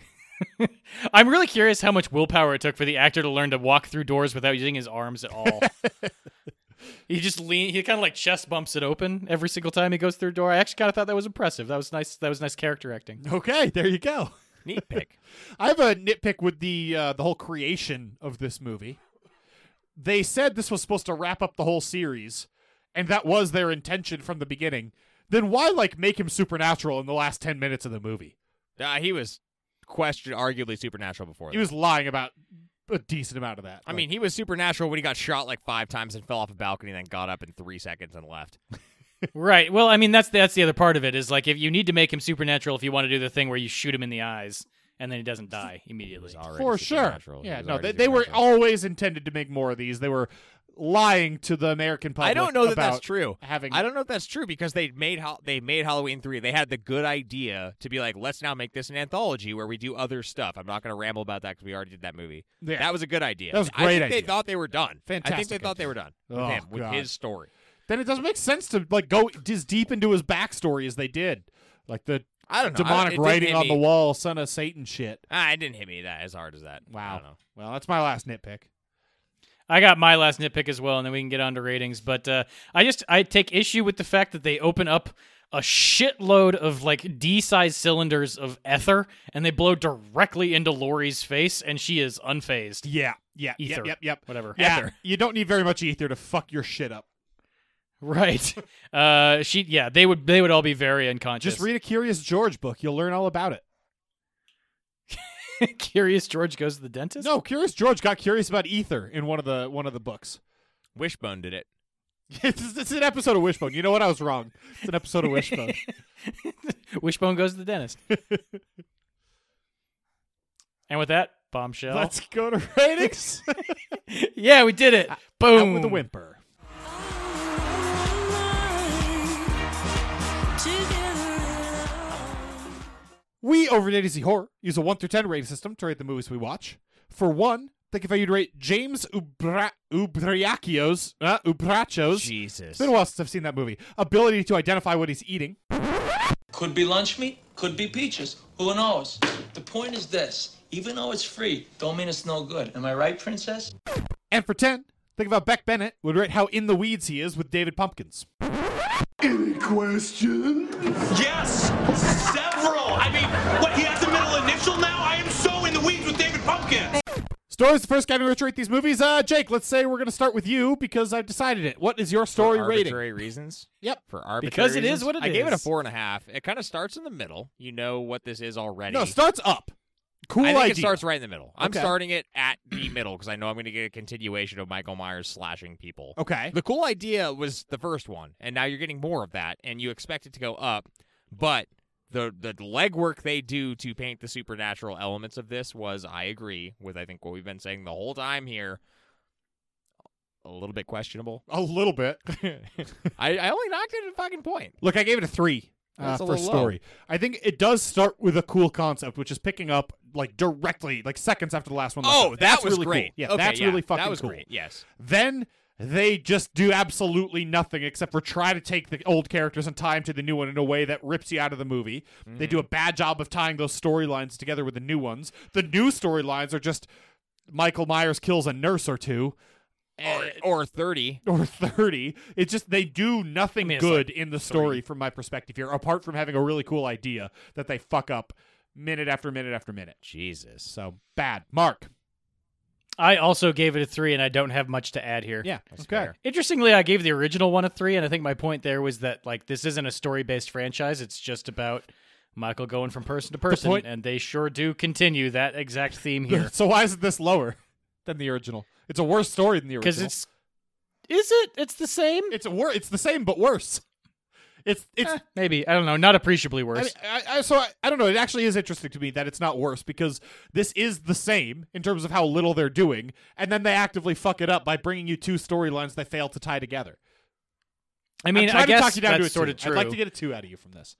Speaker 2: (laughs)
Speaker 3: I'm really curious how much willpower it took for the actor to learn to walk through doors without using his arms at
Speaker 2: (laughs)
Speaker 3: all. he just lean. He kind of like chest bumps it open every single time he goes through a door. I actually kind of thought that was impressive. That was nice. That was nice character acting.
Speaker 1: okay, there you go.
Speaker 2: Neat (laughs) pick.
Speaker 1: I have a nitpick with the uh, the whole creation of this movie. They said this was supposed to wrap up the whole series, and that was their intention from the beginning. Then why like make him supernatural in the last ten minutes of the movie?
Speaker 2: Uh, he was questioned, arguably supernatural before.
Speaker 1: He
Speaker 2: that.
Speaker 1: was lying about a decent amount of that.
Speaker 2: I mean, he was supernatural when he got shot like five times and fell off a balcony, then got up in three seconds and (laughs) left.
Speaker 3: right. Well, I mean, that's that's the other part of it is like if you need to make him supernatural, if you want to do the thing where you shoot him in the eyes and then he doesn't die immediately.
Speaker 2: Already
Speaker 1: for sure.
Speaker 2: supernatural. He
Speaker 1: Yeah,
Speaker 2: was
Speaker 1: no,
Speaker 2: already
Speaker 1: they, they were
Speaker 2: supernatural.
Speaker 1: always intended to make more of these. They were lying to the American public.
Speaker 2: I don't know that that's
Speaker 1: about
Speaker 2: true.
Speaker 1: Having
Speaker 2: I don't know if that's true because they made Hal- they made Halloween three. They had the good idea to be like, let's now make this an anthology where we do other stuff. I'm not going to ramble about that because we already did that movie.
Speaker 1: Yeah.
Speaker 2: That was a good idea.
Speaker 1: That was a
Speaker 2: I
Speaker 1: great
Speaker 2: think
Speaker 1: idea.
Speaker 2: They thought they were done. I think they
Speaker 1: Fantastic
Speaker 2: thought they were done with
Speaker 1: Oh,
Speaker 2: him, with
Speaker 1: God.
Speaker 2: his story.
Speaker 1: then it doesn't make sense to like go as deep into his backstory as they did, like the
Speaker 2: I don't know. I- it
Speaker 1: demonic
Speaker 2: didn't
Speaker 1: writing
Speaker 2: hit
Speaker 1: on the
Speaker 2: me-
Speaker 1: wall, son of Satan shit.
Speaker 2: Ah, it didn't hit me that as hard as that. I don't know.
Speaker 1: Wow. Well, that's my last nitpick.
Speaker 3: I got my last nitpick as well, and then we can get on to ratings. But uh, I just I take issue with the fact that they open up a shitload of like D-sized cylinders of ether, and they blow directly into Lori's face, and she is unfazed.
Speaker 1: Yeah. Yeah.
Speaker 3: Ether.
Speaker 1: Yep. Yep. Yep.
Speaker 3: Whatever.
Speaker 1: Yeah.
Speaker 3: Ether.
Speaker 1: You don't need very much ether to fuck your shit up.
Speaker 3: Right. (laughs) uh, she yeah. They would they would all be very unconscious.
Speaker 1: Just read a Curious George book. You'll learn all about it.
Speaker 3: read. (laughs) Curious George goes to the dentist.
Speaker 1: No, Curious George got curious about ether in one of the one of the books.
Speaker 2: Wishbone did it.
Speaker 1: (laughs) It's, it's an episode of Wishbone. You know what? I was wrong. It's an episode of (laughs) Wishbone.
Speaker 3: (laughs) Wishbone goes to
Speaker 1: (laughs)
Speaker 3: the dentist. and with that bombshell,
Speaker 1: Let's go to (laughs) ratings. Hmm.
Speaker 3: yeah, we did it. Boom
Speaker 1: Out with a whimper. We over at A to Z Horror use a 1 through 10 rating system to rate the movies we watch. For one, think if I would rate James Ubra- Ubriaco's, uh, Ubracho's.
Speaker 2: Jesus.
Speaker 1: It's been a while since I've seen that movie. Ability to identify what he's eating.
Speaker 9: Could be lunch meat, could be peaches. Who knows? The point is this even though it's free, don't mean it's no good. Am I right, princess?
Speaker 1: And for 10, think about Beck Bennett would rate how in the weeds he is with David Pumpkins.
Speaker 5: Any questions?
Speaker 7: Yes, several. I mean, what? He has a middle initial now. I am so in the weeds with David Pumpkin.
Speaker 1: Stories, the first category to rate these movies. Uh, Jake, let's say we're going to start with you because I've decided it. What is your story
Speaker 2: for
Speaker 1: rating?
Speaker 2: arbitrary reasons.
Speaker 1: Yep.
Speaker 2: For arbitrary
Speaker 3: Because it is
Speaker 2: reasons.
Speaker 3: what it
Speaker 2: I gave it a
Speaker 3: is.
Speaker 2: four and a half. It kind of starts in the middle. You know what this is already.
Speaker 1: No, starts up. Cool
Speaker 2: I think
Speaker 1: idea.
Speaker 2: it starts right in the middle. I'm
Speaker 1: Okay.
Speaker 2: starting it at the middle because I know I'm going to get a continuation of Michael Myers slashing people.
Speaker 1: Okay.
Speaker 2: The cool idea was the first one, and now you're getting more of that, and you expect it to go up, but the the legwork they do to paint the supernatural elements of this was, I agree with I think what we've been saying the whole time here, a little
Speaker 1: (laughs)
Speaker 2: bit questionable.
Speaker 1: A little bit.
Speaker 2: I, I only knocked it at a fucking point.
Speaker 1: Look, I gave it a three uh,
Speaker 2: That's a
Speaker 1: for
Speaker 2: little
Speaker 1: story. I think it does start with a cool concept, which is picking up like directly, like seconds after the last one. left
Speaker 2: Oh,
Speaker 1: off.
Speaker 2: that
Speaker 1: That's
Speaker 2: was
Speaker 1: really cool.
Speaker 2: great.
Speaker 1: Yeah,
Speaker 2: Okay,
Speaker 1: that's really fucking
Speaker 2: that was
Speaker 1: cool.
Speaker 2: great. Yes.
Speaker 1: Then they just do absolutely nothing except for try to take the old characters and tie them to the new one in a way that rips you out of the movie. They do a bad job of tying those storylines together with the new ones. The new storylines are just Michael Myers kills a nurse or two.
Speaker 2: Or, or 30.
Speaker 1: or (laughs) 30 it's just they do nothing
Speaker 3: mean, it's
Speaker 1: good in the story from my perspective here apart from having a really cool idea that they fuck up minute after minute after minute
Speaker 2: Jesus.
Speaker 1: so bad mark
Speaker 3: I also gave it a three, and I don't have much to add here.
Speaker 1: yeah okay
Speaker 2: fair.
Speaker 3: Interestingly, I gave the original one a three, and I think my point there was that like this isn't a story based franchise; it's just about Michael going from person to person,
Speaker 1: point-
Speaker 3: and they sure do continue that exact
Speaker 1: (laughs)
Speaker 3: theme here.
Speaker 1: so why is this lower than the original it's a worse story than the original
Speaker 3: Because it's is it? It's the same.
Speaker 1: it's a wor- it's the same but worse It's it's.
Speaker 3: Maybe I don't know. Not appreciably worse.
Speaker 1: I, mean, I, I so I, I don't know. It actually is interesting to me that it's not worse because this is the same in terms of how little they're doing, and then they actively fuck it up by bringing you two storylines they fail to tie together.
Speaker 3: I mean,
Speaker 1: I'm
Speaker 3: I,
Speaker 1: trying
Speaker 3: guess
Speaker 1: to talk you down
Speaker 3: that's
Speaker 1: to a
Speaker 3: sort of
Speaker 1: two.
Speaker 3: true.
Speaker 1: I'd like to get a two out of you from this.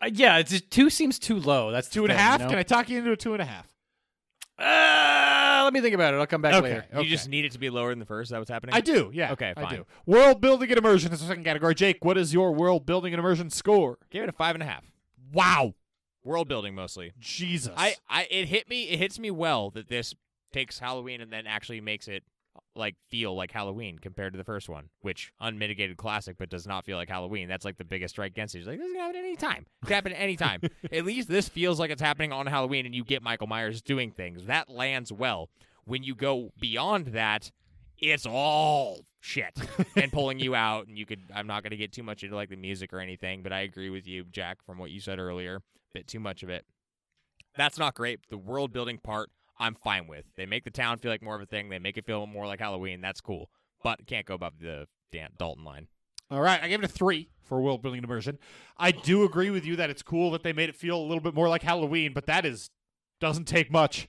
Speaker 3: Uh, yeah, it's just, two seems too low. That's the
Speaker 1: Two and a
Speaker 3: thing, you
Speaker 1: half?
Speaker 3: know?
Speaker 1: Can I talk you into a two and a half?
Speaker 3: Uh, let me think about it. I'll come back later.
Speaker 1: okay.
Speaker 2: You just need it to be lower than the first. Is that what's happening?
Speaker 1: I do. Yeah.
Speaker 2: Okay,
Speaker 1: I
Speaker 2: fine.
Speaker 1: do. World building and immersion is the second category. Jake, what is your world building and immersion score?
Speaker 2: Give it a five and a half.
Speaker 1: Wow.
Speaker 2: World building mostly.
Speaker 1: Jesus.
Speaker 2: I, I it hit me it hits me well that this takes Halloween and then actually makes it like feel like Halloween compared to the first one, which unmitigated classic but does not feel like Halloween. That's like the biggest strike against it. It's like this can happen at any time. It can happen at any time. at least this feels like it's happening on Halloween and you get Michael Myers doing things. That lands well. When you go beyond that, it's all shit and pulling you out and you could i'm not going to get too much into like the music or anything but i agree with you jack from what you said earlier bit too much of it that's not great. The world building part, I'm fine with. They make the town feel like more of a thing. They make it feel more like Halloween. That's cool. But it can't go above the Dan Dalton line.
Speaker 1: All right, I gave it a three for world building and immersion. I do agree with you that it's cool that they made it feel a little bit more like Halloween, but that is doesn't take much.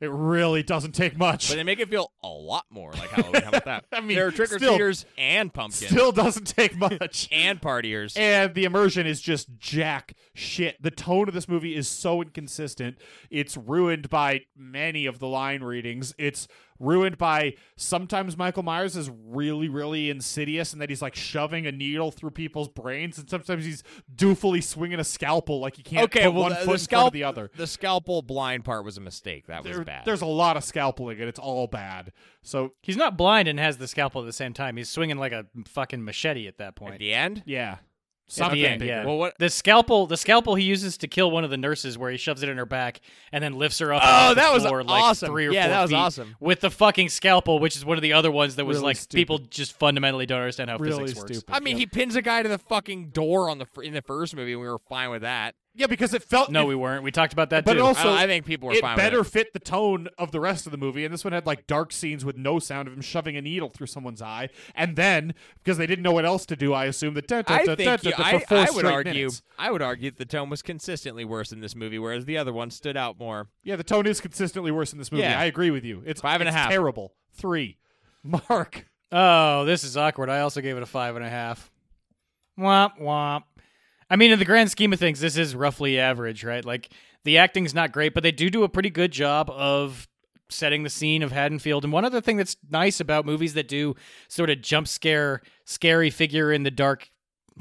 Speaker 1: It really doesn't take much.
Speaker 2: But they make it feel a lot more like Halloween. How about (laughs) that?
Speaker 1: I mean,
Speaker 2: there are trick or treaters and pumpkins
Speaker 1: Still doesn't take much.
Speaker 2: and partiers.
Speaker 1: and the immersion is just jack shit. The tone of this movie is so inconsistent. It's ruined by many of the line readings. It's ruined by sometimes Michael Myers is really, really insidious and that he's like shoving a needle through people's brains, and sometimes he's doofily swinging a scalpel like he can't
Speaker 2: okay,
Speaker 1: put
Speaker 2: well,
Speaker 1: one
Speaker 2: the,
Speaker 1: foot
Speaker 2: the
Speaker 1: in front
Speaker 2: scalp,
Speaker 1: of the other.
Speaker 2: The scalpel blind part was a mistake. That was
Speaker 1: There-
Speaker 2: bad.
Speaker 1: There's a lot of scalpeling and it's all bad. So
Speaker 3: He's not blind and has the scalpel at the same time. He's swinging like a fucking machete at that point.
Speaker 2: at the end.
Speaker 1: yeah,
Speaker 3: At the
Speaker 1: something.
Speaker 3: end, yeah.
Speaker 2: Well, what-
Speaker 3: the scalpel? The scalpel he uses to kill one of the nurses, where he shoves it in her back and then lifts her up.
Speaker 2: Oh,
Speaker 3: off the
Speaker 2: that was
Speaker 3: floor, like,
Speaker 2: awesome.
Speaker 3: Three or
Speaker 2: Yeah,
Speaker 3: four
Speaker 2: that was
Speaker 3: feet
Speaker 2: awesome.
Speaker 3: With the fucking scalpel, which is one of the other ones that was
Speaker 1: Really
Speaker 3: like
Speaker 1: stupid.
Speaker 3: people just fundamentally don't understand how
Speaker 1: Really
Speaker 3: physics works.
Speaker 1: stupid.
Speaker 2: I mean, he pins a guy to the fucking door on the fir- in the first movie, and we were fine with that.
Speaker 1: Yeah, because it felt
Speaker 3: No,
Speaker 1: it
Speaker 3: we weren't. We talked about that
Speaker 1: But
Speaker 3: too.
Speaker 1: also,
Speaker 2: I- I think people were
Speaker 1: it
Speaker 2: fine with
Speaker 1: better
Speaker 2: it.
Speaker 1: fit the tone of the rest of the movie. And this one had like dark scenes with no sound of him shoving a needle through someone's eye. And then because they didn't know what else to do, I assume that
Speaker 2: I think you, I, I would argue I would argue that the tone was consistently worse in this movie, whereas the other one stood out more.
Speaker 1: Yeah, the tone is consistently worse in this movie.
Speaker 2: Yeah.
Speaker 1: I agree with you. It's
Speaker 2: Five and a
Speaker 1: it's
Speaker 2: half.
Speaker 1: Terrible. Three. Mark.
Speaker 3: Oh, this is awkward. I also gave it a five and a half. Womp womp. I mean, in the grand scheme of things, this is roughly average, right? Like the acting's not great, but they do do a pretty good job of setting the scene of Haddonfield. And one other thing that's nice about movies that do sort of jump scare, scary figure in the dark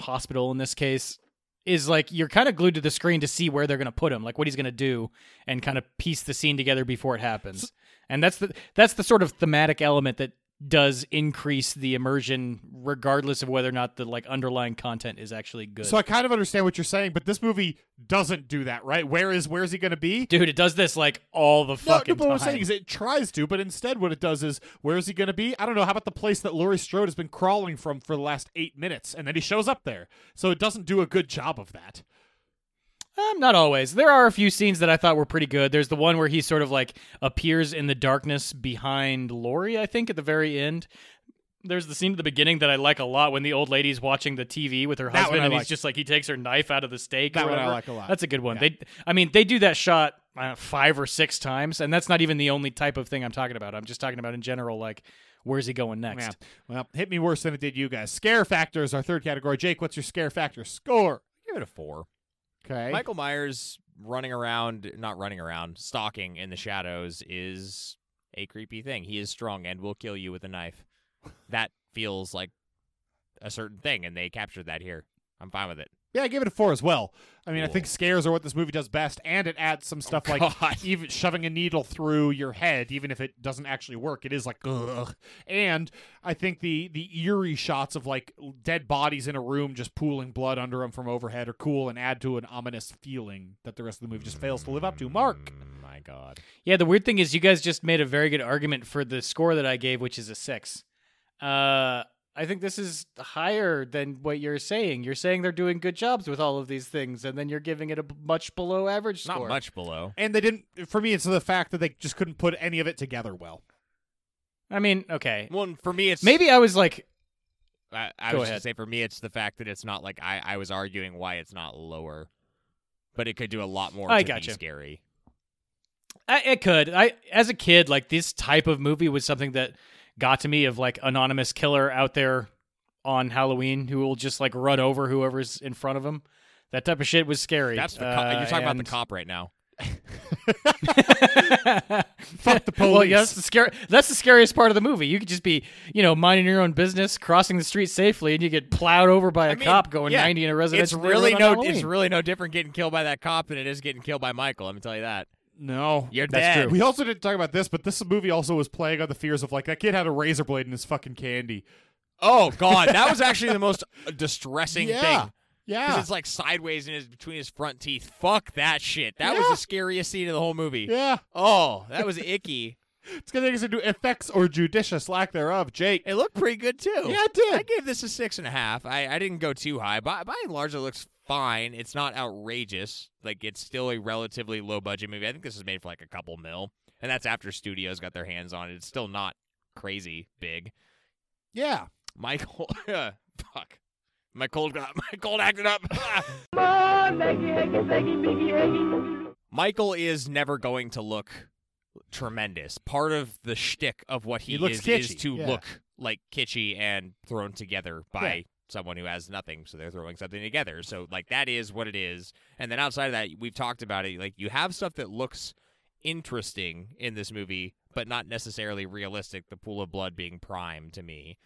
Speaker 3: hospital in this case is like you're kind of glued to the screen to see where they're going to put him, like what he's going to do, and kind of piece the scene together before it happens. And that's the that's the sort of thematic element that does increase the immersion, regardless of whether or not the like underlying content is actually good.
Speaker 1: So I kind of understand what you're saying, but this movie doesn't do that, right? Where is where is he going to be?
Speaker 3: Dude, it does this like all the
Speaker 1: No, no,
Speaker 3: fucking
Speaker 1: but what I'm
Speaker 3: time.
Speaker 1: saying is it tries to, but instead what it does is, where is he going to be? I don't know. How about the place that Laurie Strode has been crawling from for the last eight minutes, and then he shows up there. So it doesn't do a good job of that.
Speaker 3: Um, not always. There are a few scenes that I thought were pretty good. There's the one where he sort of like appears in the darkness behind Lori, I think, at the very end. There's the scene at the beginning that I like a lot when the old lady's watching the TV with her
Speaker 1: That one
Speaker 3: husband,
Speaker 1: I
Speaker 3: and
Speaker 1: like.
Speaker 3: he's just like he takes her knife out of the steak.
Speaker 1: That
Speaker 3: or
Speaker 1: one I
Speaker 3: whatever.
Speaker 1: like a lot.
Speaker 3: That's a good one. They, I mean, they do that shot I don't know, five or six times, and that's not even the only type of thing I'm talking about. I'm just talking about in general, like where's he going next?
Speaker 1: Yeah. Well, hit me worse than it did you guys. Scare factor is our third category. Jake, what's your scare factor score?
Speaker 2: Give it a four.
Speaker 1: Okay.
Speaker 2: Michael Myers running around, not running around, stalking in the shadows is a creepy thing. He is strong and will kill you with a
Speaker 3: (laughs)
Speaker 2: knife. That feels like a certain thing, and they captured that here. I'm fine with it.
Speaker 1: Yeah, I gave it a four as well. I mean, I
Speaker 2: Cool.
Speaker 1: think scares are what this movie does best, and it adds some stuff
Speaker 2: Oh, God. (laughs)
Speaker 1: like even shoving a needle through your head, even if it doesn't actually work. It is like ugh. And I think the the eerie shots of like dead bodies in a room just pooling blood under them from overhead are cool and add to an ominous feeling that the rest of the movie just fails to live up to. Mark,
Speaker 2: My God.
Speaker 3: Yeah, the weird thing is you guys just made a very good argument for the score that I gave, which is a six. Uh, I think this is higher than what you're saying. You're saying they're doing good jobs with all of these things, and then you're giving it a b- much below average score.
Speaker 2: Not much below.
Speaker 1: and they didn't. For me, it's the fact that they just couldn't put any of it together well.
Speaker 3: I mean, okay,
Speaker 2: Well, for me, it's
Speaker 3: maybe I was like
Speaker 2: I, I
Speaker 3: Go
Speaker 2: was
Speaker 3: ahead.
Speaker 2: just say for me, it's the fact that it's not like I, I was arguing why it's not lower, but it could do a lot more.
Speaker 3: I
Speaker 2: to
Speaker 3: gotcha.
Speaker 2: Be scary.
Speaker 3: I, it could. I as a kid, like this type of movie was something that got to me of like anonymous killer out there on Halloween who will just like run over whoever's in front of him. That type of shit was scary.
Speaker 2: That's the co-
Speaker 3: Uh,
Speaker 2: you're talking about the
Speaker 3: and-
Speaker 2: cop right now.
Speaker 3: Fuck
Speaker 1: the
Speaker 3: (laughs) well, yeah,
Speaker 1: police.
Speaker 3: that's the scary. That's the scariest part of the movie. You could just be, you know, minding your own business, crossing the street safely, and you get plowed over by a
Speaker 2: I mean,
Speaker 3: cop going
Speaker 2: yeah,
Speaker 3: 90 in a
Speaker 2: It's
Speaker 3: residential.
Speaker 2: really
Speaker 3: neighborhood
Speaker 2: no,
Speaker 3: on
Speaker 2: it's
Speaker 3: Halloween.
Speaker 2: really no different getting killed by that cop than it is getting killed by Michael. Let me tell you that.
Speaker 1: No,
Speaker 2: You're That's dead. true.
Speaker 1: We also didn't talk about this, but this movie also was playing on the fears of like that kid had a razor blade in his fucking candy.
Speaker 2: Oh God, that was actually the most uh, distressing
Speaker 1: yeah,
Speaker 2: thing. Because
Speaker 1: yeah,
Speaker 2: it's like sideways and it's between his front teeth. Fuck that shit. That was
Speaker 1: Yeah.
Speaker 2: the scariest scene of the whole movie.
Speaker 1: yeah.
Speaker 2: Oh, that was icky.
Speaker 1: It's gonna take us into effects or judicious lack thereof. Jake,
Speaker 2: It looked pretty good too.
Speaker 1: Yeah, it did.
Speaker 2: I gave this a six and a half. I, I didn't go too high. By by and large, it looks fine. It's not outrageous. Like it's still a relatively low budget movie. I think this is made for like a couple mil, and that's after studios got their hands on it. It's still not crazy big.
Speaker 1: yeah,
Speaker 2: Michael, (laughs) fuck, my cold got (laughs) my cold acted up. Michael is never going to look tremendous. Part of the shtick of what he,
Speaker 1: He looks
Speaker 2: is is
Speaker 1: kitschy,
Speaker 2: to
Speaker 1: yeah.
Speaker 2: look like kitschy and thrown together by
Speaker 1: Yeah.
Speaker 2: someone who has nothing, so they're throwing something together. So like that is what it is. And then outside of that, we've talked about it. Like you have stuff that looks interesting in this movie, but not necessarily realistic. The pool of blood being prime to me.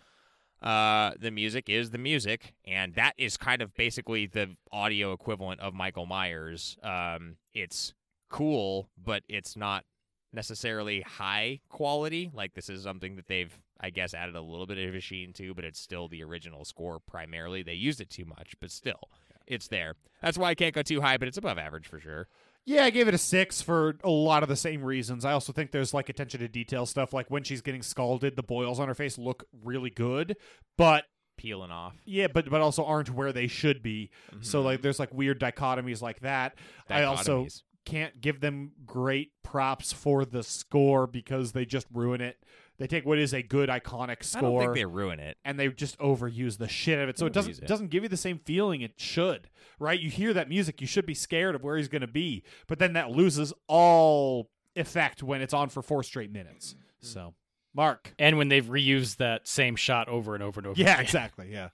Speaker 2: Uh, the music is the music, and that is kind of basically the audio equivalent of Michael Myers. Um, it's cool, but it's not necessarily high quality. Like this is something that they've, I guess, added a little bit of a sheen to, but it's still the original score primarily. They used it too much, but still, it's there. That's why I can't go too high, but it's above average for sure.
Speaker 1: yeah. I gave it a six for a lot of the same reasons. I also think there's like attention to detail stuff, like when she's getting scalded, the boils on her face look really good, but
Speaker 2: Peeling off.
Speaker 1: yeah, but but also aren't where they should be. So like, there's like weird dichotomies like that. I also
Speaker 2: Mm-hmm. Dichotomies.
Speaker 1: can't give them great props for the score because they just ruin it. They take what is a good iconic
Speaker 2: I don't
Speaker 1: score
Speaker 2: think they ruin it.
Speaker 1: and they just overuse the shit out of it. So it doesn't
Speaker 2: Overuse it.
Speaker 1: doesn't give you the same feeling it should, right? You hear that music, you should be scared of where he's going to be, but then that loses all effect when it's on for four straight minutes.
Speaker 2: Mm-hmm.
Speaker 1: So, Mark.
Speaker 3: And when they've reused that same shot over and over and over.
Speaker 1: Yeah,
Speaker 3: again.
Speaker 1: exactly.
Speaker 2: (laughs)
Speaker 1: Yeah.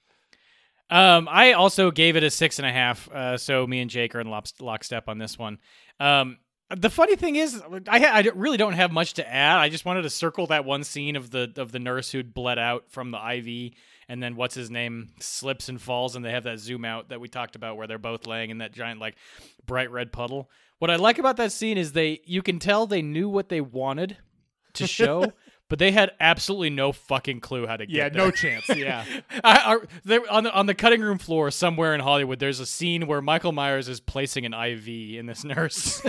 Speaker 3: Um, I also gave it a six and a half. Uh, so me and Jake are in lops- lockstep on this one. Um, the funny thing is, I, ha- I don't- really don't have much to add. I just wanted to circle that one scene of the of the nurse who'd bled out from the IV, and then what's his name slips and falls, and they have that zoom out that we talked about where they're both laying in that giant like bright red puddle. What I like about that scene is they you can tell they knew what they wanted to show,
Speaker 1: (laughs)
Speaker 3: but they had absolutely no fucking clue how to get
Speaker 1: Yeah,
Speaker 3: there.
Speaker 1: no
Speaker 2: (laughs)
Speaker 1: chance. Yeah.
Speaker 3: (laughs) I, I, there, on the on the cutting room floor somewhere in Hollywood, there's a scene where Michael Myers is placing an IV in
Speaker 1: (laughs)
Speaker 3: this nurse,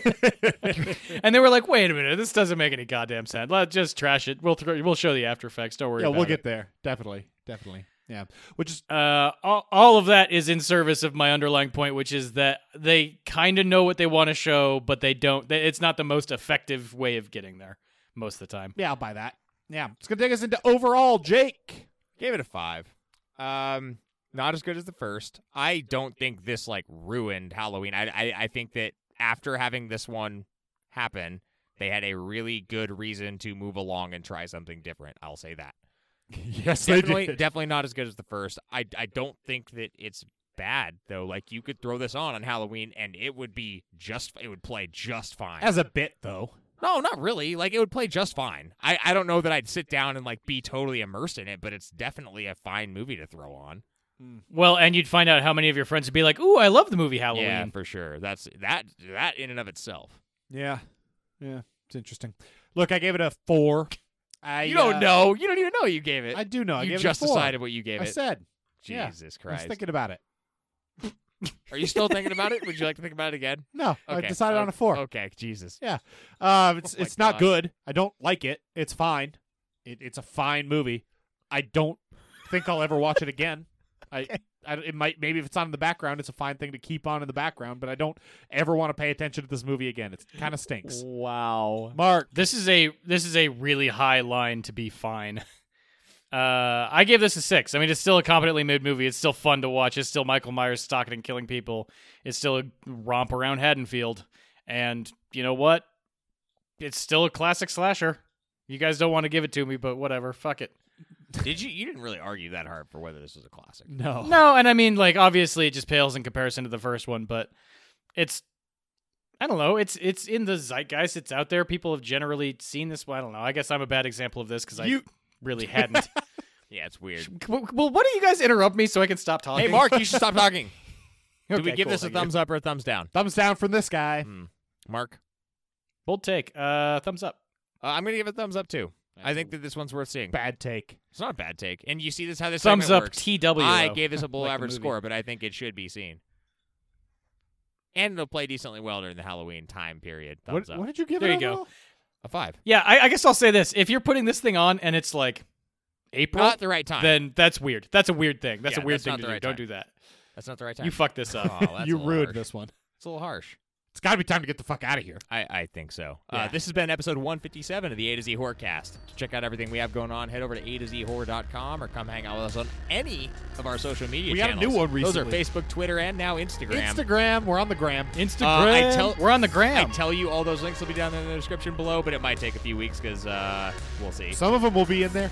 Speaker 3: and they were like, "Wait a minute, this doesn't make any goddamn sense. Let's just trash it. We'll throw, we'll show the after effects. Don't worry.
Speaker 1: yeah,
Speaker 3: about
Speaker 1: we'll
Speaker 3: it."
Speaker 1: get there. Definitely. Definitely. Yeah. Which is
Speaker 3: uh, all, all of that is in service of my underlying point, which is that they kind of know what they want to show, but they don't. They, it's not the most effective way of getting there most of the time.
Speaker 1: yeah, I'll buy that. Yeah. (laughs) It's going to take us into overall, Jake.
Speaker 2: Gave it a five. Um, not as good as the first. I don't think this like ruined Halloween. I I, I think that after having this one happen, they had a really good reason to move along and try something different. I'll
Speaker 1: (laughs)
Speaker 2: say that.
Speaker 1: yes,
Speaker 2: Definitely, definitely not as good as the first. I I don't think that it's bad though. Like you could throw this on on Halloween and it would be just it would play just fine.
Speaker 1: As a bit though.
Speaker 2: No, not really. Like it would play just fine. I, I don't know that I'd sit down and like be totally immersed in it, but it's definitely a fine movie to throw on.
Speaker 3: Well, and you'd find out how many of your friends would be like, "Ooh, I love the movie Halloween."
Speaker 2: Yeah, for sure. That's that that in and of itself.
Speaker 1: Yeah. Yeah. It's interesting. Look, I gave it a 4. I
Speaker 2: you
Speaker 1: uh,
Speaker 2: don't know. You don't even know you gave it.
Speaker 1: I do know. I
Speaker 2: you
Speaker 1: gave
Speaker 2: just
Speaker 1: it a four.
Speaker 2: decided what you gave
Speaker 1: I
Speaker 2: it.
Speaker 1: said. yeah.
Speaker 2: Jesus
Speaker 1: I was
Speaker 2: Christ.
Speaker 1: thinking about it.
Speaker 2: Are
Speaker 1: (laughs)
Speaker 2: you still thinking about it? Would you like to think about it again?
Speaker 1: No, I
Speaker 2: Okay.
Speaker 1: decided on
Speaker 2: Oh,
Speaker 1: a four.
Speaker 2: Okay,
Speaker 1: (laughs)
Speaker 2: Jesus.
Speaker 1: Yeah, um, it's
Speaker 2: Oh my
Speaker 1: it's not
Speaker 2: God.
Speaker 1: good. I don't like it. It's fine. It, it's a fine movie. I don't think I'll ever watch it again. I, I it might maybe if it's on in the background, it's a fine thing to keep on in the background. But I don't ever want to pay attention to this movie again. It kind of stinks.
Speaker 2: (laughs) Wow.
Speaker 1: Mark,
Speaker 3: This is a this is a really high line to be fine. (laughs) Uh, I gave this a six. I mean, it's still a competently made movie. It's still fun to watch. It's still Michael Myers stalking and killing people. It's still a romp around Haddonfield. And you know what? It's still a classic slasher. You guys don't want to give it to me, but whatever. Fuck it.
Speaker 2: Did you? You didn't really argue that hard for whether this was a classic.
Speaker 1: No.
Speaker 3: No, and I mean, like, obviously, it just pales in comparison to the first one, but it's. I don't know. It's it's in the zeitgeist. It's out there. People have generally seen this. Well, I don't know. I guess I'm a bad example of this because I
Speaker 1: You-
Speaker 3: really (laughs) hadn't.
Speaker 2: Yeah, it's weird.
Speaker 3: well, well, why do you guys interrupt me so I can stop talking?
Speaker 2: hey, Mark, you should
Speaker 1: (laughs)
Speaker 2: stop talking. Do we
Speaker 3: Okay,
Speaker 2: give
Speaker 3: cool,
Speaker 2: this a
Speaker 3: thank you.
Speaker 2: thumbs up or a thumbs down?
Speaker 1: Thumbs down from this guy.
Speaker 2: Mark,
Speaker 3: Bold take. Uh, thumbs up.
Speaker 2: uh, I'm gonna give it a thumbs up too. I think that this one's worth seeing.
Speaker 1: Bad take.
Speaker 2: It's not a bad take, and you see this how this
Speaker 3: Thumbs
Speaker 2: segment
Speaker 3: up.
Speaker 2: works.
Speaker 3: TW.
Speaker 2: I
Speaker 3: though.
Speaker 2: gave
Speaker 3: (laughs)
Speaker 2: this a below
Speaker 3: Like the
Speaker 2: average
Speaker 3: movie.
Speaker 2: score, but I think it should be seen. And it'll play decently well during the Halloween time period. Thumbs
Speaker 1: What,
Speaker 2: up.
Speaker 1: what did you give
Speaker 3: There
Speaker 1: it
Speaker 3: you go.
Speaker 1: overall?
Speaker 2: a five.
Speaker 3: Yeah, I, I guess I'll say this: if you're putting this thing on and it's like April,
Speaker 2: Not the right time.
Speaker 3: then that's weird. That's a weird thing. That's
Speaker 2: Yeah,
Speaker 3: a weird
Speaker 2: that's
Speaker 3: thing
Speaker 2: not
Speaker 3: to
Speaker 2: the
Speaker 3: do.
Speaker 2: right
Speaker 3: Don't
Speaker 2: time.
Speaker 3: do that.
Speaker 2: That's not the right time.
Speaker 3: You fucked this
Speaker 2: Oh,
Speaker 1: (laughs)
Speaker 3: up. (laughs)
Speaker 2: that's
Speaker 1: you
Speaker 2: a little
Speaker 1: ruined
Speaker 2: harsh.
Speaker 1: this one.
Speaker 2: It's a little harsh.
Speaker 1: It's got to be time to get the fuck out of here.
Speaker 2: I, I think so. Uh,
Speaker 1: Yeah.
Speaker 2: this has been episode 157 of the A to Z Horrorcast. To check out everything we have going on, head over to A to Z Horror.com or come hang out with us on any of our social media
Speaker 1: We got a
Speaker 2: channels.
Speaker 1: new one recently.
Speaker 2: Those are Facebook, Twitter, and now Instagram.
Speaker 1: Instagram. We're on the gram.
Speaker 3: Instagram.
Speaker 2: Uh, I tell-
Speaker 3: We're on the
Speaker 2: I
Speaker 3: gram.
Speaker 2: tell you all those links will be down there in the description below, but it might take a few weeks because uh, we'll see.
Speaker 1: Some of them will be in there.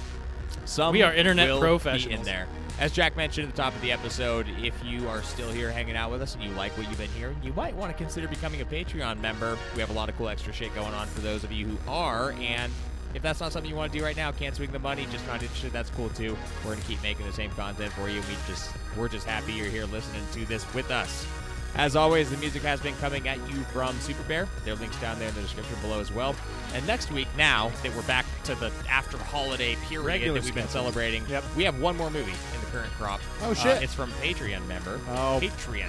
Speaker 2: Some
Speaker 3: We are internet
Speaker 2: will Be in
Speaker 3: professionals.
Speaker 2: there. As Jack mentioned at the top of the episode, if you are still here hanging out with us and you like what you've been hearing, you might want to consider becoming a Patreon member. We have a lot of cool extra shit going on for those of you who are. And if that's not something you want to do right now, can't swing the money, just not interested, that's cool too. We're gonna keep making the same content for you. We just we're just happy you're here listening to this with us. As always, the music has been coming at you from Super Bear. There are links down there in the description below as well. And next week, now that we're back to the after holiday period
Speaker 1: Regular
Speaker 2: that we've been
Speaker 1: schedule.
Speaker 2: celebrating,
Speaker 1: Yep.
Speaker 2: we have one more movie in the current crop.
Speaker 1: Oh,
Speaker 2: Uh,
Speaker 1: shit.
Speaker 2: it's from Patreon member.
Speaker 1: Oh,
Speaker 2: Patreon.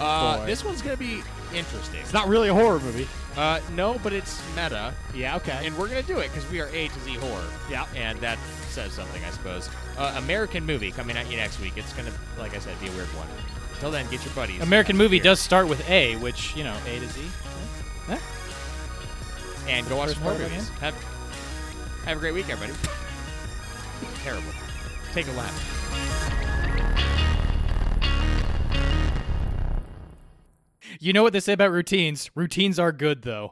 Speaker 2: Uh,
Speaker 1: boy.
Speaker 2: this one's gonna be interesting.
Speaker 1: It's not really a horror movie.
Speaker 2: Uh, no, but it's meta,
Speaker 1: Yeah, okay.
Speaker 2: and we're gonna do it because we are A to Z horror.
Speaker 1: Yeah.
Speaker 2: and that says something, I suppose. Uh, American movie coming at you next week. It's gonna, like I said, be a weird one. Till then, get your buddies.
Speaker 3: American movie
Speaker 2: Here.
Speaker 3: does start with A, which you know A to Z.
Speaker 2: and go watch
Speaker 3: First
Speaker 2: some horror
Speaker 3: part
Speaker 2: movies. Have, have a great
Speaker 1: (laughs)
Speaker 2: week, everybody. Terrible. Take a lap.
Speaker 3: You know what they say about routines? Routines are good though.